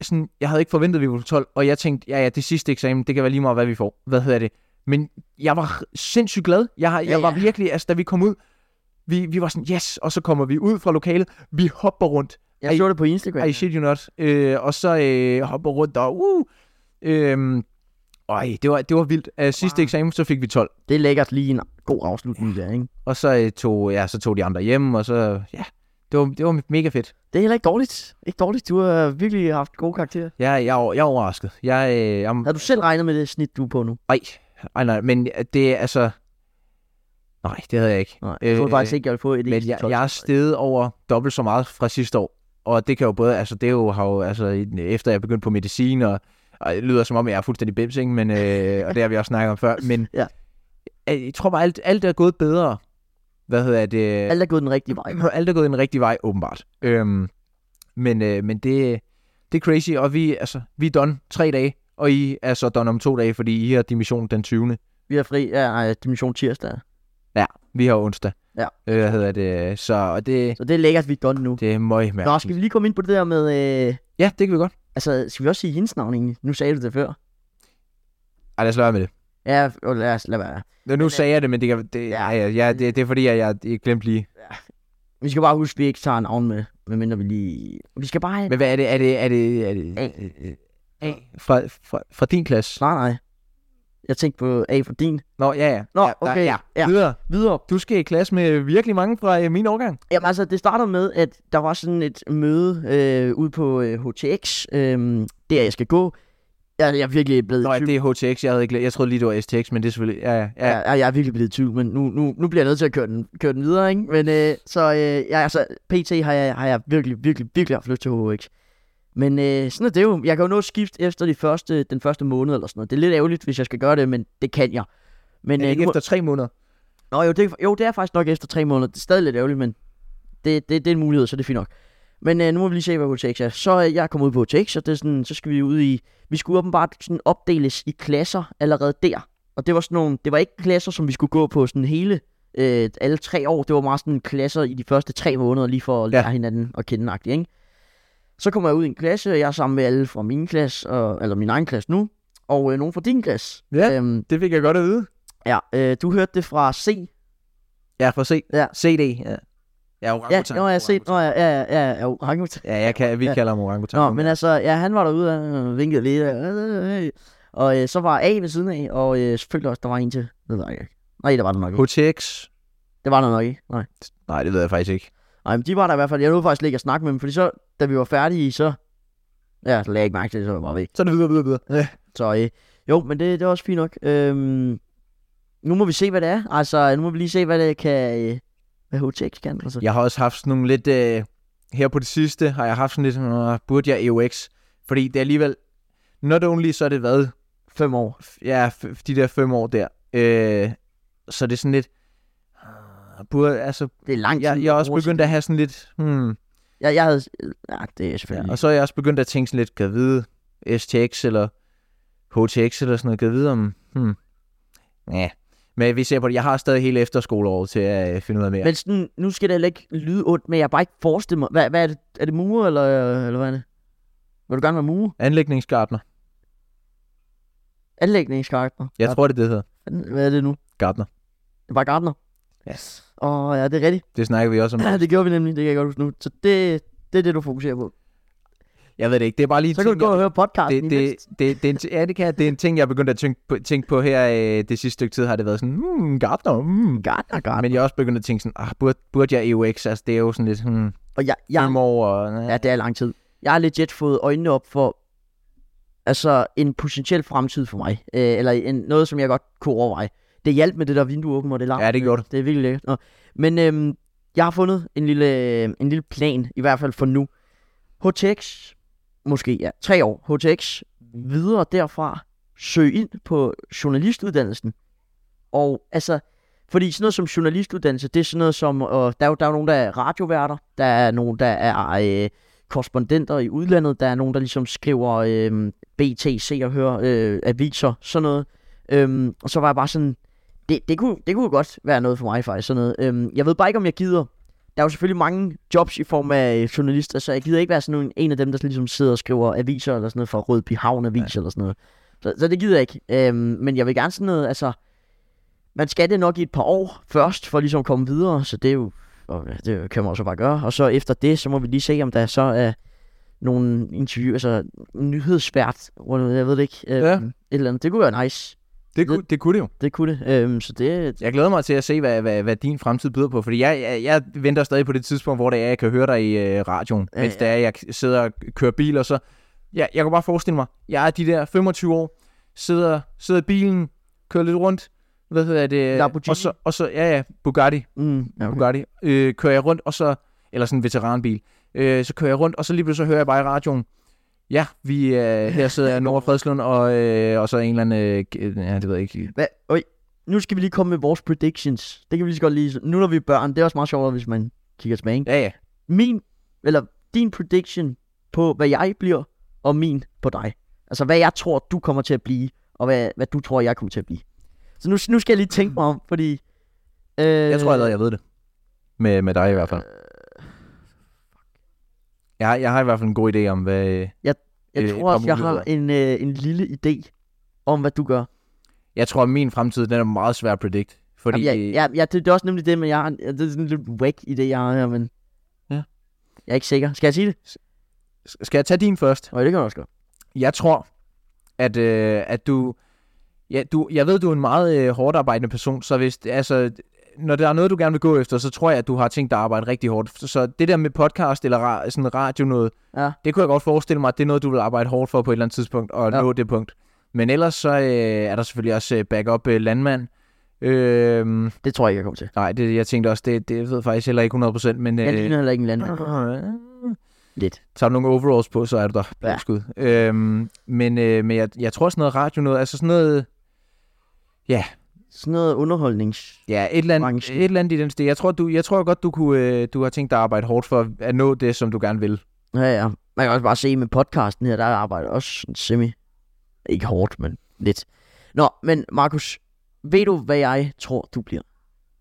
sådan, jeg havde ikke forventet, at vi ville få 12, og jeg tænkte, ja, ja, det sidste eksamen, det kan være lige meget, hvad vi får. Hvad hedder det? Men jeg var sindssygt glad. Jeg, har- jeg
Ja,
ja, ja. var
ja.
virkelig, altså da vi kom ud, vi, vi var sådan, yes, og så kommer vi ud fra lokalet, vi hopper rundt,
Jeg
Ej,
så det på Instagram.
I shit you not, øh, og så øh, hopper rundt, og uh, øhm, øj, det var, det var vildt. Øh, sidste
Wow.
eksamen, så fik vi 12,
Det er lækkert lige en god afslutning der, ikke?
og så, øh, tog, ja, så tog de andre hjem, og så, ja, det var, det var mega fedt.
Det er heller ikke dårligt. Ikke dårligt. Du har virkelig haft gode karakterer.
Jeg, jeg, er over- jeg er overrasket. Jeg, øh, jeg,
Har du selv regnet med det snit, du er på nu?
nej, nej, nej, men det er altså, nej, det havde jeg ikke.
Nej, jeg troede faktisk ikke, jeg ville få et
Øh, Men
eneste
jeg,
12.
jeg er steget over dobbelt så meget fra sidste år. Og det kan jo både, altså det er jo, har jo, altså i- efter jeg begyndte på medicin, og, og det lyder som om, jeg er fuldstændig bims, ikke? Men, øh, og det har vi også snakket om før. Men
Ja.
jeg, jeg tror bare, alt, alt er gået bedre. Hvad hedder det?
Alt er gået den rigtige vej.
alt er gået den rigtige vej, åbenbart. Øhm, men øh, men det, det er crazy, og vi, altså, vi er done tre dage, og I er så done om to dage, fordi I har dimission den 20.
Vi er fri af ja, dimension tirsdag.
Ja, vi har onsdag.
Ja.
Øh, hvad hedder det? Så og det,
Så det er lækkert, vi er done nu.
det er møg
Nå, skal vi lige komme ind på det der med... Øh,
Ja, det kan vi godt.
altså, skal vi også sige hendes navn egentlig? Nu sagde du det før.
Ej, lad os lade med det.
Ja, og lad, os, lad være.
Nu men, sagde jeg det, men det, kan, det,
øh, Ja.
ja. Ja, ja, det, det er fordi, jeg, jeg, jeg glemte lige.
Vi skal bare huske, at vi ikke tager navn med, medmindre vi lige... Vi skal bare...
Men hvad er det? Er det, er det, er det
A.
øh, A. Fra, fra, fra din klasse?
Nej, nej. Jeg tænkte på A for din.
Nå, ja, ja.
Nå,
ja, der-
okay,
Ja.
ja.
ja. Videre.
Videre.
Du skal i klasse med virkelig mange fra øh, min årgang.
Jamen altså, det starter med, at der var sådan et møde øh, ude på øh, HTX, øh, der jeg skal gå. Jeg, jeg er virkelig blevet
Nå,
i
ja,
tvivl.
det er HTX. Jeg, havde ikke, glemt- jeg troede lige, det var STX, men det er selvfølgelig... Ja, ja, ja.
Ja. Jeg, jeg er virkelig blevet i tvivl, men nu, nu, nu bliver jeg nødt til at køre den, køre den videre, ikke? Men øh, så, øh, jeg, altså, PT har jeg, har jeg virkelig, virkelig, virkelig haft lyst til HX. Men øh, sådan er det jo. Jeg kan jo nå at skifte efter de første, den første måned eller sådan noget. Det er lidt ærgerligt, hvis jeg skal gøre det, men det kan jeg. Men,
Men,
øh,
ikke
nu,
efter tre måneder.
Nå, jo, det, jo, det er faktisk nok efter tre måneder. Det er stadig lidt ærgerligt, men det, det, det er en mulighed, så det er fint nok. Men øh, nu må vi lige se, hvad HTX er. Så øh, jeg kom ud på HTX, og det er sådan, så skal vi ud i... Vi skulle åbenbart sådan opdeles i klasser allerede der. Og det var sådan nogle... Det var ikke klasser, som vi skulle gå på sådan hele... Øh, alle tre år. Det var meget sådan klasser i de første tre måneder, lige for at
Ja.
lære hinanden at kende agtigt, ikke? Så kommer jeg ud i en klasse, og jeg er sammen med alle fra min klasse, og, eller min egen klasse nu, og øh, nogen fra din klasse.
Ja.
Øhm,
Det fik jeg godt at vide.
ja øh, du hørte det fra C,
Ja, for at se.
Ja.
CD. Ja, ja
Ja, jo, jeg har set, nå, ja, ja, ja, ja, orangutan.
Ja, jeg kan, vi
Ja.
ja. kalder ham orangutan.
Nå, men altså, ja, han var derude, han øh, vinkede lige, øh, øh, øh. og øh, så var A ved siden af, og øh, selvfølgelig også, der var en til, det ved jeg ikke. Nej, der var der nok ikke.
HTX?
Det var der nok ikke, nej.
Nej, det ved jeg faktisk ikke.
Nej, men de var der i hvert fald, jeg nåede faktisk lige ikke at snakke med dem, fordi så, da vi var færdige, så, ja, så lagde jeg ikke mærke til det, så var jeg bare væk.
Så er det videre, videre, videre. Ja.
Så øh, jo, men det, det er også fint nok. Øhm, nu må vi se, hvad det er, altså, nu må vi lige se, hvad det kan, øh, hvad HTX kan, altså.
Mm. Jeg har også haft sådan nogle lidt... Øh, her på det sidste har jeg haft sådan lidt, "Nå, burde jeg EUX? Fordi det er alligevel, not only så er det været
Fem år.
ja, f- de der fem år der. Øh, så det er sådan lidt, "Ah, burde, altså,
Det er lang tid.
jeg, jeg er også
Overset-
begyndt at have sådan lidt, hmm,
Jeg, jeg havde... Ja, det er selvfølgelig...
ja. og så er jeg også begyndt at tænke sådan lidt, kan jeg vide, STX eller HTX eller sådan noget, kan jeg vide om, hmm, ja. Men vi ser på det, jeg har stadig hele efterskoleåret til at øh, finde ud af mere.
Men sådan, nu skal det heller ikke lyde ondt, men jeg har bare ikke forestillet mig... Hvad, hvad er det? Er det mure, eller, eller hvad er det? Vil du gerne være mure?
Anlægningsgartner,
Anlægningskarakter?
jeg tror det er det, det hedder.
tror... Hvad er det nu?
Gartner.
Det er bare gardner.
Yes.
Åh, ja, det er rigtigt.
Det snakker vi også om.
Ja, det gjorde vi nemlig, det kan jeg godt huske nu. Så det, det er det, du fokuserer på.
Jeg ved det ikke, det er bare lige
Så kan du
ting,
gå og høre
det,
podcasten
det,
det,
det, det, det, er en ti- ja, det kan jeg. Det er en ting, jeg er begyndt at tænke på, tænke på her øh, det sidste stykke tid, har det været sådan, hmm, Gartner, hmm.
Gardner, gardner.
Men jeg er også begyndt at tænke sådan, ah, burde, burde jeg EUX? Altså, det er jo sådan lidt, hmm,
Og jeg, jeg,
fem år og...
Ja, det er lang tid. Jeg har legit fået øjnene op for altså en potentiel fremtid for mig. Øh, eller en, noget, som jeg godt kunne overveje. Det hjalp med det der vindue åbent, og det er larm.
Ja, det gjorde det.
Det er virkelig lækkert. Nå. Men øhm, jeg har fundet en lille, en lille plan, i hvert fald for nu. HTX, måske ja, tre år. HTX, videre derfra, søg ind på journalistuddannelsen. Og altså, fordi sådan noget som journalistuddannelse, det er sådan noget som, og der er jo der er jo nogen, der er radioværter, der er nogen, der er øh, korrespondenter i udlandet, der er nogen, der ligesom skriver øh, BT, se og høre, øh, aviser, sådan noget. Øhm, og så var jeg bare sådan, det, det, kunne, det kunne godt være noget for mig faktisk, sådan noget. Øhm, jeg ved bare ikke, om jeg gider. Der er jo selvfølgelig mange jobs i form af øh, journalister, så jeg gider ikke være sådan en, en af dem, der ligesom sidder og skriver aviser eller sådan noget fra Rødby Havn Avis eller sådan noget. Så, så det gider jeg ikke. Øhm, men jeg vil gerne sådan noget, altså... Man skal det nok i et par år først, for ligesom at komme videre, så det er jo... Og det kan man også bare gøre. Og så efter det, så må vi lige se, om der så er nogle interview, altså nyhedsvært, rundt- jeg ved det ikke, øhm,
Ja.
et eller andet. Det kunne være nice.
Det, kunne, det kunne det jo.
Det kunne det. Øhm, så det,
Jeg glæder mig til at se, hvad, hvad, hvad din fremtid byder på, fordi jeg, jeg, jeg venter stadig på det tidspunkt, hvor det er, jeg kan høre dig i øh, radioen,
Ja,
ja, mens det er, jeg sidder og kører bil, og så... Ja, jeg kan bare forestille mig, jeg er de der 25 år, sidder, sidder i bilen, kører lidt rundt, hvad hedder det?
Lamborghini.
Og så, og så, ja, ja, Bugatti.
Mm, ja, okay.
Bugatti, øh, kører jeg rundt, og så, eller sådan en veteranbil, øh, så kører jeg rundt, og så lige pludselig så hører jeg bare i radioen, ja, vi øh, her sidder jeg Nora Fredslund, og, øh, og så en eller anden, øh, g- ja, det ved jeg ikke.
Hva? Øj, nu skal vi lige komme med vores predictions. Det kan vi lige så godt lige... Nu når vi er børn, det er også meget sjovere, hvis man kigger tilbage. Ikke?
Ja, ja,
Min, eller din prediction på, hvad jeg bliver, og min på dig. Altså, hvad jeg tror, du kommer til at blive, og hvad, hvad du tror, jeg kommer til at blive. Så nu, nu skal jeg lige tænke mig om, fordi... Øh,
jeg tror allerede, jeg ved det. Med, med dig i hvert fald.
Øh,
Jeg, har- jeg har i hvert fald en god idé om, hvad... øh,
jeg,
øh,
tror også, jeg
kommer ud
har
af.
en, øh, en lille idé om, hvad du gør.
Jeg tror, at min fremtid, den er meget svær at predict. Fordi,
Fordi, Jamen, jeg, jeg, jeg, det, det er også nemlig det, men jeg har, en- det er sådan en lidt whack idé, jeg har her, men...
Ja.
Jeg er ikke sikker. Skal jeg sige det?
Skal jeg tage din først?
Øj, det kan du også godt.
Jeg tror, at, øh, at du, ja, du... Jeg ved, du er en meget øh, hårdt arbejdende person, så hvis... Altså, når der er noget, du gerne vil gå efter, så tror jeg, at du har tænkt dig at arbejde rigtig hårdt. Så- Så det der med podcast eller ra- sådan radio noget,
Ja.
det kunne jeg godt forestille mig, at det er noget, du vil arbejde hårdt for på et eller andet tidspunkt, og
Ja.
ja. nå det punkt. Men ellers så øh, er der selvfølgelig også øh, backup øh, landmand. Øh,
Det tror jeg ikke, jeg kommer til.
nej, det, jeg tænkte også, det, det ved jeg faktisk heller ikke 100%, men...
Jeg
Øh,
ligner heller ikke en landmand. Lidt.
Tager du nogle overalls på, så er du der.
Ja.
Ja. Skud. Øhm, men øh, men jeg, jeg tror sådan noget radio noget, altså sådan noget,
Sådan noget underholdnings...
ja, et eller andet,
Branchen.
et eller andet i den stil. Jeg tror, du, jeg tror godt, du, kunne, øh, du har tænkt dig at arbejde hårdt for at nå det, som du gerne vil.
Ja, ja. Man kan også bare se med podcasten her, der arbejder også sådan semi... Ikke hårdt, men lidt. Nå, men Markus, ved du, hvad jeg tror, du bliver?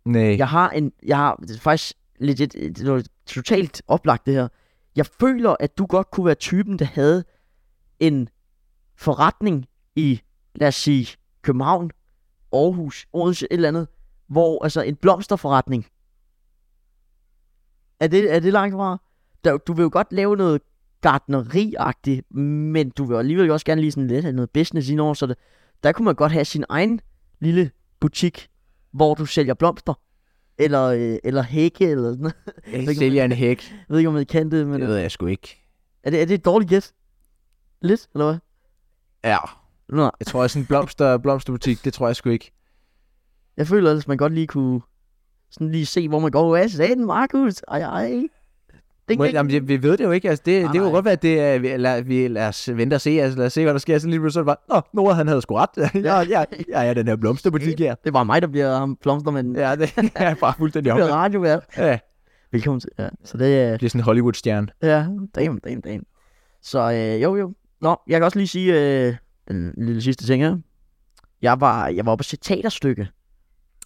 Nej. Ja.
Jeg har en... Jeg har det er faktisk legit... Det er noget totalt oplagt, det her. Jeg føler, at du godt kunne være typen, der havde en forretning i, lad os sige, København, Aarhus, Odense, et eller andet, hvor altså en blomsterforretning. Er det, er det langt fra? Der, du vil jo godt lave noget gardneriagtigt, men du vil alligevel også gerne lige sådan lidt have noget business indover, så det, der kunne man godt have sin egen lille butik, hvor du sælger blomster, eller, øh, eller hække, eller sådan noget.
Jeg sælger en hæk.
Jeg ved ikke, om I kan det, men øh,
Det ved jeg sgu ikke.
er det, er det et dårligt gæt? Lidt, eller hvad?
Ja.
Nå,
Jeg tror også en blomster, blomsterbutik, det tror jeg sgu ikke.
jeg føler ellers, man godt lige kunne sådan lige se, hvor man går. Hvad sagde den, Markus? Ej, ej. Det,
Må,
det,
jamen, det- vi ved det jo ikke. Altså, det,
Nej,
det kunne
nej.
godt være, at det, er- vi, lad, vi, lad os vente og se. Altså, lad os se, hvad der sker. Så lige pludselig var det bare, Nå, Nora, han havde sgu ret. ja, ja, ja, ja, den her blomsterbutik her.
det var mig, der bliver ham plomstermanden. Ja.
Ja, det er bare fuldstændig
Det
op.
bliver radiovært.
Ja,
Velkommen til. Ja. Så det er...
det bliver sådan en Hollywood-stjerne.
Ja, damn, damn, damn. Så øh, jo, jo. Nå, jeg kan også lige sige øh, den lille sidste ting her. Jeg var, jeg var oppe og se teaterstykke.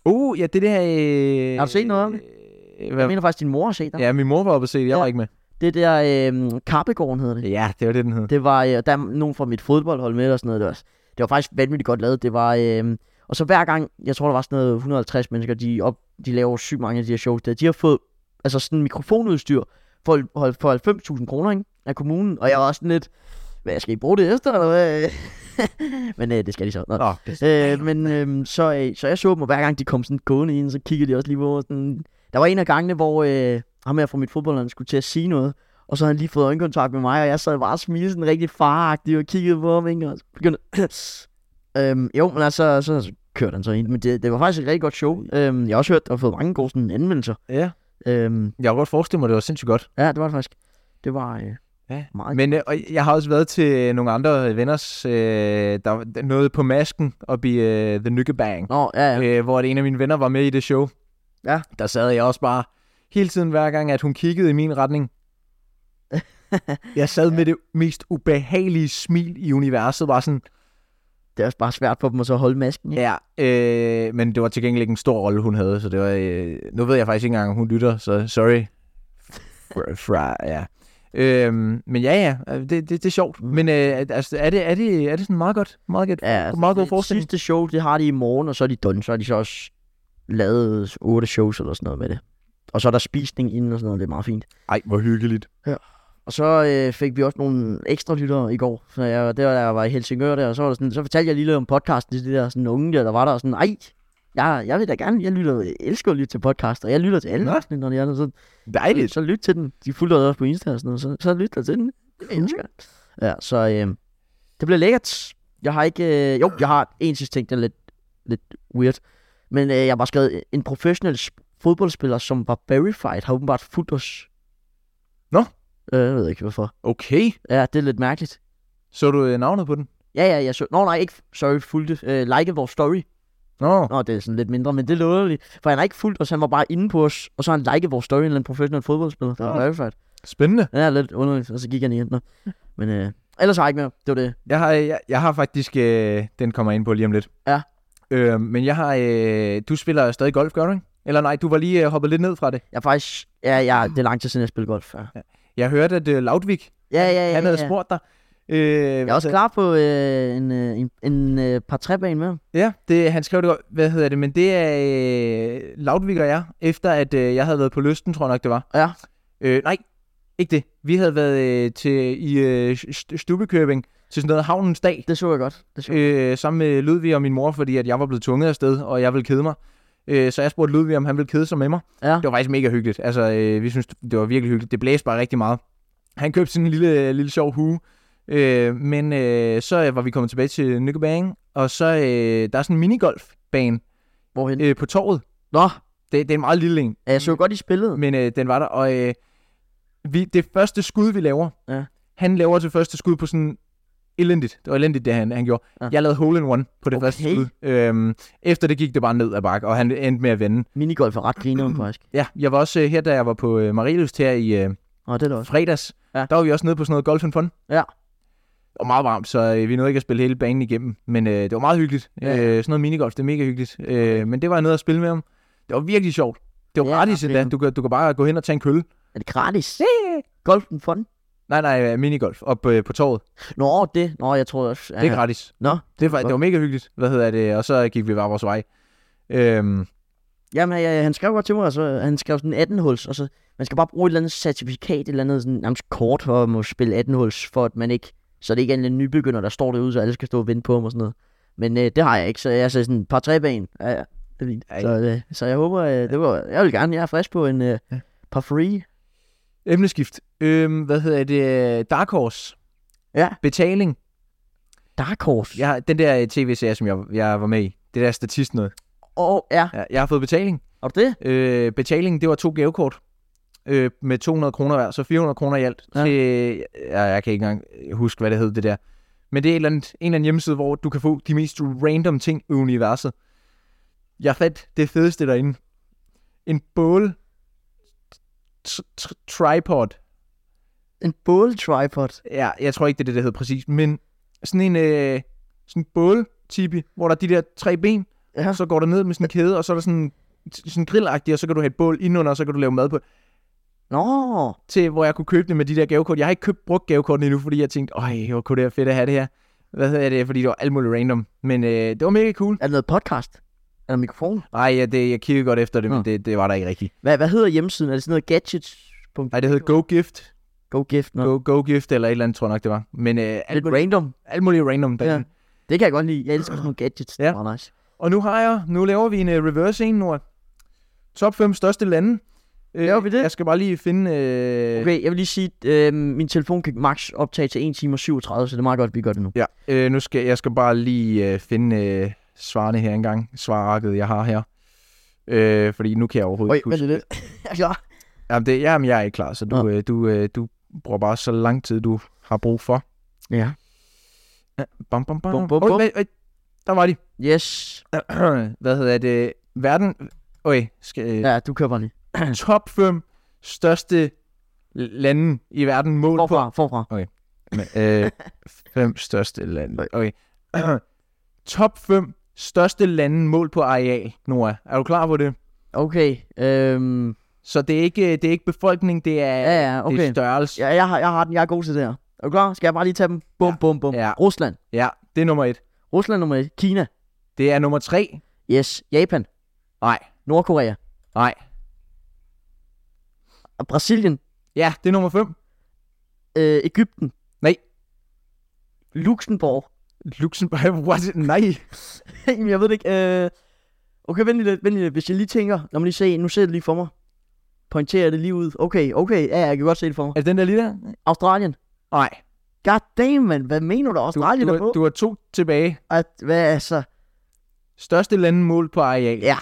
Uh, ja, det der... Øh,
Har du set noget om det?
Øh,
Jeg
hvad,
mener faktisk, din mor har set dig. Ja.
ja, min mor var oppe og se det. Jeg
Ja.
var ikke med.
Det der øh, Kappegården hedder det.
Ja, det var det, den hed.
Det var, øh, der er nogen fra mit fodboldhold med og sådan noget. Det var, det var faktisk vanvittigt godt lavet. Det var, øh, og så hver gang, jeg tror der var sådan noget 150 mennesker, de, op, de laver sygt mange af de her shows der. De har fået altså sådan en mikrofonudstyr for, for- for 90.000 kroner ikke, af kommunen. Og jeg var også sådan lidt, hvad skal I bruge det efter? Eller hvad? men øh, det skal de så. Nå.
Nå, det,
Øh, men øh, så, øh, så jeg så dem, og hver gang de kom sådan gående ind, så kiggede de også lige på mig, sådan... Der var en af gangene, hvor øh, ham her fra mit fodboldland skulle til at sige noget, og så havde han lige fået øjenkontakt med mig, og jeg sad bare og smilede sådan rigtig faragtig og kiggede på ham, ikke? Og så begyndte... øhm, jo, men altså, så, så kørte han så ind. Men det, det var faktisk et rigtig godt show. Øhm, jeg har også hørt, der har fået mange gode sådan, anmeldelser.
ja.
Øhm,
Jeg kunne godt forestille mig, det var sindssygt godt.
ja, det var det faktisk. Det var... Øh,
Ja,
meget
Men øh, og jeg har også været til nogle andre venners, øh, der var noget på masken oppe i øh, The Nykke Bang.
Nå, ja, ja.
øh, hvor at en af mine venner var med i det show.
Ja.
Der sad jeg også bare hele tiden hver gang, at hun kiggede i min retning. jeg sad med det mest ubehagelige smil i universet, bare sådan,
Det er også bare svært for dem at så holde masken, ikke?
ja, øh, men det var til gengæld ikke en stor rolle, hun havde, så det var, øh, nu ved jeg faktisk ikke engang, om hun lytter, så sorry. Fra, fra ja. Øhm, men ja, ja, øh, det, det, det er sjovt. Men øh, altså, er, det, er, det, er det sådan meget godt? Meget godt?
Ja,
meget god
det
forestilling.
sidste show, det har de i morgen, og så er de done. Så har de så også lavet otte shows eller sådan noget med det. Og så er der spisning inden og sådan noget, det er meget fint.
Ej, hvor hyggeligt.
Og så øh, fik vi også nogle ekstra lyttere i går. Så jeg, det var, da jeg var i Helsingør der, og så, var der sådan, så fortalte jeg lige lidt om podcasten til de der sådan unge der, der var der, og sådan, ej, jeg, jeg vil da gerne, jeg lytter, jeg elsker at lytte til podcast, og jeg lytter til alle
Nå.
afsnit, når de er der, så, så,
Dejligt.
så lyt til den. De fulgte os også på Insta og sådan noget, så, så lyt der til den. Det elsker jeg. Ja, så øh, det bliver lækkert. Jeg har ikke, øh, jo, jeg har en sidste ting, den er lidt, lidt weird. Men øh, jeg har bare skrevet, en professionel sp- fodboldspiller, som var verified, har åbenbart fulgt os.
Nå.
Øh, jeg ved ikke hvorfor.
Okay.
Ja, det er lidt mærkeligt.
Så du øh, navnet på den?
Ja, ja, jeg så... Nå, nej, ikke... Sorry, fulgte. Øh, like vores story.
Nå,
Nå, det er sådan lidt mindre, men det er lidt underligt. For han har ikke fulgt os, han var bare inde på os. Og så har han liket vores story, en eller anden professionel fodboldspiller. Der var
Nå.
verified.
spændende.
Ja, det er lidt underligt, og så gik han igen. Nå. Men øh, ellers har jeg ikke mere. Det var det.
Jeg har, jeg, jeg har faktisk... Øh, den kommer jeg ind på lige om lidt.
Ja.
Øh, men jeg har... Øh, du spiller stadig golf, gør du ikke? Eller nej, du var lige øh, hoppet lidt ned fra det.
Jeg er faktisk... Ja, ja, det er lang tid siden, jeg spillede golf. Ja, ja,
Jeg hørte, at øh, Laudvik,
ja. ja, ja
han havde
ja.
spurgt dig. Øh,
Jeg er også klar på øh, en, øh, en, en øh, par træbane med.
Ja, det, han skrev det godt. Hvad hedder det? Men det er øh, Laudvik og jeg, efter at øh, jeg havde været på lysten, tror jeg nok, det var.
Ja.
Øh, nej, ikke det. Vi havde været øh, til, i øh, St- Stubekøbing til sådan noget havnens dag.
Det så jeg godt. Det så jeg.
øh, sammen med Ludvig og min mor, fordi at jeg var blevet tvunget afsted, og jeg ville kede mig. Øh, så jeg spurgte Ludvig, om han ville kede sig med mig.
Ja.
Det var faktisk mega hyggeligt. Altså, øh, vi synes det var virkelig hyggeligt. Det blæste bare rigtig meget. Han købte sådan en lille, lille sjov hue. Øh, men øh, så øh, var vi kommet tilbage til Nykkebagen, og så øh, der er sådan en minigolfbane
Hvorhen?
øh, på torvet.
Nå,
Det, det er en meget lille en,
ja, jeg så godt, I spillede.
men øh, den var der. Og øh, vi, det første skud, vi laver,
Ja.
han laver til første skud på sådan elendigt. Det var elendigt, det han, han gjorde.
Ja.
Ja. Jeg lavede hole in one på det
Okay.
første skud. Øhm, efter det gik det bare ned ad bakke, og han endte med at vende.
Minigolf er ret grineren, faktisk.
Ja, jeg var også øh, her, da jeg var på øh, Marieløst her i øh,
Nå, det er det også.
fredags.
Ja.
Ja. Der var vi også nede på sådan noget golf and fun.
Ja.
Og meget varmt, så øh, vi nåede ikke at spille hele banen igennem. Men øh, det var meget hyggeligt.
Ja.
Ja. Øh, sådan noget minigolf, det er mega hyggeligt. Øh, men det var jeg nede at spille med ham. Det var virkelig sjovt. Det var
Ja,
ja, gratis endda.
grineren.
Du kan, du kan bare gå hen og tage en kølle.
Er det gratis? Golfen fun?
Nej, nej, øh, minigolf op øh, på torvet.
Nå, det. Nå, jeg tror også. Ja.
Det er gratis.
Nå,
Det var, det var mega hyggeligt. Hvad hedder det? Og så gik vi bare vores vej. Øhm,
Jamen, ja, ja, han skrev godt til mig, og så, øh, han skrev sådan 18 huls, og så, man skal bare bruge et eller andet certifikat, et eller andet sådan, nærmest kort for at må spille 18 huls, for at man ikke, så det ikke er en eller anden nybegynder, der står derude, så alle skal stå og vente på ham og sådan noget. Men øh, det har jeg ikke, så jeg er sådan en par tre ben. Ja, ja, det er fint.
Ej.
Så, øh, så jeg håber, øh, det var, jeg vil gerne, jeg er frisk på en øh, par free.
emneskift. Øhm, hvad hedder det? Dark Horse.
Ja.
Betaling.
Dark Horse.
Jeg har, den der øh, tv-serie, som jeg, jeg var med i. Det der statist noget.
Åh, oh, ja.
Ja, jeg har fået betaling.
Har du det?
Øh, betaling, det var to gavekort. øh, med 200 kroner hver, så 400 kroner i alt.
Ja.
Ja. Til, ja, jeg kan ikke engang huske, hvad det hed, det der. Men det er et eller andet, en eller anden hjemmeside, hvor du kan få de mest random ting i universet. Jeg fandt det fedeste derinde. En bål tr- tr- tripod.
En bål tripod.
Ja, jeg tror ikke, det er det, det hedder præcis, men sådan en øh, sådan en båltipi, hvor der er de der tre ben,
Ja.
så går du ned med sådan en kæde, og så er der sådan, sådan grillagtig, og så kan du have et bål indenunder, og så kan du lave mad på
Nå,
til, hvor jeg kunne købe det med de der gavekort. Jeg har ikke købt brugt gavekortene endnu, fordi jeg tænkte, øj, hvor kunne det være fedt at have det her. Hvad hedder det? Fordi det var alt muligt random. Men øh, det var mega cool.
er det noget podcast? Er der mikrofon?
Nej, ja, det, jeg kiggede godt efter det, men
Nå.
det, det, var der ikke rigtigt.
Hvad, hvad hedder hjemmesiden? Er det sådan noget gadgets?
Nej, det hed Go Gift.
Go gift. Noget.
Go, Go Gift eller et eller andet, tror jeg nok, det var. Men øh, alt,
Lidt
muligt,
random.
alt muligt random.
Ja.
Ja.
Det kan jeg godt lide. Jeg elsker sådan nogle gadgets. Øh, Ja. Det
Ja.
er meget nice.
Og nu har jeg, nu laver vi en uh, reverse en, Nord. Top 5 største lande. Øh,
Laver vi det?
Jeg skal bare lige finde... Øh,
Okay, jeg vil lige sige, at øh, min telefon kan max optage til 1 time og 37, så det er meget godt, at vi gør det nu.
Ja, øh, nu skal jeg skal bare lige øh, finde øh, svarene her engang. Svararket, jeg har her. Øh, fordi nu kan jeg overhovedet
Øj,
ikke
hvad er
huske.
det? ja.
Jamen, det, jamen, jeg er ikke klar, så du,
Nå.
øh, du, øh, du bruger bare så lang tid, du har brug for.
ja.
Bam, bam, bam.
Bum, bum,
Øj,
bum.
hvad- øj, der var de.
Yes.
hvad hedder det? Verden... Okay, skal, øh,
Ja, du kører bare lige.
top 5 største lande i verden mål på.
Forfra, forfra.
Men, øh, fem største lande. Okay. Top 5 største lande mål på areal, Noah. Er du klar på det?
Okay, øhm,
Så det er ikke, det er ikke befolkning, det er,
ja, ja,
det
okay.
er størrelse.
Ja, jeg, har, jeg har den, jeg er god til det her. Er du klar? Skal jeg bare lige tage dem? Bum, bum, bum.
Ja.
Rusland.
Ja, det er nummer 1.
Rusland nummer 1. Kina.
Det er nummer 3.
Yes. Japan.
Nej,
Nordkorea.
nej.
Og Brasilien.
Ja, det er nummer 5.
Øh, Ægypten.
Nej.
Luxembourg.
Luxembourg, what? Nej.
Jamen, jeg ved det ikke. Øh... Okay, vent lige lidt, vent lige lidt. Hvis jeg lige tænker, lad mig lige se, nu ser det lige for mig. Pointerer det lige ud. Okay, okay, ja, jeg kan godt se det for mig.
Er det den der lige der?
Australien.
Nej.
God damn, man. Hvad mener du,
Du,
Australien
du,
er på?
har- du har to tilbage.
At, hvad altså?
Største lande mål på areal.
Ja.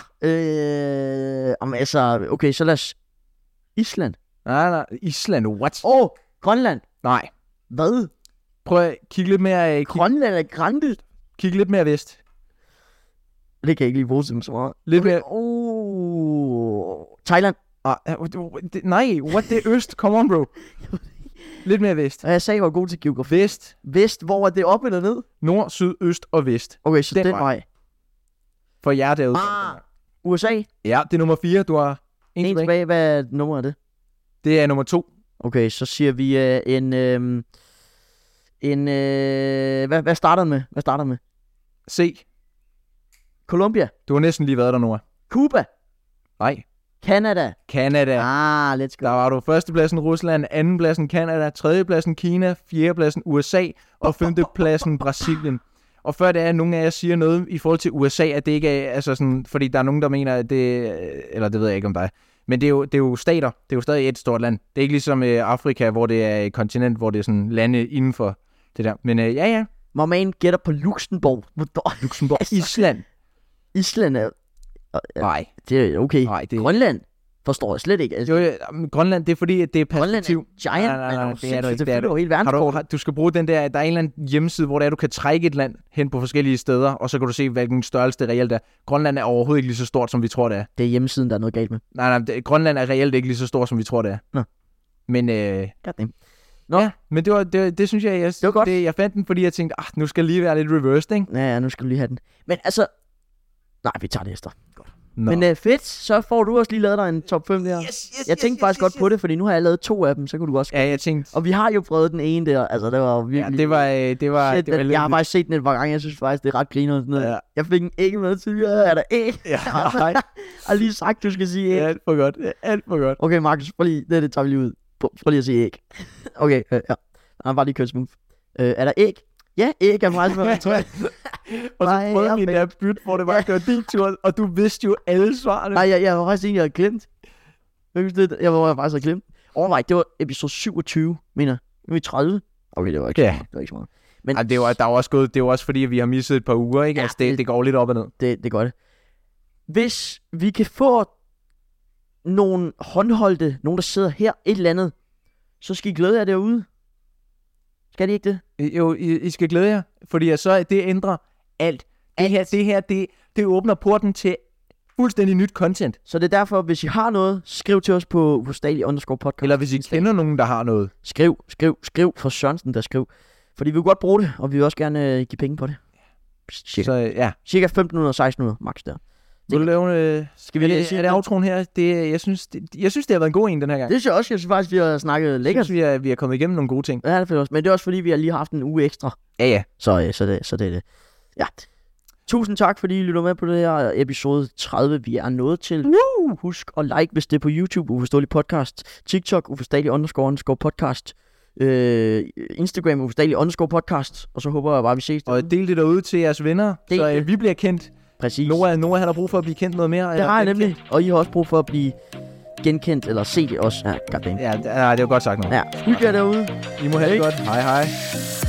Øh, om, altså, okay, så lad os... Island.
Nej, nej. Island, what?
Åh, oh, Grønland.
Nej.
Hvad?
Prøv at kigge lidt mere, øh, kig,
Grønland er græntet.
kigge lidt mere vest.
Det kan jeg ikke lige bruge til så meget.
Lidt mere,
Oh, Thailand.
Ah, ah, what- what- det- nej, what det er øst? Come on, bro. Lidt mere vest.
Og jeg sagde, jeg var god til geografi.
Vest,
Vest, hvor er det op eller ned?
nord, syd, øst og vest.
Okay, så den,
Den
den
vej.
vej.
For jer derude.
Ah. USA.
Ja, det er nummer 4, du har en
En
tilbage.
tilbage. Hvad nummer er det?
Det er nummer 2.
Okay, så siger vi øh, en... Øh, en øh, hvad, hvad starter den med? Hvad starter den med?
C.
Colombia.
Du har næsten lige været der, Nora.
Cuba.
Nej.
Canada.
Canada.
Ah, let's go.
Der var du førstepladsen Rusland, andenpladsen Kanada, tredjepladsen Kina, fjerdepladsen USA og femtepladsen Brasilien. Og før det er, at nogen af jer siger noget i forhold til USA, at det ikke er, altså sådan, fordi der er nogen, der mener, at det, eller det ved jeg ikke om dig, men det er, jo, det er jo stater, det er jo stadig et stort land. Det er ikke ligesom øh, Afrika, hvor det er et kontinent, hvor det er sådan lande inden for det der. Men øh, ja, ja,
My man gætter på Luxembourg. Hvor-
Luxembourg,
Altså.
Island.
Island er...
Nej,
Det er okay.
nej, det
Grønland forstår jeg slet ikke. Altså,
jo, jo, Grønland, det er fordi, at det er
Grønland
perspektiv.
er giant.
Nej, nej,
man.
nej, det er du
sindssygt,
ikke, det
fylder
er du
jo hele
Har du,
verdenskortet.
har, du skal bruge den der, der er en eller anden hjemmeside, hvor det er, du kan trække et land hen på forskellige steder, og så kan du se, hvilken størrelse det reelt er. Grønland er overhovedet ikke lige så stort, som vi tror, det er.
Det er hjemmesiden, der er noget galt med.
Nej, nej, det, Grønland er reelt ikke lige så stort, som vi tror, det er.
Nå.
Men, øh,
Goddamn.
Nå. ja, men det, var, det, det synes jeg, jeg, det
var godt.
Det, jeg fandt den, fordi jeg tænkte, ah, nu skal jeg lige være lidt reversed, ikke?
Ja, ja, nu skal vi lige have den. Men altså... Nej, vi tager det efter.
Nå.
Nå. Men øh, fedt, så får du også lige lavet dig en top 5 der.
yes, yes,
Jeg tænkte faktisk godt på det, fordi nu har jeg lavet to af dem, så kunne du også...
Ja, jeg tænkte,
Og vi har jo prøvet den ene der, altså det var
ja,
virkelig...
det var, øh, det var,
Shit,
det var
den,
lidt-
jeg har faktisk set den et par gange, jeg synes faktisk, det er ret griner sådan noget. Ja.
Ja.
Jeg fik en æg med til, ja, er der æg?
Ja, nej,
jeg har lige sagt, du skal sige æg. Ja.
alt for godt, alt for godt.
Okay, Markus, prøv lige, det, det tager vi lige ud. Prøv, prøv lige at sige æg. okay, øh, ja. Han var lige kønsmove. Øh, er der æg? Ja, æg er meget svært.
Og så
Nej,
prøvede
jeg
vi en
fik-
der byt, hvor det var, det var din tur, og du vidste jo alle svarene.
Nej, jeg, jeg var faktisk en, jeg havde glemt. Jeg kan huske det, Jeg var jeg faktisk havde glemt. Overvej, det var episode 27, mener jeg. Nu er vi 30. Okay, det var ikke, så
Ja.
meget. det var ikke så meget. Men
Ej, det er jo, der er jo også gået, det er jo også fordi, at vi har misset et par uger, ikke?
Ja,
Ja, altså, det,
det-
det, går lidt op og ned.
det, det er godt. Hvis vi kan få nogle håndholdte, nogen der sidder her, et eller andet, så skal I glæde jer derude. Skal de ikke det?
I- Jo, I, I skal glæde jer, fordi at så det ændrer alt. Det her, det, her det, det åbner porten til fuldstændig nyt content.
Så det er derfor, hvis I har noget, skriv til os på Vostali underscore podcast.
Eller hvis I kender nogen, der har noget.
Skriv, skriv, skriv for Sørensen, der skriv. Fordi vi vil godt bruge det, og vi vil også gerne øh, give penge på det. Cirka,
Så øh, ja,
cirka 1.500-1.600 max der.
vil du lave... Øh, skal vi
Er det-
lige
er
sige
det
det aftroen her? Det, jeg, synes, det, jeg synes, det har været en god en den her gang.
Det synes jeg også. Jeg synes faktisk, vi har snakket
Jeg
lækkert.
synes, vi er, vi er kommet igennem nogle gode ting.
Ja, det føler jeg også. Men det er også fordi, vi har lige haft en uge ekstra.
Ja, ja.
Så, øh, så, det, så det er det. Ja. Tusind tak, fordi I lytter med på det her episode 30. Vi er nået til. Woo! Husk at like, hvis det er på YouTube, Uforståelig Podcast. TikTok, Uforståelig underscore underscore podcast. Øh, Instagram, Uforståelig underscore podcast. Og så håber jeg bare, vi ses.
Og del det derude til jeres venner,
Del
så
det.
øh, vi bliver kendt.
Præcis.
Noah, Noah han har brug for at blive kendt noget mere.
Det
eller
har jeg
genkendt.
nemlig. Og I har også brug for at blive genkendt, eller se det også. Ja, goddamn.
Ja, det- nej, det var godt sagt nu.
Ja, hygge jer derude.
I må have det
Ikke?
godt. Hej, hej.